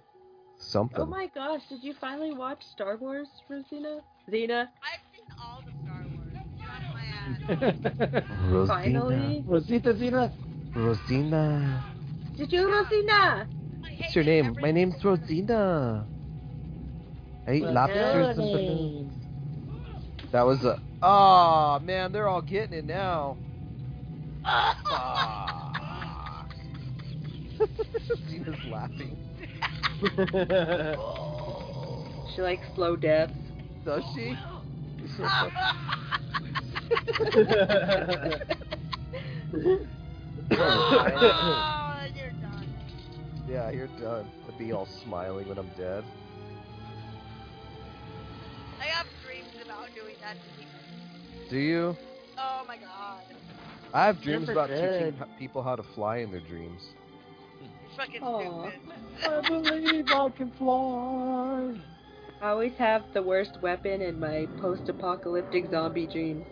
S9: something.
S10: Oh my gosh, did you finally watch Star Wars, Rosina? Zena?
S5: I've seen all the Star Wars. Get off my ass.
S9: Rosina.
S10: Finally?
S8: Rosita Zina.
S9: Rosina.
S10: Did you, Rosina?
S5: I hate
S9: What's your
S5: it
S9: name?
S5: every
S9: My name's
S5: single-
S9: Rosina. I eat lobsters and balloons. That was a. Oh, man, they're all getting it now. Ah. Zena's laughing.
S10: She likes slow death.
S9: Does she?
S5: oh, you're done.
S9: yeah, you're done. I'd be all smiling when I'm dead.
S5: I have dreams about doing that to people.
S9: Do you?
S5: Oh my god.
S9: I have dreams
S8: Never
S9: about teaching
S8: did.
S9: h- people how to fly in their dreams.
S5: It's fucking
S10: Aw.
S8: I
S5: stupid.
S8: believe I can fly.
S10: I always have the worst weapon in my post-apocalyptic zombie dreams.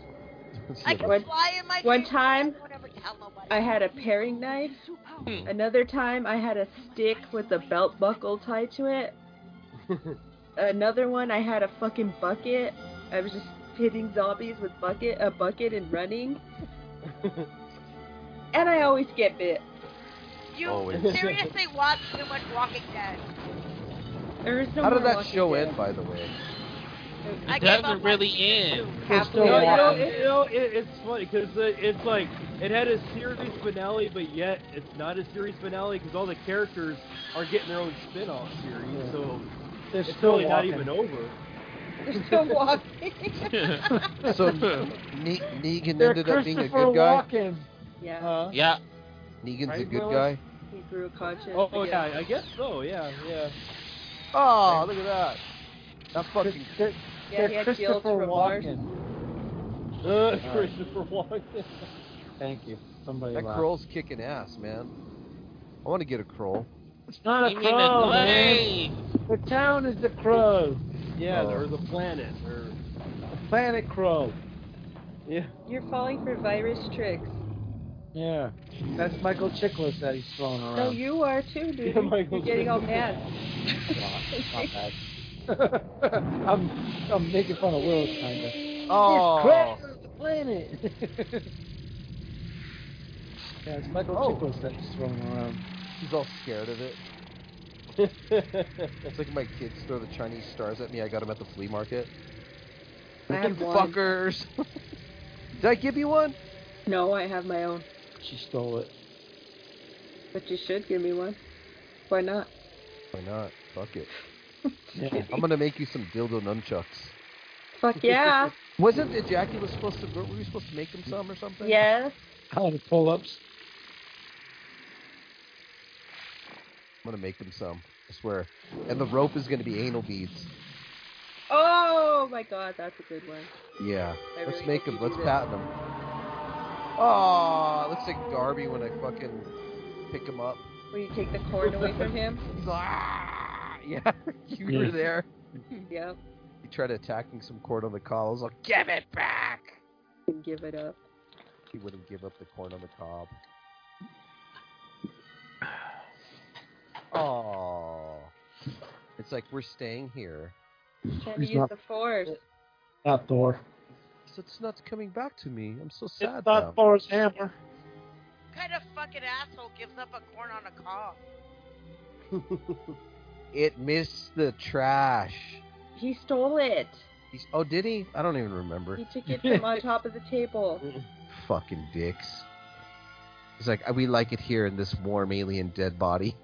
S5: I can
S10: One-
S5: fly in my
S10: one
S5: dreams,
S10: time,
S5: but I won't ever tell nobody.
S10: I had a paring knife.
S9: Hmm.
S10: Another time, I had a stick with a belt buckle tied to it. Another one, I had a fucking bucket. I was just hitting zombies with bucket a bucket and running. and I always get bit.
S5: You
S7: Oh,
S9: Always.
S5: seriously watch too much Walking Dead.
S10: There is no
S9: How did
S10: more
S9: that
S10: Walking
S9: show
S10: Dead.
S9: end, by the way?
S5: I
S7: It
S5: gave up on
S7: doesn't really
S5: season
S7: end.
S8: There's
S10: Half
S8: still
S10: the
S4: No,
S10: way
S4: you know,
S10: out.
S8: walking.
S4: it, you know it, it's funny because it's like it had a series finale, but yet it's not a series finale because all the characters are getting their own spin-off series,
S8: Yeah.
S4: so
S8: There's
S4: it's
S8: still
S4: really not
S8: walking.
S4: even over.
S10: There's no walking.
S9: So ne- Negan
S8: They're
S9: ended up being a
S8: Christopher
S9: good guy.
S8: Walken.
S10: yeah,
S8: Huh?
S7: yeah.
S9: Negan's a
S8: Right,
S9: good
S8: Willis?
S9: guy.
S10: he grew a conscience.
S4: Oh, oh,
S10: again.
S4: yeah, I guess so. Yeah, yeah.
S9: Oh, look at that. That
S8: Chris-
S9: fucking.
S8: Chris-
S10: Yeah, he
S8: they're
S10: had guilt
S8: Christopher
S10: from Mars.
S8: Walken.
S4: Uh, Christopher Walken.
S8: Thank you. Somebody
S9: That
S8: laughed.
S9: Kroll's kicking ass, man. I want to get a Kroll.
S8: It's not a
S7: You mean the
S8: crow, man.
S7: glade.
S8: The town is the crow.
S4: Yeah,
S9: Oh.
S4: or the planet, or
S8: The planet crow.
S4: yeah.
S10: You're falling for virus tricks.
S8: Yeah. That's Michael Chiklis that he's throwing around.
S10: No, you are too, dude.
S4: Yeah, Michael
S10: You're getting all
S4: Chiklis.
S10: mad.
S9: Oh,
S8: Not bad. I'm I'm making fun of Willis kinda.
S9: Oh,
S8: This crap is the planet. yeah, it's Michael
S9: Oh.
S8: Chiklis that he's throwing around.
S9: he's all scared of it. It's like my kids throw the Chinese stars at me. I got them at the flea market.
S10: I
S9: You
S10: have one.
S9: fuckers. Did I give you one?
S10: No, I have my own.
S8: She stole it.
S10: But you should give me one. Why not?
S9: Why not? Fuck it.
S8: Yeah.
S9: I'm gonna make you some dildo nunchucks.
S10: Fuck yeah.
S9: Wasn't Ejaculus supposed to? Were we supposed to make him some or something?
S10: yes.
S8: How to pull ups.
S9: I'm gonna make him some. I swear. And the rope is gonna be anal beads.
S10: Oh my god, that's a good one.
S9: Yeah.
S10: I
S9: Let's
S10: really
S9: make
S10: hope
S9: him.
S10: you
S9: Let's
S10: do this.
S9: patent him. Aw, it looks like Darby when I fucking pick him up.
S10: Will you take the corn away from him?
S9: He's like, ah! yeah, you were
S8: Yeah.
S9: there.
S10: Yep.
S9: He tried attacking some cord on the collar. I was like, give it back.
S10: And give it up.
S9: He wouldn't give up the corn on the cob. Aw. It's like we're staying here.
S10: Can
S8: He's
S10: you use
S8: not-
S10: the force?
S8: Not Thor.
S9: So it's not coming back to me. I'm so sad
S8: It's
S9: now.
S8: not Thor's hammer.
S5: kind of fucking asshole gives up a corn on a cob?
S9: It missed the trash.
S10: He stole it.
S9: He's, oh, did he? I don't even remember.
S10: He took it from on top of the table.
S9: Fucking dicks. It's like we like it here in this warm alien dead body.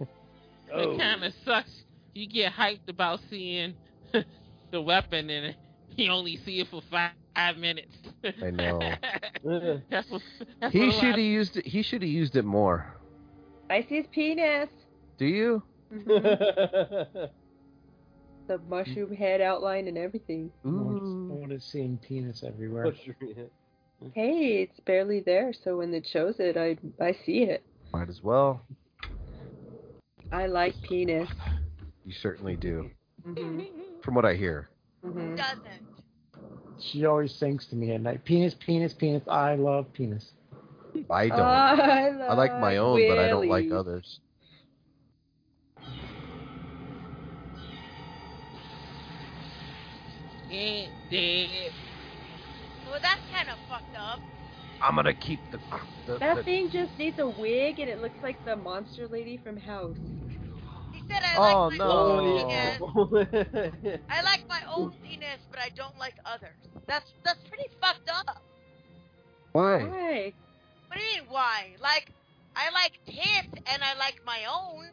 S4: Oh.
S7: It kind of sucks. You get hyped about seeing the weapon, and you only see it for five, minutes.
S9: I know.
S4: Yeah.
S7: that's what. That's
S9: he
S7: what a
S9: should
S7: lot
S9: have
S7: of-
S9: used it. He should have used it more.
S10: I see his penis.
S9: Do you?
S10: Mhm. the mushroom head outline and everything.
S8: I want
S9: Ooh.
S8: I want to see him penis everywhere.
S4: Mushroom.
S10: Hey, it's barely there, so when it shows it, I I see it.
S9: Might as well.
S10: I like penis.
S9: You certainly do.
S10: hmm
S9: From what I hear.
S10: hmm
S5: Doesn't.
S8: She always sings to me at night. Penis, penis, penis. I love penis.
S9: I don't.
S10: Oh, I,
S9: I like my
S5: Ah,
S9: own, but I don't like
S10: Willy.
S9: others. e
S7: Yeah, dead.
S5: Well, that's kind of fucked up.
S9: I'm gonna keep the. the,
S10: That
S9: the
S10: thing just needs a wig, and it looks like the monster lady from House.
S5: He said I
S9: Oh,
S5: like my
S9: no.
S5: own penis.
S4: Oh.
S5: I like my own penis, but I don't like others. That's that's pretty fucked up.
S9: why?
S10: Why?
S5: What do you mean why? Like, I like tits and I like my own.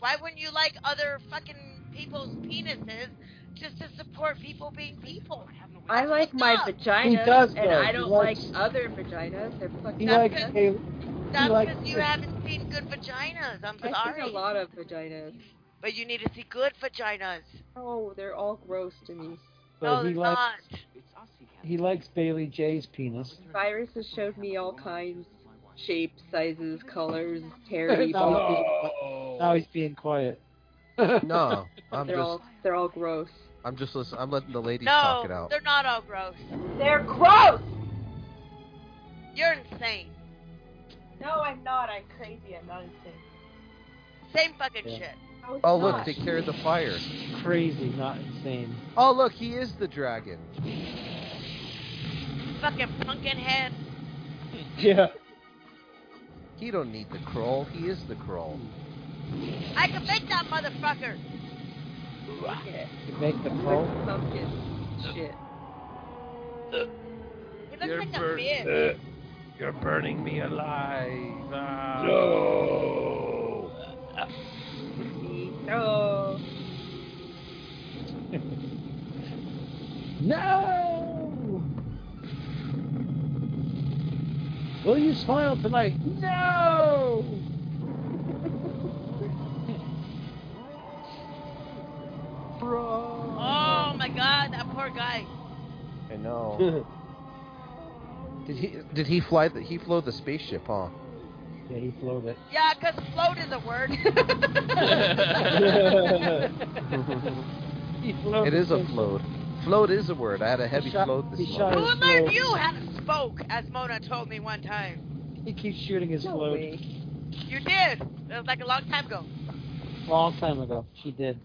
S5: Why wouldn't you like other fucking people's penises just to support people being people?
S10: I like my
S5: Stop.
S10: vagina,
S8: He does,
S10: and
S8: though.
S10: I
S8: He
S10: don't
S8: likes-
S10: like other vaginas. They're fucking
S8: He
S5: That's
S8: likes
S5: good.
S8: a,
S5: That's
S8: like
S5: because you
S8: this.
S5: haven't seen good vaginas. I'm
S10: I see a
S5: sorry.
S10: lot of vaginas.
S5: But you need to see good vaginas.
S10: Oh, they're all gross to me.
S8: but
S5: no,
S8: he
S5: they're
S8: likes
S5: not.
S8: he likes Bailey J's penis.
S10: Cyrus has showed me all kinds, shapes, sizes, colors, hairy bodies.
S8: Now he's being quiet.
S9: No, I'm
S10: They're
S9: just.
S10: all they're all gross.
S9: I'm just listening. I'm letting the ladies talk it
S5: No,
S9: out.
S5: they're not all gross.
S10: They're gross.
S5: You're insane.
S10: No, I'm not. I'm crazy. I'm not insane.
S5: Same fucking
S8: Yeah.
S5: shit.
S9: Oh look, they carried the fire.
S8: Crazy, not insane.
S9: Oh look, he is the dragon.
S5: Fucking pumpkin head.
S4: yeah.
S9: He don't need the crawl. He is the crawl.
S5: I can make that motherfucker.
S10: Yeah.
S8: You make the
S10: Like
S8: pro.
S10: pumpkin shit.
S5: He looks like a bitch.
S9: You're burning me alive.
S4: Uh,
S10: Oh,
S8: No. Will you smile tonight? No.
S5: Oh my god, that poor guy.
S9: I know. Did he? Did he fly? The, he flew the spaceship, huh?
S8: Yeah, he flowed it.
S5: Yeah, 'cause float is a word.
S8: He flowed
S9: It is a
S8: thing.
S9: float. Float is a word. I had a heavy
S8: He shot-
S9: float this
S8: he
S9: morning.
S8: shot
S5: Who
S8: his
S5: learned
S8: float.
S5: you how to spoke, as Mona told me one time?
S8: He keeps shooting his
S10: no
S8: float.
S10: way.
S5: You did. That was like a long time ago.
S8: Long time ago, she did.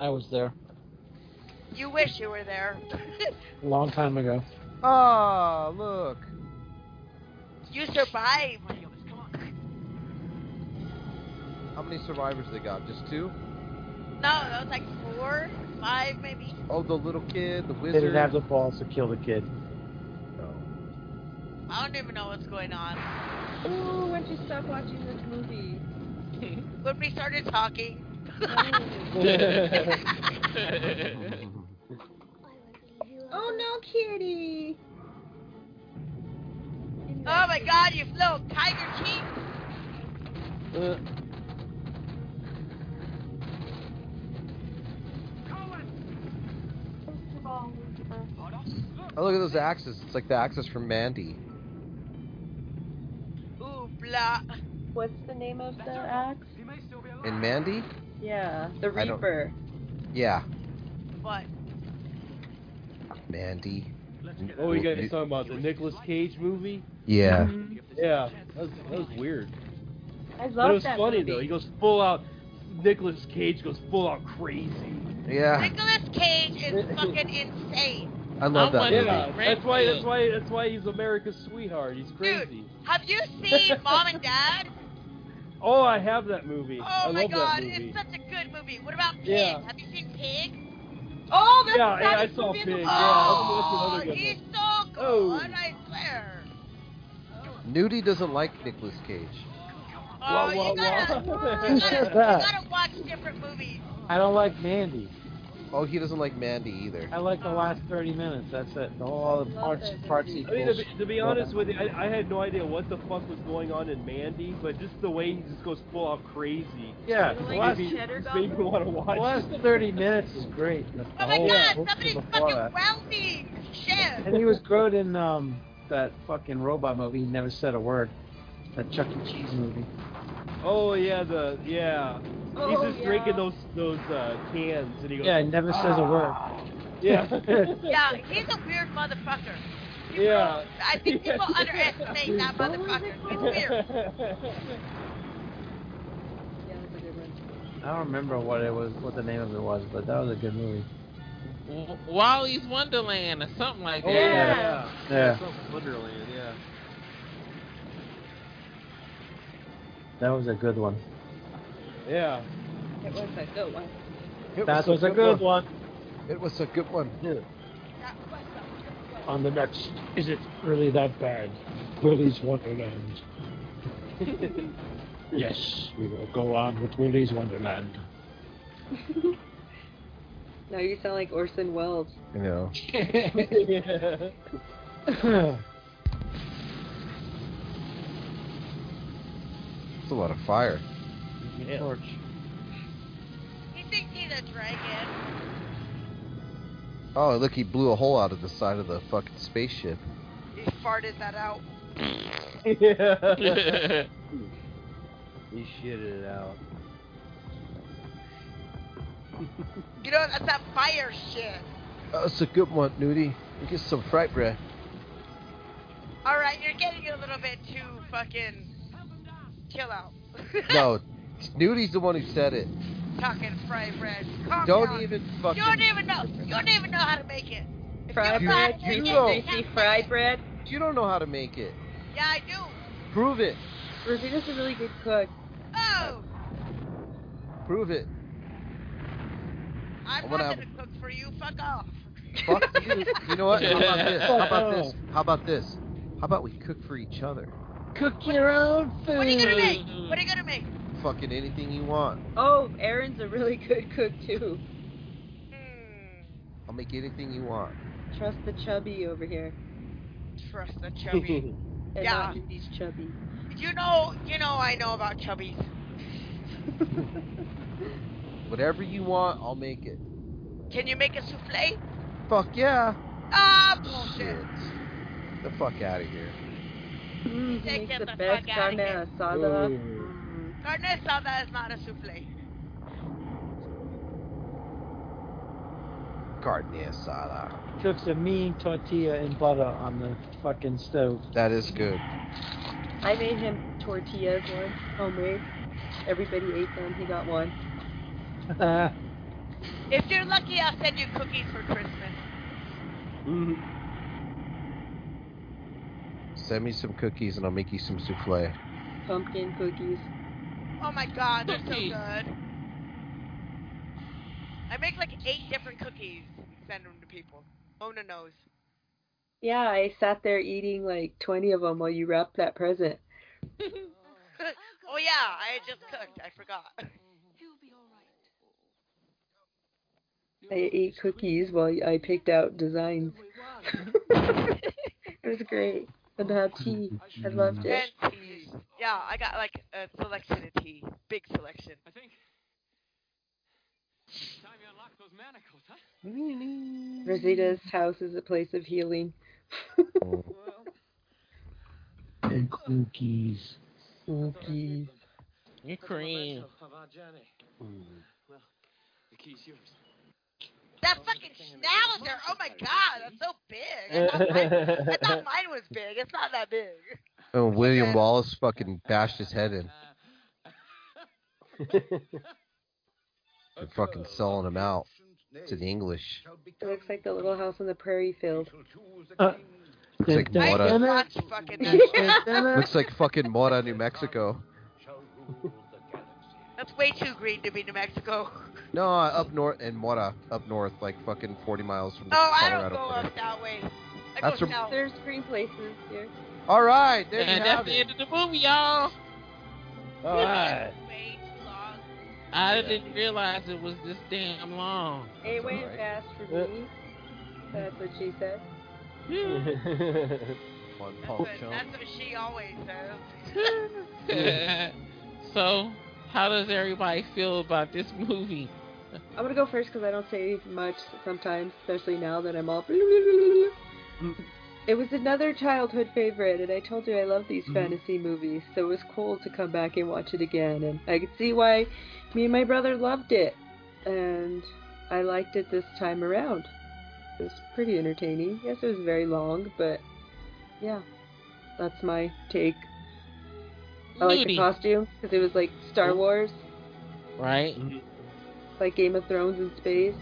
S8: I was there.
S5: You wish you were there.
S8: Long time ago.
S9: Ah, look.
S5: you survived.
S9: How many survivors they got? Just two?
S5: No, that was like four, five maybe.
S9: Oh, the little kid, the
S8: They
S9: wizard.
S8: didn't have the balls to kill the kid.
S5: I don't even know what's going on.
S10: Ooh, why don't you stop watching this movie?
S5: when we started talking.
S10: Oh no, kitty!
S5: oh my god, you little tiger cheek!
S4: Uh,
S9: Oh, look at those axes. It's like the axes from Mandy.
S5: Ooh, blah.
S10: What's the name of the axe?
S9: In Mandy?
S10: Yeah, the
S9: I don't-
S10: Reaper.
S9: Yeah,
S5: What?
S9: Mandy.
S4: what were you guys talking about? The Nicolas Cage movie?
S9: Yeah.
S4: Yeah, that was, that was weird.
S10: I love
S4: But it was
S10: that
S4: funny
S10: movie.
S4: though. He goes full out. Nicolas Cage goes full out crazy.
S9: Yeah,
S5: Nicolas Cage is fucking insane.
S9: I love that movie.
S4: Yeah, that's why. That's why. That's why he's America's sweetheart. He's crazy.
S5: Have you seen Mom and Dad?
S4: Oh, I have that movie.
S5: Oh
S4: I
S5: my
S4: love
S5: god,
S4: that movie.
S5: it's such a good movie. What about Pig?
S4: Yeah.
S5: Have you seen Pig?
S10: Oh, that's
S4: Yeah,
S10: the
S4: yeah, I
S10: saddest
S4: saw
S10: movie in the
S4: Pig. Yeah,
S5: Oh,
S4: that's, that's another good
S5: he's
S4: one.
S5: so good,
S4: Oh.
S5: I swear.
S9: Nudie doesn't like Nicolas Cage.
S5: Oh,
S4: Wah, wah,
S5: you gotta,
S4: wah.
S5: You,
S8: Who
S5: gotta,
S8: said
S5: you
S8: that?
S5: gotta watch different movies.
S8: I don't like Mandy.
S9: Oh, he doesn't like Mandy either.
S8: I like the last 30 minutes. That's it. The all the
S10: Love
S8: parts,
S10: that
S8: parts
S10: movie.
S4: I mean, to be, to be honest
S8: with.
S4: with you, I, I had no idea what the fuck was going on in Mandy, but just the way he just goes full out crazy.
S8: Yeah,
S10: You
S8: the
S10: like
S8: last,
S10: his
S4: made me-
S10: cheddar
S4: just made me
S10: goblin?
S4: want to
S8: the
S4: watch.
S8: last
S4: it.
S8: 30 minutes is great. The
S5: Oh my
S8: whole
S5: god,
S8: book
S5: somebody's
S8: before
S5: fucking
S8: that.
S5: wealthy. Shit.
S8: And he was good in um, that fucking robot movie. He never said a word. That Chuck E. Cheese movie.
S4: Oh yeah, the yeah.
S10: Oh,
S4: He's just
S10: yeah.
S4: drinking those those uh, cans, and he goes.
S8: Yeah, he never says a word.
S4: Yeah.
S5: Yeah, he's a weird motherfucker. People-
S4: Yeah.
S5: I think people
S4: Yeah.
S5: underestimate that
S10: What was
S5: motherfucker.
S10: it
S5: He's
S10: called?
S5: weird.
S10: Yeah, that's a good one.
S8: I don't remember what it was, what the name of it was, but that was a good movie.
S7: W- Wally's Wonderland or something like
S4: Oh,
S7: that.
S10: Yeah.
S4: yeah.
S8: Yeah.
S4: Some Wonderland. Yeah.
S8: That was a good one.
S4: Yeah.
S10: It was a good one.
S9: It
S8: That was a good one.
S9: It was a good one.
S8: On the next, is it really that bad? Willie's Wonderland. yes, we will go on with Willie's Wonderland.
S10: Now you sound like Orson Welles.
S9: You know. It's a lot of fire.
S8: Torch.
S5: He thinks he's a dragon.
S9: Oh, look, he blew a hole out of the side of the fucking spaceship.
S5: He farted that out.
S4: Yeah. he shitted it out.
S5: You know, that's that fire shit.
S9: Oh, it's a good one, Nudie. We get some fright bread.
S5: Alright, you're getting a little bit too fucking. Chill out.
S9: No, Nudie's the one who said it.
S5: Talking fried bread. Calm down.
S9: Don't even
S5: You
S9: fucking.
S5: don't even know. You don't even know how to make it. If
S10: Fried
S5: you don't know how
S10: bread,
S5: to
S9: you
S5: make it,
S9: know.
S5: you
S10: greasy
S5: can't
S10: fried
S5: make it.
S10: bread.
S9: You don't know how to make it.
S5: Yeah, I do.
S9: Prove it.
S10: Rosita's a really good cook.
S5: Oh,
S9: Prove it.
S5: I'm
S9: wanna
S5: not
S9: have-
S5: gonna cook for you. Fuck off.
S9: Fuck you. You know what? How about this? How about this? How about this? How about we cook for each other?
S8: Cook your own food.
S5: What are you gonna make? What are you gonna make?
S9: Fucking anything you want.
S10: Oh, Aaron's a really good cook too.
S5: Hmm.
S9: I'll make anything you want.
S10: Trust the chubby over here.
S5: Trust the chubby.
S10: And
S5: Yeah.
S10: not Andy's chubby.
S5: you know, you know, I know about chubbies.
S9: Whatever you want, I'll make it.
S5: Can you make a souffle?
S9: Fuck yeah.
S5: Ah, bullshit.
S9: Shit. The fuck out of here.
S10: Mm, he
S5: Take
S10: makes
S5: him
S10: the
S5: the
S10: best
S5: fuck outta
S10: carne
S5: here.
S10: asada.
S8: Ooh.
S5: Carne asada is not a souffle.
S9: Carne asada.
S8: Cooks a mean tortilla in butter on the fucking stove.
S9: That is good.
S10: I made him tortillas once, homemade. Everybody ate them. He got one.
S5: If you're lucky, I'll send you cookies for Christmas.
S9: Send me some cookies and I'll make you some souffle.
S10: Pumpkin cookies.
S5: Oh my god, they're so
S7: Cookies.
S5: good. I make like eight different cookies. Send them to people. Mona knows.
S10: Yeah, I sat there eating like 20 of them while you wrapped that present.
S5: oh yeah, I just cooked. I forgot.
S10: I ate cookies while I picked out designs. it was great. And to have tea, I loved it.
S5: And teas. Yeah, I got like a selection of tea, big selection. I think.
S13: Time you unlock those manacles, huh?
S10: Rosita's house is a place of healing.
S8: And cookies.
S10: Cookies.
S7: You cream.
S13: Of our journey. Well, the key's yours.
S5: That fucking schnauzer! Oh my god, that's so big. I thought, mine, I thought mine was big. It's not that big.
S9: Oh, William Wallace fucking bashed his head in. They're fucking selling him out to the English.
S10: It looks like the little house on the prairie field.
S9: Looks like
S5: I
S9: Mora.
S5: just watched fucking that.
S9: Looks like fucking Mora, New Mexico.
S5: That's way too green to be New Mexico.
S9: No, uh, up north in Mora, up north, like fucking 40 miles from the
S5: Oh, I don't
S9: Colorado.
S5: go
S9: border.
S5: up that way. I
S9: That's
S5: go
S9: a-
S5: south.
S10: There's green places here.
S9: All right, there
S7: And
S9: you
S7: that's
S9: have
S7: the
S9: it.
S7: end of the movie, y'all.
S4: All right.
S5: Way too long.
S7: I didn't realize it was this damn long.
S10: It went fast for me. That's what she said.
S9: One
S5: That's
S9: pump
S5: what,
S9: chump.
S5: that's what she always says.
S7: so, how does everybody feel about this movie?
S10: I'm gonna go first because I don't say much sometimes, especially now that I'm all. It was another childhood favorite, and I told you I love these fantasy movies, so it was cool to come back and watch it again. And I could see why me and my brother loved it, and I liked it this time around. It was pretty entertaining. Yes, it was very long, but yeah, that's my take.
S4: Oh,
S10: I like the
S7: Nudie.
S10: costume because it was like Star Wars
S7: Right?
S10: like Game of Thrones in space.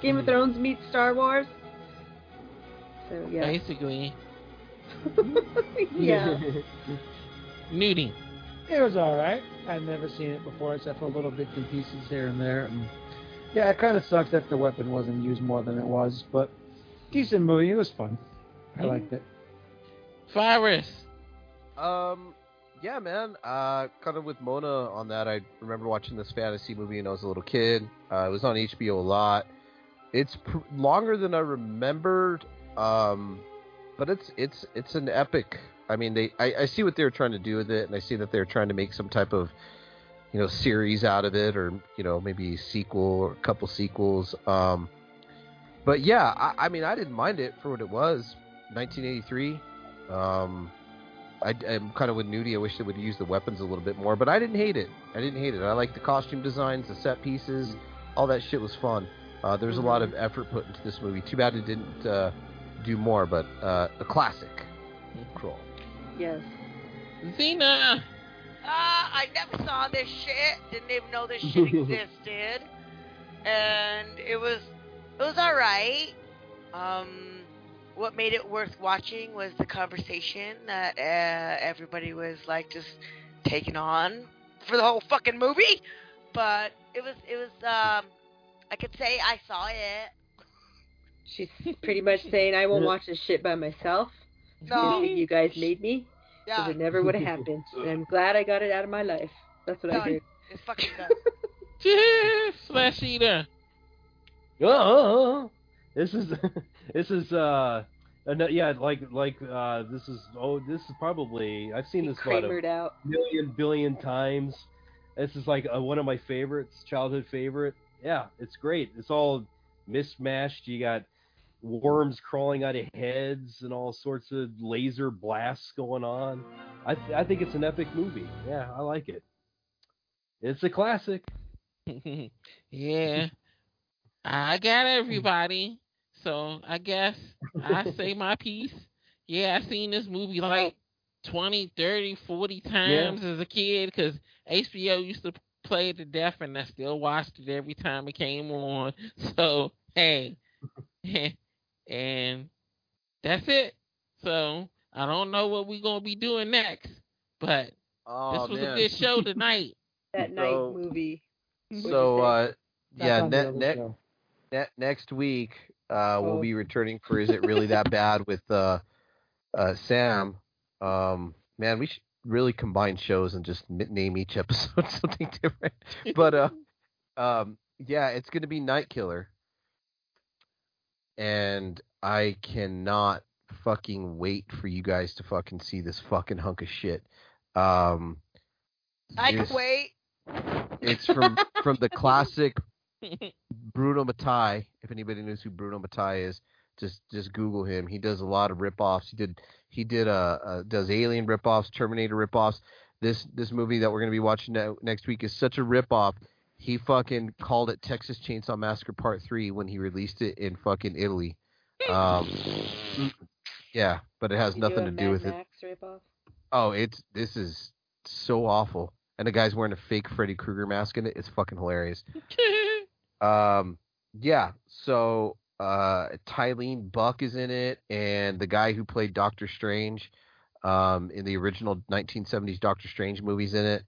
S10: Game
S9: Hmm.
S10: of Thrones meets Star Wars. So yeah,
S7: Basically,
S10: yeah.
S7: nudie.
S8: It was all right. I'd never seen it before except for little bits and pieces here and there. And yeah, it kind of sucks that the weapon wasn't used more than it was, but decent movie. It was fun.
S9: Mm-hmm.
S8: I liked it.
S7: Virus.
S9: Um, yeah, man. Uh, kind of with Mona on that. I remember watching this fantasy movie when I was a little kid. Uh, it was on HBO a lot. It's pr- longer than I remembered. Um, but it's it's it's an epic. I mean, they I, I see what they were trying to do with it, and I see that they're trying to make some type of you know series out of it, or you know maybe sequel or a couple sequels. Um, but yeah, I, I mean, I didn't mind it for what it was. 1983. Um, I, am kind of with Nudie. I wish they would use the weapons a little bit more, but I didn't hate it. I didn't hate it. I liked the costume designs, the set pieces, all that shit was fun. Uh, there was a lot of effort put into this movie. Too bad it didn't uh, do more, but uh, a classic. Cool.
S10: Yes.
S7: Xena.
S5: Uh, I never saw this shit. Didn't even know this shit existed. And it was it was all right. Um, what made it worth watching was the conversation that uh, everybody was like just taking on for the whole fucking movie. But it was it was um, I could say I saw it.
S10: She's pretty much saying I won't watch this shit by myself.
S5: No,
S10: You guys made me, because
S5: yeah,
S10: it never would have happened. And I'm glad I got it out of my life. That's what I
S5: No,
S10: did.
S5: it's fucking good.
S7: Flesh eater.
S4: Oh, this is this is uh, ano- yeah, like like uh, this is oh, this is probably I've seen this about a
S10: Kramered out.
S4: million billion times. This is like uh one of my favorites, childhood favorite. Yeah, it's great. It's all mismatched. You got worms crawling out of heads and all sorts of laser blasts going on. I th- I think it's an epic movie. Yeah, I like it. It's a classic.
S7: yeah. I got
S14: Mm.
S7: everybody. So I guess I say my piece. Yeah, I seen this movie like 20, 30, 40 times as a kid because HBO used to play it to death and I still watched it every time it came on. So, hey. and that's it. So I don't know what we're going to be doing next, but
S14: Oh
S7: this was
S14: man.
S7: a good show tonight.
S10: That night
S14: So-
S10: movie.
S9: So uh,
S8: That's
S9: yeah,
S8: on the
S9: ne-
S8: other
S9: ne-
S8: show.
S9: ne- next week uh,
S8: Oh.
S9: we'll be returning for Is It Really That Bad with uh, uh, Sam. Um, man, we should really combine shows and just mi- name each episode something different. But uh, um, yeah, it's going to be Night Killer, and I cannot fucking wait for you guys to fucking see this fucking hunk of shit. Um,
S5: I
S9: it's,
S5: can wait.
S9: It's from from the classic Bruno Mattei. If anybody knows who Bruno Mattei is, just just Google him. He does a lot of rip-offs. He did he did uh, uh does Alien rip-offs, Terminator rip-offs. This this movie that we're gonna be watching now, next week is such a rip-off. He fucking called it Texas Chainsaw Massacre Part Three when he released it in fucking Italy. Um, yeah, but it has
S10: You
S9: nothing
S10: do a
S9: to
S10: Mad
S9: do with it.
S10: Max ripoff.
S9: Oh, it's this is so awful. And the guy's wearing a fake Freddy Krueger mask in it. It's fucking hilarious. um, yeah. So uh, Tylene Buck is in it, and the guy who played Doctor Strange um, in the original 1970s Doctor Strange movies in it.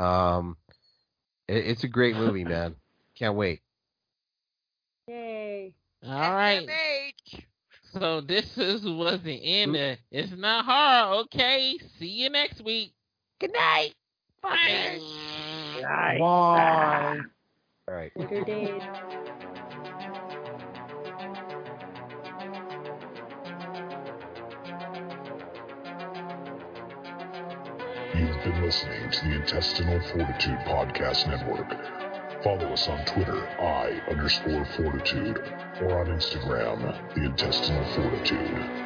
S9: Um, it- it's a great movie, man. Can't wait.
S10: Yay.
S7: All right. So this is was the end. of It's not hard. Okay. See you next week.
S5: Good night.
S7: Bye.
S4: Bye.
S9: All right.
S10: Later days.
S1: You've been listening to the Intestinal Fortitude Podcast Network. Follow us on Twitter, I underscore fortitude, or on Instagram, the Intestinal Fortitude.